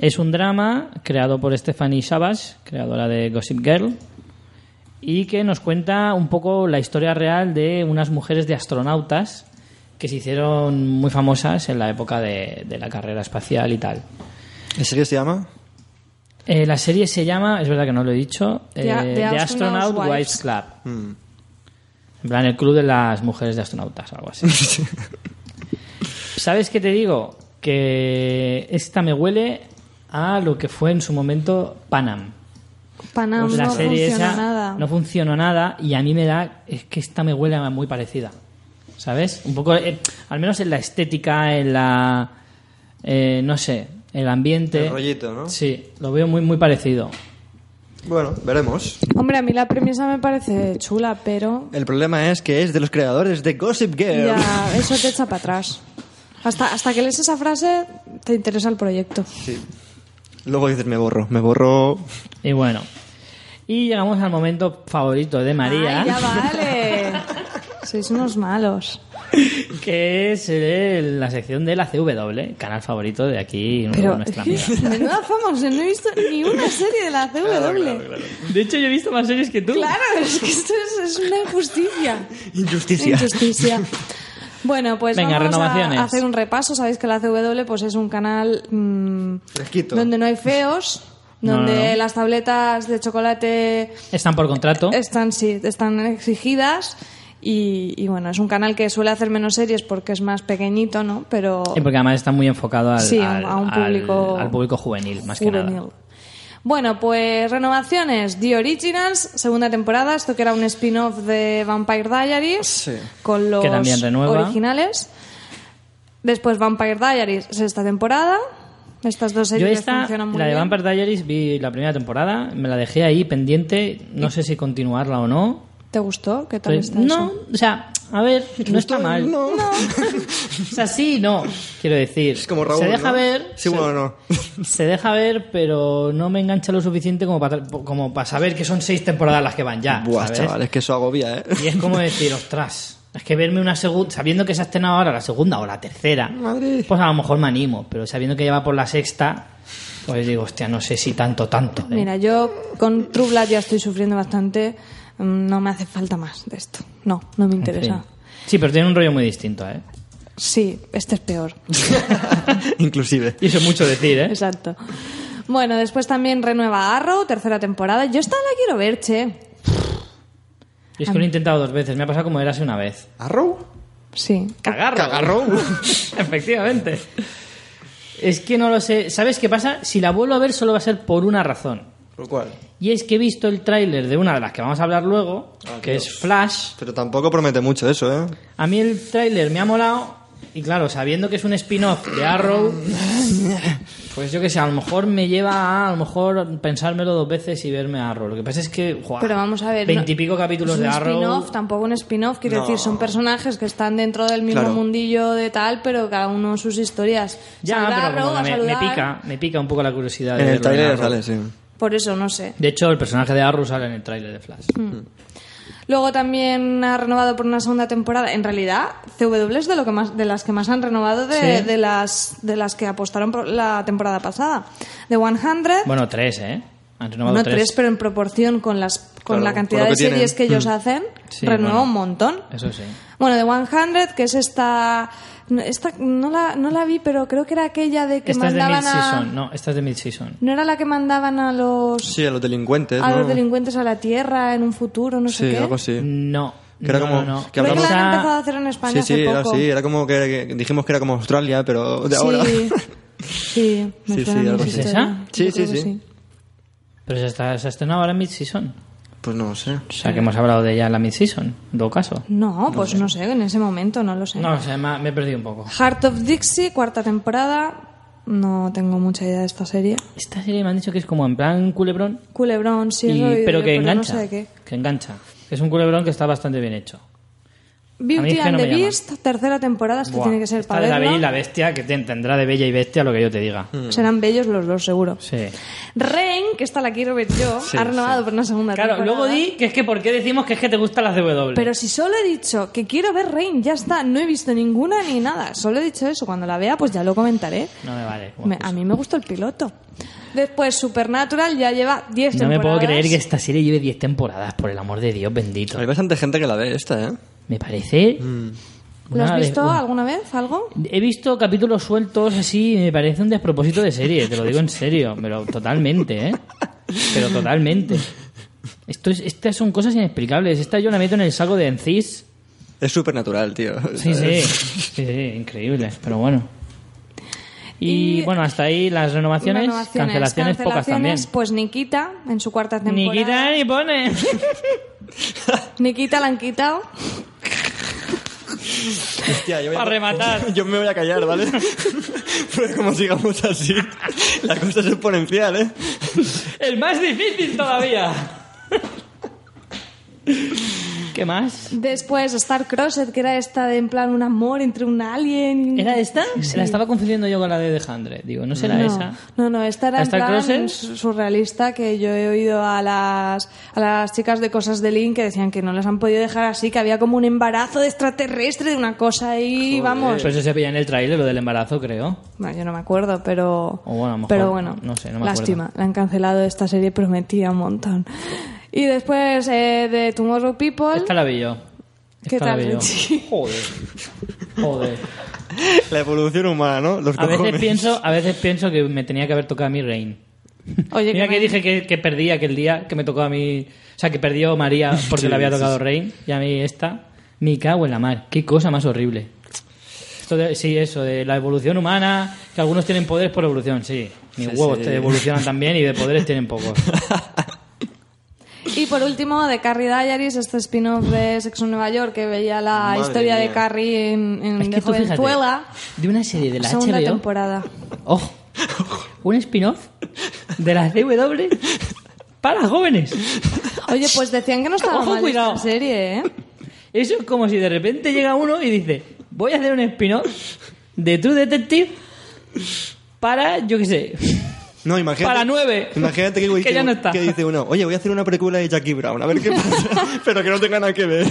Es un drama creado por Stephanie Savage, creadora de Gossip Girl, y que nos cuenta un poco la historia real de unas mujeres de astronautas que se hicieron muy famosas en la época de, de la carrera espacial y tal. ¿En serio se llama? Eh, la serie se llama, es verdad que no lo he dicho, eh, The- The The, Astronaut Astronaut Wives. Wives Club. En plan, el club de las mujeres de astronautas, algo así. ¿Sabes qué te digo? Que esta me huele a lo que fue en su momento Panam. Panam la no serie funciona esa nada. no funcionó nada y a mí me da es que esta me huele a muy parecida. ¿Sabes? Un poco eh, al menos en la estética, en la eh, no sé, el ambiente. El rollito, ¿no? Sí, lo veo muy muy parecido. Bueno, veremos. Hombre, a mí la premisa me parece chula, pero El problema es que es de los creadores de Gossip Girl. ya eso te echa para atrás. Hasta, hasta que lees esa frase, te interesa el proyecto. Luego dices, me borro, me borro. Y bueno, y llegamos al momento favorito de María, Ay, ya vale. Sois unos malos. que es eh, la sección de la CW, canal favorito de aquí Pero, nuestra amiga. menuda fama, o sea, no he visto ni una serie de la CW. Claro, De hecho, yo he visto más series que tú. es que esto es, es una injusticia. Injusticia. Injusticia. Bueno, pues Venga, vamos renovaciones. a hacer un repaso. Sabéis que la CW pues, es un canal mm, Fresquito. donde no hay feos, donde No, no, no. las tabletas de chocolate Están por contrato. están, sí, están exigidas Y, y bueno, es un canal que suele hacer menos series porque es más pequeñito, ¿no? Pero Sí, porque además está muy enfocado al, Sí, al- a un al- público- al público juvenil, más que juvenil. nada. Bueno, pues renovaciones. The Originals, segunda temporada. Esto que era un spin-off de Vampire Diaries Sí. con los Que también renueva. originales. Después Vampire Diaries, sexta temporada. Estas dos Yo series esta, funcionan muy la de bien. Vampire Diaries, vi la primera temporada, me la dejé ahí pendiente, no sé si continuarla o no. ¿Te gustó? ¿Qué tal Pero- está Pues no, eso? o sea, a ver, no está mal. No. O sea, sí, y no, quiero decir. Es como Raúl. se deja ¿no? ver. se- Sí, bueno, no. Se deja ver, pero no me engancha lo suficiente como para, como para saber que son seis temporadas las que van ya. Buah, ¿sabes? chaval, es que eso agobia, ¿eh? Ah, Y es como decir, ostras, es que verme una segunda, sabiendo que se ha estrenado ahora la segunda o la tercera, Madre. pues a lo mejor me animo, pero sabiendo que ya va por la sexta, pues digo, hostia, no sé si tanto, tanto. ¿eh? Mira, yo con True Blood ya estoy sufriendo bastante. Mm, No me hace falta más de esto. No, no me En fin. interesa. Sí, pero tiene un rollo muy distinto, ¿eh? Sí, este es peor. Inclusive. Y eso es mucho decir, ¿eh? Exacto. Bueno, después también renueva Arrow, tercera temporada. Yo esta la quiero ver, che. Y es que lo he intentado dos veces, me ha pasado como era una vez. ¿Arrow? Sí. Cagarro. Cagarro. Efectivamente. Es que no lo sé. ¿Sabes qué pasa? Si la vuelvo a ver solo va a ser por una razón. ¿Por cuál? Y es que he visto el tráiler de una de las que vamos a hablar luego, Ah, que es Flash. Pero tampoco promete mucho eso, ¿eh? A mí el tráiler me ha molado y claro, sabiendo que es un spin-off de Arrow, pues yo que sé, a lo mejor me lleva a, a lo mejor pensármelo dos veces y verme a Arrow. Lo que pasa es que, ¡guau! Pero vamos a ver. no- veintipico capítulos es de un Arrow. spin-off, tampoco un spin-off. Quiero No. decir, son personajes que están dentro del mismo Claro. mundillo de tal, pero cada uno sus historias. Ya, Saludar, pero como Arrow, que a me, me saludar. pica, me pica un poco la curiosidad. de En el verlo trailer Arrow. sale, sí. Por eso, no sé. De hecho, el personaje de Arrow sale en el tráiler de Flash. Mm. Luego también ha renovado por una segunda temporada. En realidad, CW es de, lo que más, de las que más han renovado de, Sí. de las, de las que apostaron por la temporada pasada. De 100. Bueno, tres, ¿eh? Han renovado No tres. tres. pero en proporción con las con Claro, la cantidad con de lo que series que tienen. ellos Mm. hacen, Sí, renueva bueno. un montón. Eso sí. Bueno, de 100, que es esta... no- esta no, la, no la vi, pero creo que era aquella de que Esta es de mandaban mid-season. a... No, esta es de mid-season. ¿No era la que mandaban a los, Sí, a los delincuentes, a ¿no? los delincuentes a la Tierra en un futuro, no sé Sí, qué? algo así. No. Que era no, como- no, no. que hablamos- Creo que la han Esa- empezado a hacer en sí, España sí, hace era poco. así. Era como que, que dijimos que era como Australia, pero de sí, ahora. sí, me suena Sí, sí, algo mucho así. esa ¿Esa? historia. Sí, Yo sí, creo que sí. Pero se, está, se ha estrenado ahora en mid-season. Pues no sé. O sea, que hemos hablado de ella en la mid-season, en todo caso. No, pues no sé. en ese momento no lo sé. No, o sea, me ha- me he perdido un poco. Heart of Dixie, cuarta temporada. No tengo mucha idea de esta serie. Esta serie me han dicho que es como en plan culebrón, Culebrón, sí, y- he oído pero yo, que no engancha. sé de qué. Que engancha. Que es un culebrón que está bastante bien hecho. A mí es Beauty que and no the me llama. Beast, tercera temporada, esto Buah, tiene que ser esta para de la bella y verlo. Mm. la bestia, que te- tendrá de bella y bestia lo que yo te diga. Mm. Serán bellos los dos, seguro. Sí. Reign, que esta la quiero ver yo, ha renovado por una segunda Claro, temporada. luego di que es que por qué decimos que es que te gustan las de W. Pero si solo he dicho que quiero ver Reign, ya está, no he visto ninguna ni nada. Solo he dicho eso, cuando la vea pues ya lo comentaré. No me vale. Me- a mí me gustó el piloto. Después Supernatural ya lleva 10 No me temporadas. puedo creer que esta serie lleve 10 temporadas, por el amor de Dios bendito. Hay bastante gente que la ve esta, ¿eh? Me parece... ¿Lo has una de- visto una- alguna vez algo? He visto capítulos sueltos así, y me parece un despropósito de serie, te lo digo en serio, pero totalmente, ¿eh? Pero totalmente. Esto es, estas son cosas inexplicables. Esta yo la meto en el saco de Encis. Es supernatural, tío. Sí, sí, ¿sabes? sí, sí, increíble, pero bueno. Y, Y- bueno, hasta ahí las renovaciones, Renovaciones, cancelaciones, pocas también. cancelaciones, Pues Nikita, en su cuarta Ni temporada. quita ni pone. Nikita la han quitado. Hostia, yo voy Para rematar. Yo me voy a callar, ¿vale? Porque como sigamos así, la cosa es exponencial, ¿eh? El más difícil todavía. ¿Qué más? Después Star Crossed, que era esta de en plan un amor entre un alien. y- ¿Era esta? Se La estaba confundiendo yo con la de The Hundred. Digo, ¿no será no, esa? No, no, esta era en ¿Star plan Crossed? su- surrealista que yo he oído a las, a las chicas de Cosas de Link que decían que no las han podido dejar así, que había como un embarazo de extraterrestre de una cosa ahí, vamos. Pero Pues eso se veía en el tráiler, lo del embarazo, creo. Bueno, yo no me acuerdo, pero. O bueno, a lo mejor, pero bueno, no sé, no me lástima. La han cancelado esta serie, prometía un montón. Y después eh, de Tomorrow People. Esta la vi yo. ¿Qué Esta la tal, vi yo. Richie? Joder. Joder. La evolución humana, ¿no? Los A veces, cojones. pienso, a veces pienso que me tenía que haber tocado a mí Rain. Oye, Mira que que me- dije que, que perdí aquel día que me tocó a mí. O sea, que perdió María porque le había tocado Rain. Y a mí esta. Me cago en la mar. Qué cosa más horrible. Esto de- sí, eso, de la evolución humana, que algunos tienen poderes por evolución, sí. Mis Sí, huevos sí. te evolucionan también y de poderes tienen pocos. Y por último, de Carrie Diaries, este spin-off de Sexo en Nueva York que veía la Madre historia de mía. Carrie en, en Es que de tú fíjate, jovenzuela. de una serie de la segunda HBO. temporada. Ojo, un spin-off de las DW para jóvenes. Oye, pues decían que no estaba Ojo, mal cuidado. esta serie, ¿eh? Eso es como si de repente llega uno y dice, voy a hacer un spin-off de True Detective para, yo qué sé, No, imagínate. Para nueve. Imagínate que, Que ya no está. que dice uno, oye, voy a hacer una precuela de Jackie Brown, a ver qué pasa, pero que no tenga nada que ver.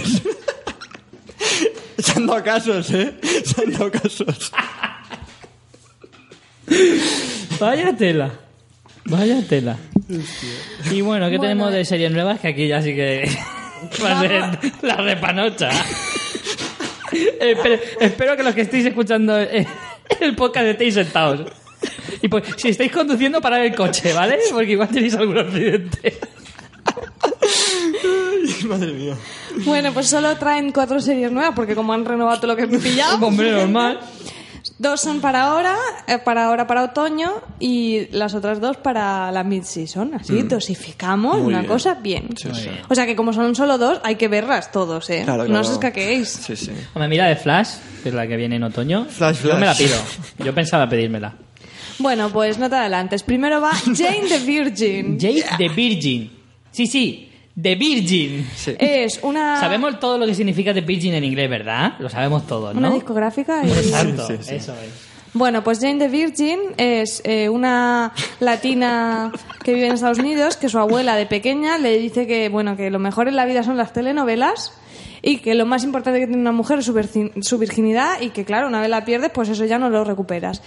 Se han dado casos, ¿eh? Se han dado casos. vaya tela. Vaya tela. Y bueno, ¿qué Bueno, tenemos eh. de series nuevas? Que aquí ya sí que va a ser la repanocha. espero, espero que los que estéis escuchando eh, el podcast estéis sentados. Y pues, si estáis conduciendo, parad el coche, ¿vale? Porque igual tenéis algún accidente. Madre mía. Bueno, pues solo traen cuatro series nuevas porque como han renovado todo lo que han pillado, Hombre, normal. dos son para ahora, eh, para ahora para otoño y las otras dos para la mid-season. Así dosificamos Mm. Muy una bien. cosa bien. Sí, sí. O sea que como son solo dos, hay que verlas todos, ¿eh? Claro, No claro. os escaqueéis. Sí, sí. Hombre, mira de Flash, que es la que viene en otoño. Flash, Yo me la Flash. pido. Yo pensaba pedírmela. Bueno, pues no te adelantes. Primero va Jane the Virgin. Jade de Virgin. Sí, sí, de Virgin. Sí. Es una, Sabemos todo lo que significa de Virgin en inglés, ¿verdad? Lo sabemos todo, una ¿no? Pues discográfica. y- Exacto, Sí, sí, sí. eso es. Bueno, pues Jane the Virgin es eh, una latina que vive en Estados Unidos, que su abuela de pequeña le dice que bueno que lo mejor en la vida son las telenovelas y que lo más importante que tiene una mujer es su, virgin- su virginidad y que claro una vez la pierdes pues eso ya no lo recuperas.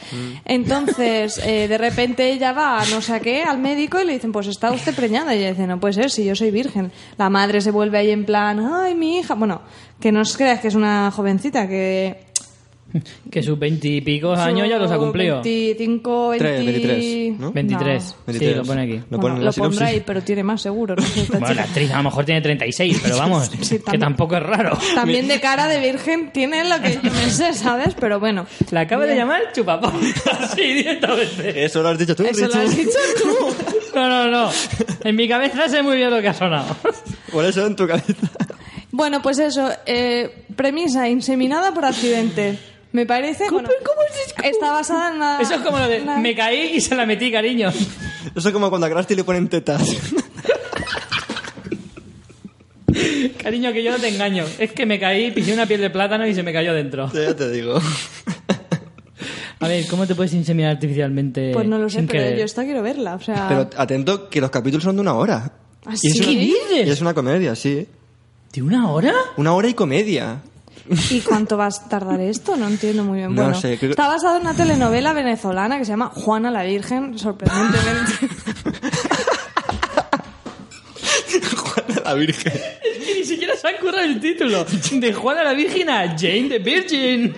Entonces eh, de repente ella va a no sé a qué al médico y le dicen pues está usted preñada y ella dice no puede ser si yo soy virgen. La madre se vuelve ahí en plan ay mi hija bueno que no os creas que es una jovencita que Que sus veintipico años ya los ha cumplido. 25, 20... Tres, 23, ¿no? 23. No. Sí, lo pone aquí. Lo Lo, pone en la lo pondrá sinopsis. ahí, pero tiene más seguro. ¿no? Esta Bueno, la chica. actriz a lo mejor tiene 36, pero vamos, Sí, que también. tampoco es raro. También de cara de virgen tiene lo que yo me sé, ¿sabes? Pero bueno. La acaba de Bien. llamar chupapón. Sí, directamente. Eso lo has dicho tú, Eso lo Richie. has dicho tú. No, no, no. En mi cabeza sé muy bien lo que ha sonado. Por eso en tu cabeza. Bueno, pues eso. eh, premisa, inseminada por accidente. Me parece... bueno, Está basada en una... Eso es como lo de una- me caí y se la metí, cariño. Eso es como cuando a Krusty le ponen tetas. Cariño, que yo no te engaño. Es que me caí, pisé una piel de plátano y se me cayó dentro. ya te digo. A ver, ¿cómo te puedes inseminar artificialmente? Pues no lo sé, sin pero querer? yo esta quiero verla. O sea... Pero atento que los capítulos son de una hora. ¿Ah, Y es sí? una- ¿Qué dices? Y es una comedia, sí. ¿De una hora? Una hora y comedia. ¿Y cuánto va a tardar esto? No entiendo muy bien. No bueno, sé, creo- está basado en una telenovela venezolana que se llama Juana la Virgen, sorprendentemente. Juana la Virgen. Que ni siquiera se ha currado el título. De Juana la Virgen a Jane the Virgin.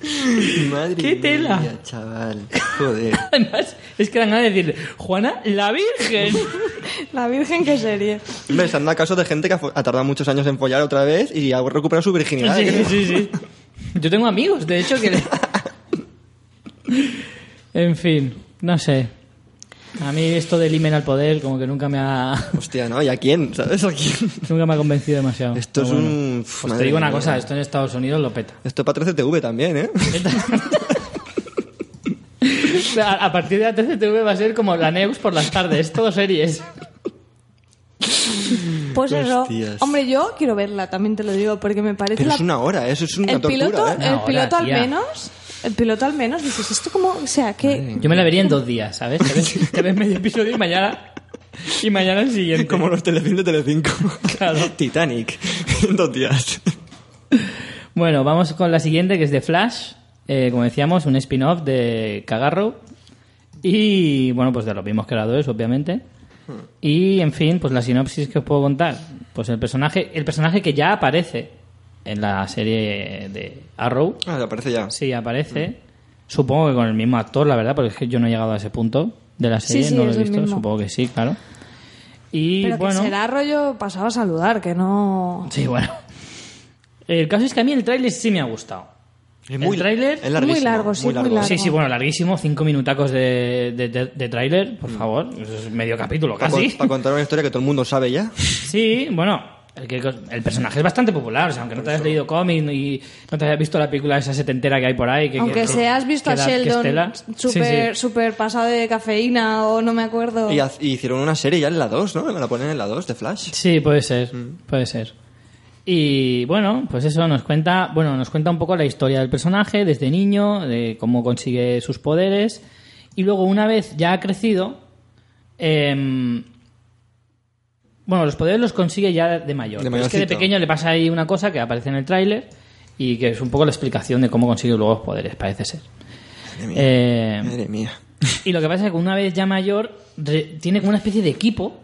Madre ¡Qué mía, tela! chaval. Joder. Además, es que dan ganas de decirle, Juana la Virgen. la Virgen, qué serie. Hombre, están dando casos de gente que ha, fo- ha tardado muchos años en follar otra vez y ha recuperado su virginidad. ¿eh? Sí, creo. sí, sí. Yo tengo amigos, de hecho, que... le- en fin, no sé. A mí esto del himen al poder como que nunca me ha... Hostia, ¿no? ¿Y a quién? ¿Sabes? ¿A quién? Nunca me ha convencido demasiado. Esto es Pero bueno. un... Pues te madre digo una mía. cosa, esto en Estados Unidos lo peta. Esto es para 13TV también, ¿eh? A, a partir de la TCTV va a ser como la Neus por las tardes, todo series. Pues eso. Hostias. Hombre, yo quiero verla, también te lo digo, porque me parece Pero la- es una hora, ¿eh? eso es una el tortura, piloto, ¿eh? Una el hora, piloto al tía. menos, el piloto al menos dices, esto como, o sea, que Yo me la vería en dos días, ¿sabes? Te ves, te ves medio episodio y mañana, y mañana el siguiente. Como los telefilms de Telecinco. Claro. Titanic. En dos días. Bueno, vamos con la siguiente, que es de Flash. Eh, como decíamos, un spin-off de Cagarro. Y, bueno, pues de los mismos creadores, obviamente. Y, en fin, pues la sinopsis que os puedo contar. Pues el personaje, el personaje que ya aparece en la serie de Arrow. Ah, te aparece ya. Sí, aparece. Supongo que con el mismo actor, la verdad, porque es que yo no he llegado a ese punto de la Sí, serie, sí, no lo he es el visto, mismo. supongo que sí, claro. Y pero bueno, que será rollo pasado a saludar, que no sí, bueno. El caso es que a mí el tráiler sí me ha gustado. Es ¿El tráiler? es larguísimo, Muy largo, sí, muy largo. Sí, sí, bueno, larguísimo, cinco minutacos de, de, de- de tráiler, por favor. Eso es medio capítulo Para, casi. con- para contar una historia que todo el mundo sabe ya. Sí, bueno, el, que- el personaje es bastante popular, o sea, aunque no te hayas leído cómic y no te hayas visto la película esa setentera que hay por ahí. Que, Aunque que- seas visto que a da- que Sheldon Estela- súper Sí, sí. súper pasado de cafeína o no me acuerdo. Y, haz- y hicieron una serie ya en la 2, ¿no? Me la ponen en la 2 de Flash. Sí, puede ser, Mm. puede ser. Y bueno, pues eso nos cuenta, bueno, nos cuenta un poco la historia del personaje desde niño, de cómo consigue sus poderes y luego una vez ya ha crecido, em, bueno, los poderes los consigue ya de mayor. De pero es que de mayorcito. pequeño le pasa ahí una cosa que aparece en el tráiler y que es un poco la explicación de cómo consigue luego los poderes, parece ser. Madre mía. Eh, Madre mía. y lo que pasa es que una vez ya mayor re- tiene como una especie de equipo,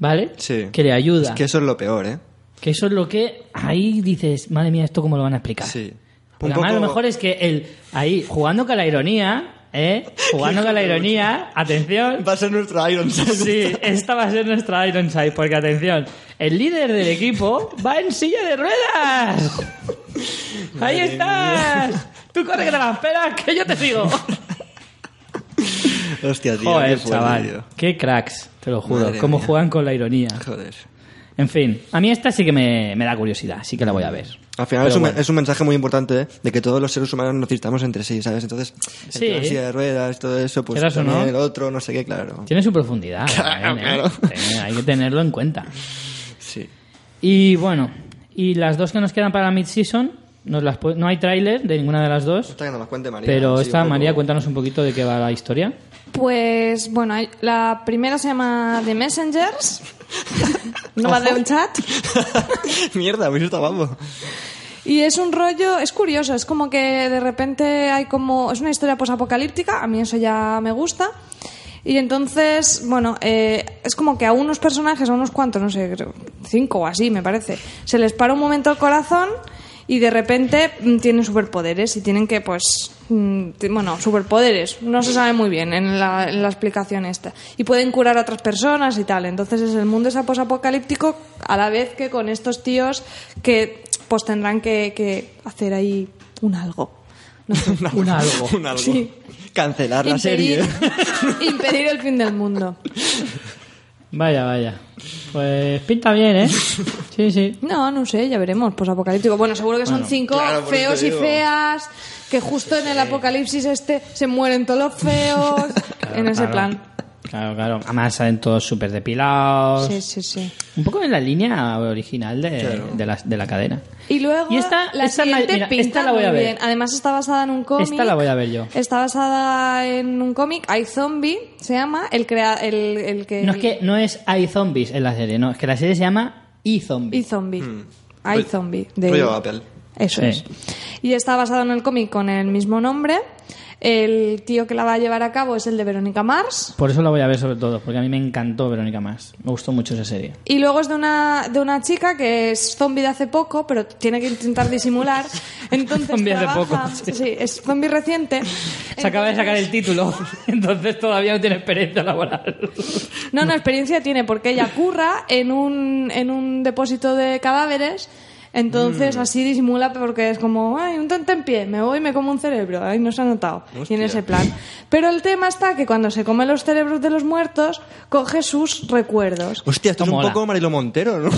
¿vale? Sí. Que le ayuda. Es que eso es lo peor, ¿eh? Que eso es lo que ahí dices, madre mía, esto cómo lo van a explicar. Sí. Porque Un además poco- lo mejor es que él, ahí, jugando con la ironía, ¿eh? Jugando con la ironía, atención. Va a ser nuestro Iron Sí, esta va a ser nuestra Ironside, porque atención, el líder del equipo va en silla de ruedas. Ahí estás. Tú corre que te la esperas, que yo te sigo. Hostia, tío. Joder, qué fuerte, chaval. tío. Qué cracks, te lo juro. Madre Cómo mía. juegan con la ironía. Joder. En fin, a mí esta sí que me, me da curiosidad, sí que la voy a ver. Al final Pero es un, bueno. es un mensaje muy importante ¿eh? de que todos los seres humanos nos necesitamos entre sí, ¿sabes? Entonces, el Sí. que va en silla de ruedas, todo eso, pues Quieras o también no. el otro, no sé qué, claro. Tiene su profundidad. también, ¿eh? claro. Tiene- Hay que tenerlo en cuenta. Sí. Y bueno, y las dos que nos quedan para la mid-season, nos las pu- no hay tráiler de ninguna de las dos, Esta que nos la cuente María. pero sí, esta, un poco. María, cuéntanos un poquito de qué va la historia. Pues bueno, hay- la primera se llama The Messengers. no va de un chat. Mierda, pues está guapo. Y es un rollo, es curioso, es como que de repente hay como. Es una historia posapocalíptica, a mí eso ya me gusta. Y entonces, bueno, eh, es como que a unos personajes, a unos cuantos, no sé, creo, cinco o así, me parece, se les para un momento el corazón y de repente mm, tienen superpoderes y tienen que, pues, mm, ti- bueno, superpoderes, no se sabe muy bien en la, en la explicación esta. Y pueden curar a otras personas y tal. Entonces es el mundo esa posapocalíptico a la vez que con estos tíos que pues tendrán que, que hacer ahí un algo. No sé. Un algo. Un algo. Sí. Cancelar la Impedir- serie. impedir el fin del mundo. Vaya, vaya. Pues pinta bien, ¿eh? Sí, sí. No, no sé, ya veremos. Pues apocalíptico. Bueno, seguro que son cinco claro, por eso feos te y digo. feas, que justo en el apocalipsis este se mueren todos los feos. en ese Claro. plan. Claro, claro. Además salen todos súper depilados. Sí, sí, sí. Un poco en la línea original de, de la, de la cadena. Y luego Y esta- la esta la- siguiente mira, pinta esta la voy a muy ver. bien. Además está basada en un cómic. Esta la voy a ver yo. Está basada en un cómic, Hay Zombie, se llama, el crea el, el que No es que no es hay zombies en la serie, no, es que la serie se llama y y zombies. Zombie. Hay Hmm. Rollo- Zombie rollo Apple. Eso Sí. es. Y está basado en el cómic con el mismo nombre. El tío que la va a llevar a cabo es el de Verónica Mars. Por eso la voy a ver sobre todo, porque a mí me encantó Verónica Más. Me gustó mucho esa serie. Y luego es de una, de una chica que es zombie de hace poco, pero tiene que intentar disimular. Entonces Zombie hace trabaja- poco, sí. sí, es zombie reciente. Se acaba de sacar el título, entonces todavía no tiene experiencia laboral. No, no, experiencia tiene, porque ella curra en un, en un depósito de cadáveres, entonces así disimula porque es como, ay, un tonto en pie, me voy y me como un cerebro, ay, no se ha notado, y en ese plan. Pero el tema está que cuando se come los cerebros de los muertos, coge sus recuerdos. Hostia, esto es un Mola. poco Marilo Montero, ¿no?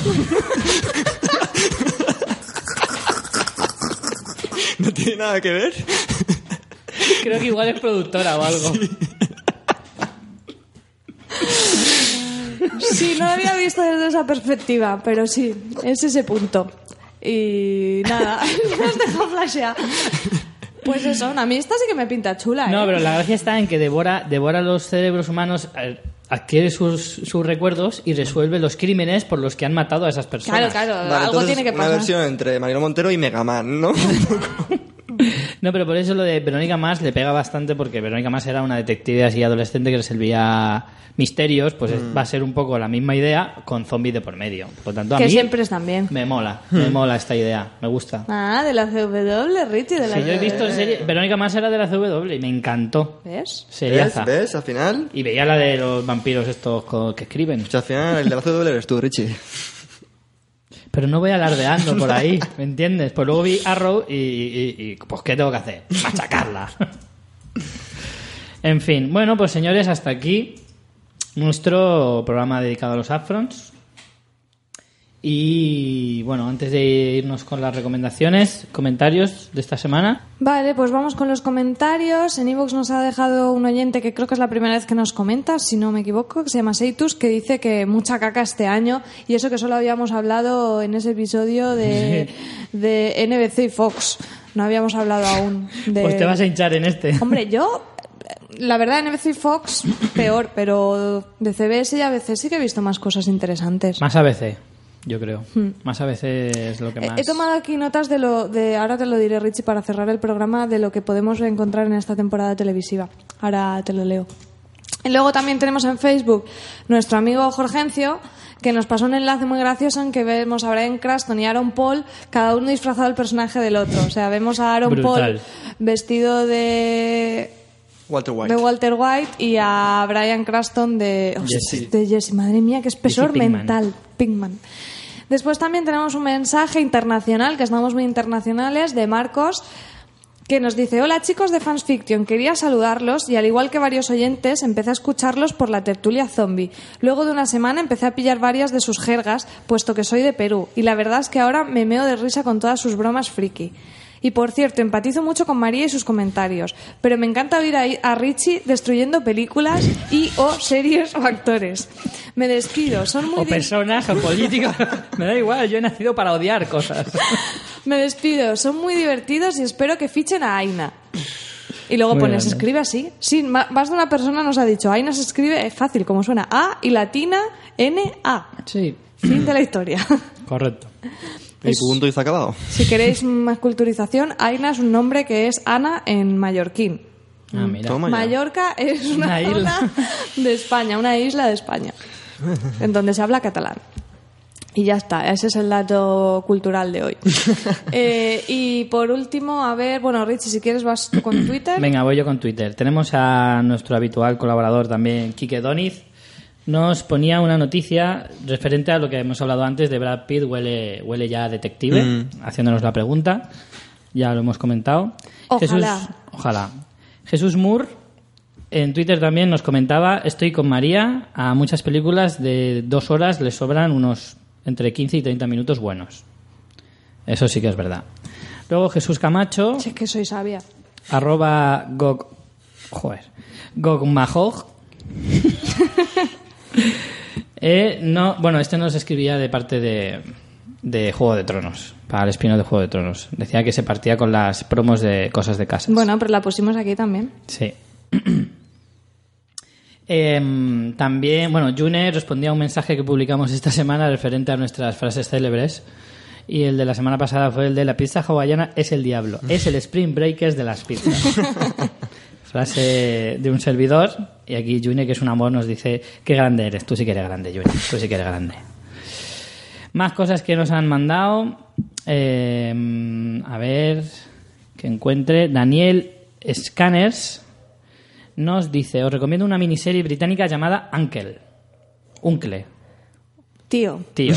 no tiene nada que ver. Creo que igual es productora o algo. Sí, no lo había visto desde esa perspectiva, pero sí, es ese punto. Y nada, nos dejo flashear. Pues eso, a mí esta sí que me pinta chula, ¿eh? No, pero la gracia está en que devora, devora los cerebros humanos, eh, adquiere sus, sus recuerdos y resuelve los crímenes por los que han matado a esas Claro, personas. claro, Vale, algo entonces, tiene que una pasar. versión entre Marilo Montero y Megaman, ¿no? No, pero por eso lo de Verónica Más le pega bastante porque Verónica Más era una detective así adolescente que resolvía misterios, pues Mm. es- va a ser un poco la misma idea con zombies de por medio. Por tanto, a Que mí siempre están bien. me mola, me mola esta idea, me gusta. Ah, de la CW, Richie, de la Sí, yo he CW. visto en serie, Verónica Más era de la CW y me encantó. ¿Ves? ¿Ves? Seriaza. ¿Ves? Al final... Y veía la de los vampiros estos co- que escriben. O sea, al final el de la CW eres tú, Richie. Pero no voy alardeando por ahí, ¿me entiendes? Pues luego vi Arrow y, y- y, pues ¿qué tengo que hacer? Machacarla. en fin, bueno, pues señores, hasta aquí nuestro programa dedicado a los Afrons. Y bueno, antes de irnos con las recomendaciones, comentarios de esta semana. Vale, pues vamos con los comentarios. En Evox nos ha dejado un oyente que creo que es la primera vez que nos comenta, si no me equivoco, que se llama Seitus, que dice que mucha caca este año y eso que solo habíamos hablado en ese episodio de, de NBC y Fox. No habíamos hablado aún de... Pues te vas a hinchar en este. Hombre, yo, la verdad, NBC y Fox peor, pero de CBS y ABC sí que he visto más cosas interesantes. Más ABC, yo creo. Más ABC es lo que más. Hmm. Eh, He tomado aquí notas de lo de ahora te lo diré Richie para cerrar el programa de lo que podemos encontrar en esta temporada televisiva. Ahora te lo leo. Y luego también tenemos en Facebook nuestro amigo Jorgencio que nos pasó un enlace muy gracioso en que vemos a Brian Cranston y Aaron Paul cada uno disfrazado del personaje del otro. O sea, vemos a Aaron Brutal. Paul vestido de Walter White. de Walter White y a Brian Craston de, oh, Jesse. de Jesse. Madre mía, qué espesor Jesse Pinkman. mental. Pinkman. Después también tenemos un mensaje internacional, que estamos muy internacionales, de Marcos, que nos dice, hola chicos de Fans Fiction, quería saludarlos y al igual que varios oyentes empecé a escucharlos por la tertulia zombie. Luego de una semana empecé a pillar varias de sus jergas, puesto que soy de Perú, y la verdad es que ahora me meo de risa con todas sus bromas friki. Y por cierto, empatizo mucho con María y sus comentarios, pero me encanta oír a, a Richie destruyendo películas y o series o actores. Me despido, son muy o dis- personaje, o político. Me da igual, yo he nacido para odiar cosas. Me despido, son muy divertidos y espero que fichen a Aina. Y luego Muy pones, bien. escribe así. Sí, ma- más de una persona nos ha dicho, Aina se escribe es fácil, como suena, A y latina N A. Sí, Fin de la historia. correcto. Y punto y se ha acabado. Si queréis más culturización, Aina es un nombre que es Ana en mallorquín. Ah, mira. Toma ya. Mallorca es una, Una isla. zona de España, una isla de España, en donde se habla catalán. Y ya está, ese es el dato cultural de hoy. Eh, y por último, a ver, bueno, Richie, si quieres vas tú con Twitter. Venga, voy yo con Twitter. Tenemos a nuestro habitual colaborador también, Quique Doniz. Nos ponía una noticia referente a lo que hemos hablado antes de Brad Pitt, huele, huele ya a detective, haciéndonos la pregunta. Ya lo hemos comentado. Ojalá. Jesús, ojalá. Jesús Moore en Twitter también nos comentaba, estoy con María, a muchas películas de dos horas le sobran unos entre 15 y 30 minutos buenos. Eso sí que es verdad. Luego Jesús Camacho Si es que soy sabia. arroba gog joder gogmajog Eh, no bueno este nos escribía de parte de de Juego de Tronos para el espino de Juego de Tronos decía que se partía con las promos de cosas de casa Bueno, pero la pusimos aquí también. Sí. Em, también, bueno, June respondía a un mensaje que publicamos esta semana referente a nuestras frases célebres. Y el de la semana pasada fue el de la pizza hawaiana es el diablo, es el Spring Breakers de las pizzas. Frase de un servidor. Y aquí June, que es un amor, nos dice: Qué grande eres, tú sí que eres grande, June, tú sí que eres grande. Más cosas que nos han mandado. Eh, a ver, que encuentre. Daniel Scanners nos dice, os recomiendo una miniserie británica llamada Uncle. Uncle, Tío, tío.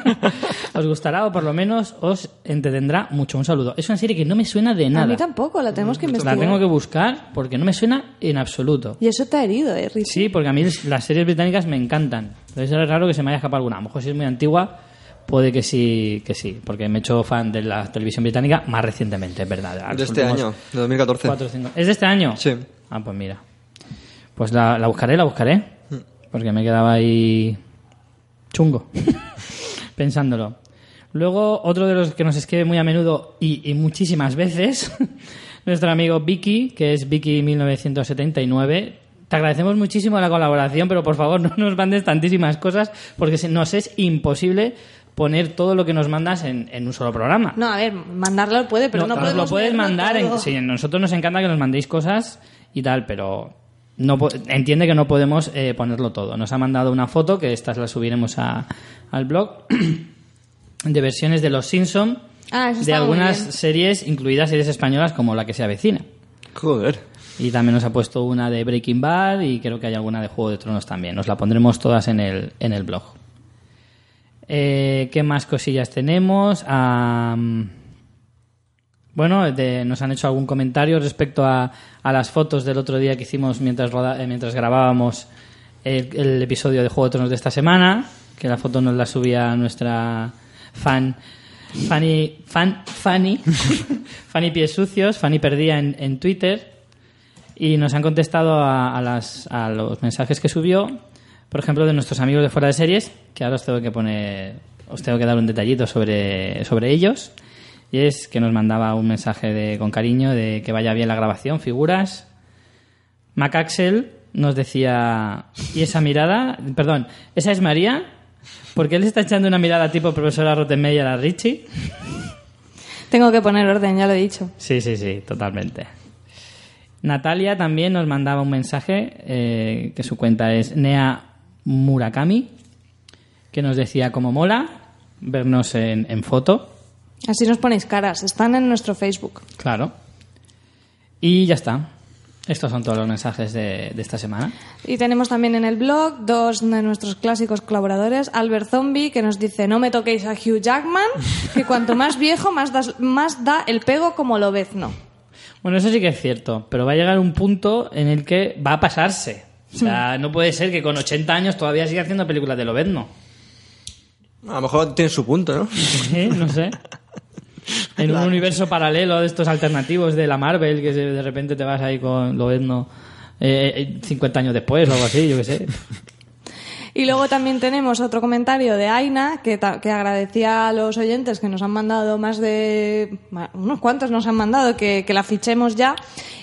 os gustará o por lo menos os entretendrá mucho. Un saludo. Es una serie que no me suena de a mí nada. tampoco, la tenemos que La investigar. tengo que buscar porque no me suena en absoluto. Y eso te ha herido, ¿eh, Richie? Sí, porque a mí las series británicas me encantan. Entonces es raro que se me haya escapado alguna. A lo mejor si es muy antigua, puede que sí, que sí. Porque me he hecho fan de la televisión británica más recientemente, es verdad. A los De este últimos año, de 2014. Ah, cuatro, cinco- ¿Es de este año? Sí. Ah, pues mira. Pues la, la buscaré, la buscaré. Porque me quedaba ahí chungo pensándolo. Luego, otro de los que nos escribe muy a menudo y, y muchísimas veces, nuestro amigo Vicky, que es Vicky1979. Te agradecemos muchísimo la colaboración, pero por favor no nos mandes tantísimas cosas porque se- nos es imposible poner todo lo que nos mandas en, en un solo programa. No, a ver, mandarlo puede, pero no, nos podemos lo puedes leerlo mandar. En, todo. sí, nosotros nos encanta que nos mandéis cosas y tal, pero no po- entiende que no podemos eh, ponerlo todo. Nos ha mandado una foto, que estas la subiremos a- al blog, de versiones de Los Simpson, Ah, eso de está muy algunas bien. series, incluidas series españolas como la que se avecina. Joder. Y también nos ha puesto una de Breaking Bad y creo que hay alguna de Juego de Tronos también. Nos la pondremos todas en el, en el blog. Eh, ¿Qué más cosillas tenemos? Am, bueno, de- nos han hecho algún comentario respecto a, a las fotos del otro día que hicimos mientras, roda- eh, mientras grabábamos el, el episodio de Juego de Tronos de esta semana, que la foto nos la subía nuestra fan Fanny, fan, Fanny, Fanny Pies Sucios, Fanny Perdía en, en Twitter, y nos han contestado a, a las- a los mensajes que subió, por ejemplo, de nuestros amigos de Fuera de Series, que ahora os tengo que poner, os tengo que dar un detallito sobre, sobre ellos. Y es que nos mandaba un mensaje de, con cariño de que vaya bien la grabación, figuras. Macaxel nos decía, y esa mirada, perdón, esa es María, porque él está echando una mirada tipo profesora Rottenmeier a Richie. Tengo que poner orden, ya lo he dicho. Sí, sí, sí, totalmente. Natalia también nos mandaba un mensaje, eh, que su cuenta es Nea Murakami, que nos decía cómo mola vernos en, en foto, Así nos ponéis caras. Están en nuestro Facebook. claro. Y ya está. Estos son todos los mensajes de, de esta semana. Y tenemos también en el blog dos de nuestros clásicos colaboradores, Albert Zombie, que nos dice, no me toquéis a Hugh Jackman, que cuanto más viejo, más, das- más da el pego como lo ves, no. Bueno, eso sí que es cierto, pero va a llegar un punto en el que va a pasarse. O sea, no puede ser que con 80 años todavía siga haciendo películas de Lobezno. A lo mejor tiene su punto, ¿no? ¿Eh? No sé. En un universo paralelo de estos alternativos de la Marvel, que se- de repente te vas ahí con Lobezno eh, eh, 50 años después o algo así, yo qué sé. Y luego también tenemos otro comentario de Aina, que, ta- que agradecía a los oyentes que nos han mandado más de... ma- unos cuantos nos han mandado, que, que la fichemos ya.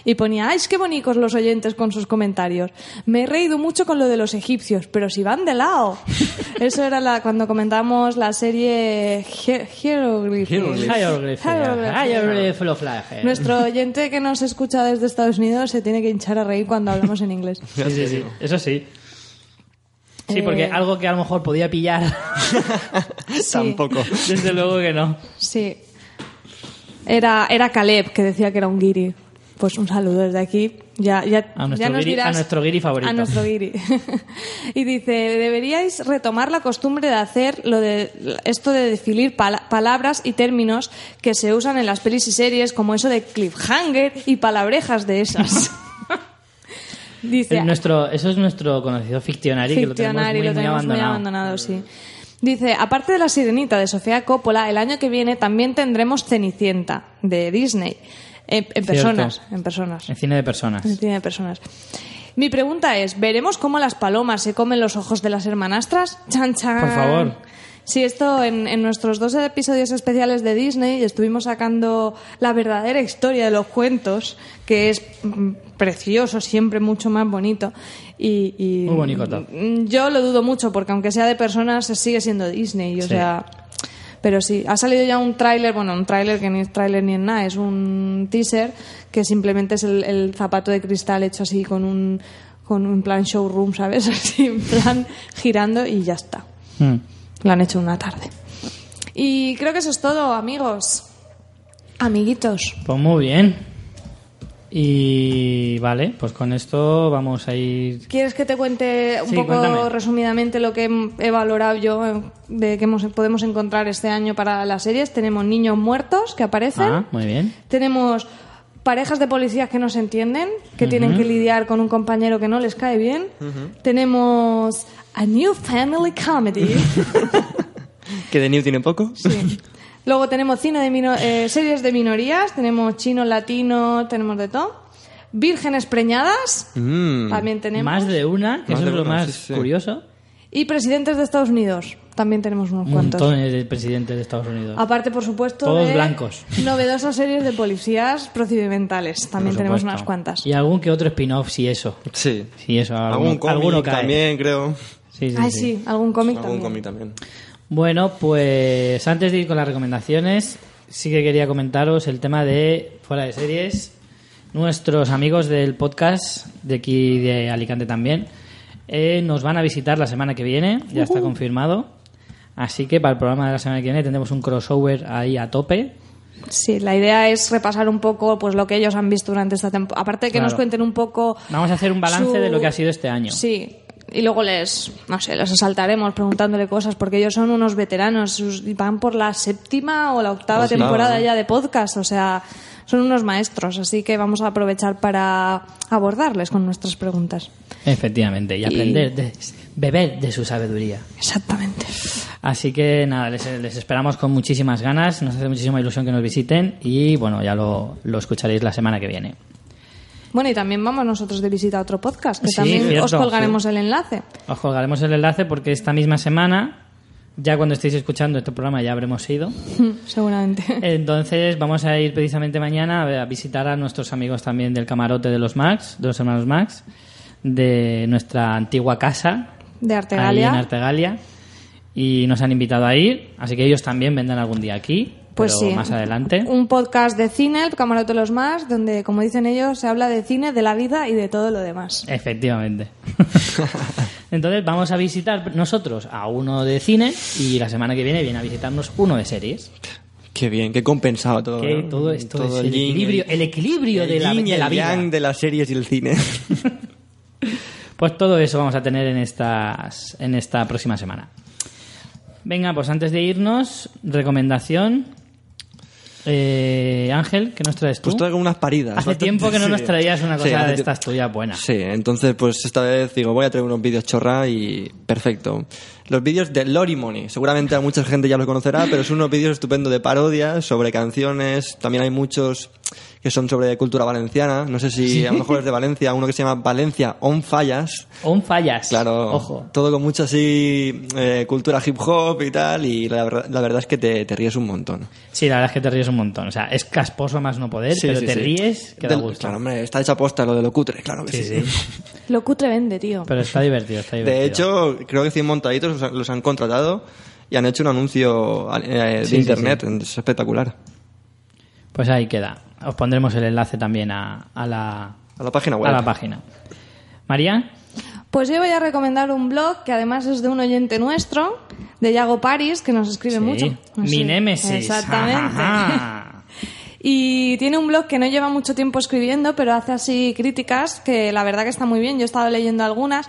Y ponía, ¡ay, qué bonitos los oyentes con sus comentarios! Me he reído mucho con lo de los egipcios, pero si van de lado. Eso era la, cuando comentamos la serie Hier- Hieroglyphs. Hieroglyph. Hieroglyphs. Hieroglyph lo flaje. Nuestro oyente que nos escucha desde Estados Unidos se tiene que hinchar a reír cuando hablamos en inglés. Sí, sí, sí. Eso sí. Sí, Eh. porque algo que a lo mejor podía pillar, Sí. Tampoco. desde luego que no. Sí. Era, era Caleb que decía que era un guiri. Pues un saludo desde aquí. Ya, ya, A nuestro ya nos guiri- dirás- a nuestro guiri favorito. A nuestro guiri. y dice, deberíais retomar la costumbre de hacer lo de esto de definir pala- palabras y términos que se usan en las pelis y series, como eso de cliffhanger y palabrejas de esas. dice, Es nuestro, eso es nuestro conocido ficcionario, que lo tenemos muy, Ficcionario, lo muy tenemos muy abandonado. abandonado, sí. Dice, aparte de La Sirenita de Sofía Coppola, el año que viene también tendremos Cenicienta de Disney. Eh, En, en personas, en personas. En cine de personas. En cine de personas. Mi pregunta es, ¿veremos cómo las palomas se comen los ojos de las hermanastras? Chan, chan. Por favor. Sí, esto en, en nuestros dos episodios especiales de Disney estuvimos sacando la verdadera historia de los cuentos, que es mm, precioso, siempre mucho más bonito. Y, y- Muy bonito todo. Mm, Yo lo dudo mucho, porque aunque sea de personas, sigue siendo Disney. O Sí. sea, pero sí, ha salido ya un tráiler, bueno, un tráiler que ni es tráiler ni es nada, es un teaser que simplemente es el, el zapato de cristal hecho así con un con un plan showroom, ¿sabes? Así en plan girando y ya está. Mm. Lo han hecho una tarde. Y creo que eso es todo, amigos. Amiguitos. Pues muy bien. Y vale, pues con esto vamos a ir. ¿Quieres que te cuente un Sí, poco cuéntame. resumidamente lo que hem- he valorado yo eh, de que hemos- podemos encontrar este año para las series? Tenemos niños muertos que aparecen. Ah, muy bien. Tenemos parejas de policías que no se entienden, que tienen que lidiar con un compañero que no les cae bien. Tenemos a new family comedy. ¿Que de New tiene poco? Sí. Luego tenemos cine de mino- eh, series de minorías, tenemos chino, latino, tenemos de todo. Vírgenes preñadas, Mm. también tenemos. Más de una, que Más eso de es lo una, más sí, sí. curioso. Y presidentes de Estados Unidos, también tenemos unos cuantos. Montones de presidentes de Estados Unidos. Aparte, por supuesto, Mm, Todos de blancos. novedosas series de policías procedimentales. También Por tenemos supuesto. unas cuantas. Y algún que otro spin-off, si eso. Sí. Si eso, Algún alguno, cómic alguno cae. también, creo. Sí, sí, Ay, sí. sí, algún cómic Algún también. cómic también. Bueno, pues antes de ir con las recomendaciones, sí que quería comentaros el tema de fuera de series. Nuestros amigos del podcast de aquí de Alicante también eh, nos van a visitar la semana que viene, ya está confirmado. Así que para el programa de la semana que viene tendremos un crossover ahí a tope. Sí, la idea es repasar un poco pues lo que ellos han visto durante esta temporada. Aparte de que Claro. nos cuenten un poco. Vamos a hacer un balance su- de lo que ha sido este año. Sí, y luego les, no sé, les asaltaremos preguntándole cosas porque ellos son unos veteranos, sus- van por la séptima o la octava Pues nada. temporada ya de podcast, o sea, son unos maestros, así que vamos a aprovechar para abordarles con nuestras preguntas. Efectivamente, y Y- aprender, de, beber de su sabiduría. Exactamente. Así que nada, les, les esperamos con muchísimas ganas, nos hace muchísima ilusión que nos visiten y bueno, ya lo, lo escucharéis la semana que viene. Bueno, y también vamos nosotros de visita a otro podcast, que Sí, también os cierto, colgaremos el enlace. Os colgaremos el enlace porque esta misma semana, ya cuando estéis escuchando este programa, ya habremos ido. Seguramente. Entonces vamos a ir precisamente mañana a a visitar a nuestros amigos también del camarote de los Max, de los hermanos Max, de nuestra antigua casa, De ahí en Artegalia. Artegalia. Y nos han invitado a ir, así que ellos también vendrán algún día aquí, Pues pero sí. más adelante. Un podcast de cine, el Camarote Los Más, donde, como dicen ellos, se habla de cine, de la vida y de todo lo demás. Efectivamente. Entonces vamos a visitar nosotros a uno de cine y la semana que viene viene a visitarnos uno de series. Qué bien, qué compensado todo. Que ¿no? todo esto Todo es el yin, equilibrio, el equilibrio de la- yin y de la el vida. yang de las series y el cine. Pues todo eso vamos a tener en, estas, en esta próxima semana. Venga, pues antes de irnos, recomendación. Eh, Ángel, ¿qué nos traes tú? Pues traigo unas paridas. Hace bastante- tiempo que no nos traías una Sí, cosa hace de tie- estas tuyas buenas. Sí, entonces pues esta vez digo, voy a traer unos vídeos chorra y perfecto. Los vídeos de Lori Money, seguramente a mucha gente ya los conocerá, pero son unos vídeos estupendos de parodias sobre canciones, también hay muchos que son sobre cultura valenciana, no sé si a lo mejor es de Valencia, uno que se llama Valencia on Fallas, On fallas. Claro, Ojo. todo con mucha así eh, cultura hip hop y tal, y la, verdad- la verdad es que te, te ríes un montón. Sí, la verdad es que te ríes un montón. O sea, es casposo más no poder, Sí, Eh, pero sí, te sí. ríes que da Del- gusto. Claro, hombre, está hecha posta lo de lo cutre, claro que Sí, sí. sí. Lo cutre vende, tío. Pero está divertido, está divertido. De hecho, creo que 100 montaditos los han, los han contratado y han hecho un anuncio eh, de Sí, sí, internet, es espectacular. Pues ahí queda. Os pondremos el enlace también a, a la, A la página web. a la página. María, Pues yo voy a recomendar un blog que además es de un oyente nuestro, de Yago Paris, que nos escribe Sí. mucho. mi Sí, némesis. Exactamente. Ajá. Y tiene un blog que no lleva mucho tiempo escribiendo, pero hace así críticas que la verdad que está muy bien. Yo he estado leyendo algunas.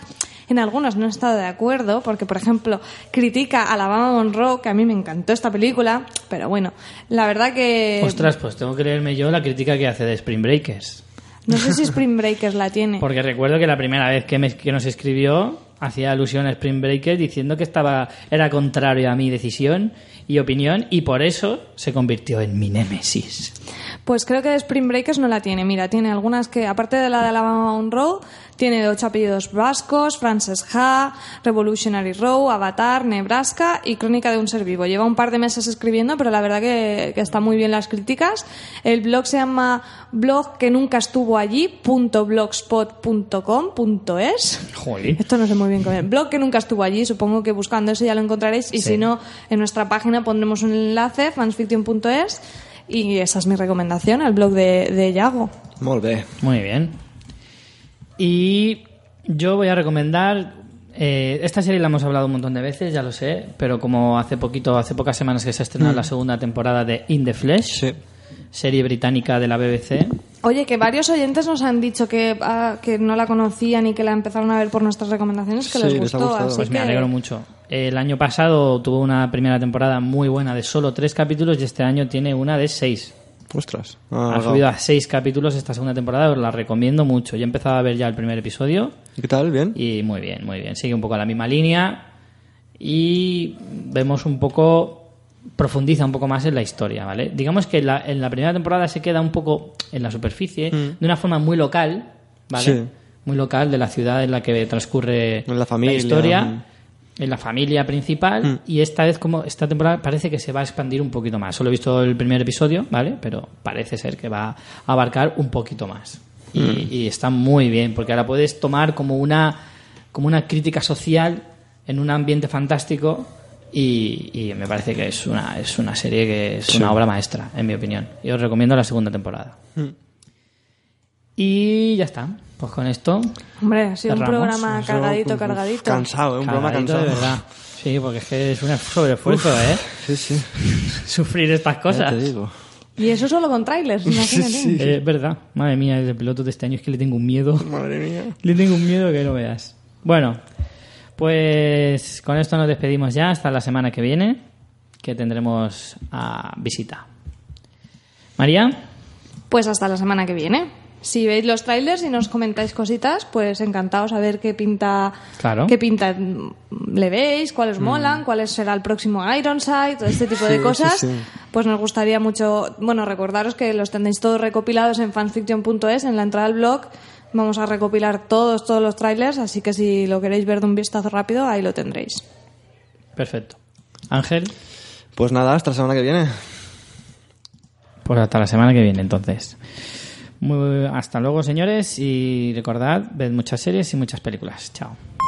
En algunas no he estado de acuerdo, porque, por ejemplo, critica a Alabama Monroe, que a mí me encantó esta película, pero bueno, la verdad que... Ostras, pues tengo que leerme yo la crítica que hace de Spring Breakers. No sé si Spring Breakers la tiene. Porque recuerdo que la primera vez que, me- que nos escribió hacía alusión a Spring Breakers diciendo que estaba era contrario a mi decisión y opinión y por eso se convirtió en mi némesis. Pues creo que de Spring Breakers no la tiene. Mira, tiene algunas que, aparte de la de Alabama Monroe, tiene de ocho apellidos vascos, Frances Ha, Revolutionary Row, Avatar, Nebraska y Crónica de un ser vivo. Lleva un par de meses escribiendo, pero la verdad que, que está muy bien las críticas. El blog se llama blog que nunca estuvo allí, punto blogspot.com punto es. Jolín. Esto no sé muy bien cómo es. Blog que nunca estuvo allí, supongo que buscando eso ya lo encontraréis. Y Sí. si no, en nuestra página pondremos un enlace, fansfiction.es. Y esa es mi recomendación, al blog de, de Yago. Molt bé. Muy bien. Y yo voy a recomendar. eh, esta serie la hemos hablado un montón de veces, ya lo sé, pero como hace poquito, hace pocas semanas que se ha estrenado la segunda temporada de In the Flesh, Sí. serie británica de la BBC. Oye, que varios oyentes nos han dicho que, ah, que no la conocían y que la empezaron a ver por nuestras recomendaciones, que Sí, les les gustó. ha gustado. así Pues me que- alegro mucho. El año pasado tuvo una primera temporada muy buena de solo tres capítulos y este año tiene una de seis. Ostras. Ha Ah, claro. subido a seis capítulos esta segunda temporada, os la recomiendo mucho. Yo he empezado a ver ya el primer episodio ¿Qué tal? ¿Bien? Y muy bien, muy bien. Sigue un poco la misma línea y vemos un poco, profundiza un poco más en la historia, ¿vale? Digamos que la- en la primera temporada se queda un poco en la superficie, de una forma muy local, ¿vale? Sí. Muy local de la ciudad en la que transcurre En la familia, historia, mm. en la familia principal y esta vez como esta temporada parece que se va a expandir un poquito más. Solo he visto el primer episodio, ¿vale? Pero parece ser que va a abarcar un poquito más. Y, Mm. y está muy bien, porque ahora puedes tomar como una, como una crítica social en un ambiente fantástico y, y me parece que es una, es una serie que es una obra maestra, en mi opinión. Y os recomiendo la segunda temporada. Mm. Y ya está. Pues con esto Hombre, ha sido un Cerramos. programa cargadito, cargadito. Cansado, ¿eh? Un programa Cagadito cansado. de verdad. Sí, porque es que es un sobreesfuerzo, ¿eh? Sí, sí. Sufrir estas Ya cosas. te digo. Y eso solo con trailers, imagínate. Sí. Eh, Es verdad. Madre mía, el piloto de este año es que le tengo un miedo. Madre mía. Le tengo un miedo que no veas. Bueno, Pues con esto nos despedimos ya hasta la semana que viene, que tendremos a visita. María, Pues hasta la semana que viene. Si veis los trailers y nos comentáis cositas, pues encantados a ver qué pinta, Claro. qué pinta mm, le veis, cuáles molan, cuáles será el próximo Ironside, todo este tipo de Mm. Sí, cosas. sí, sí. Pues nos gustaría mucho, bueno, recordaros que los tenéis todos recopilados en fanfiction.es, en la entrada al blog. Vamos a recopilar todos, todos los trailers, así que si lo queréis ver de un vistazo rápido, ahí lo tendréis. perfecto. Ángel, Pues nada, hasta la semana que viene. pues hasta la semana que viene entonces. Muy- hasta luego señores y recordad, ved muchas series y muchas películas. Chao.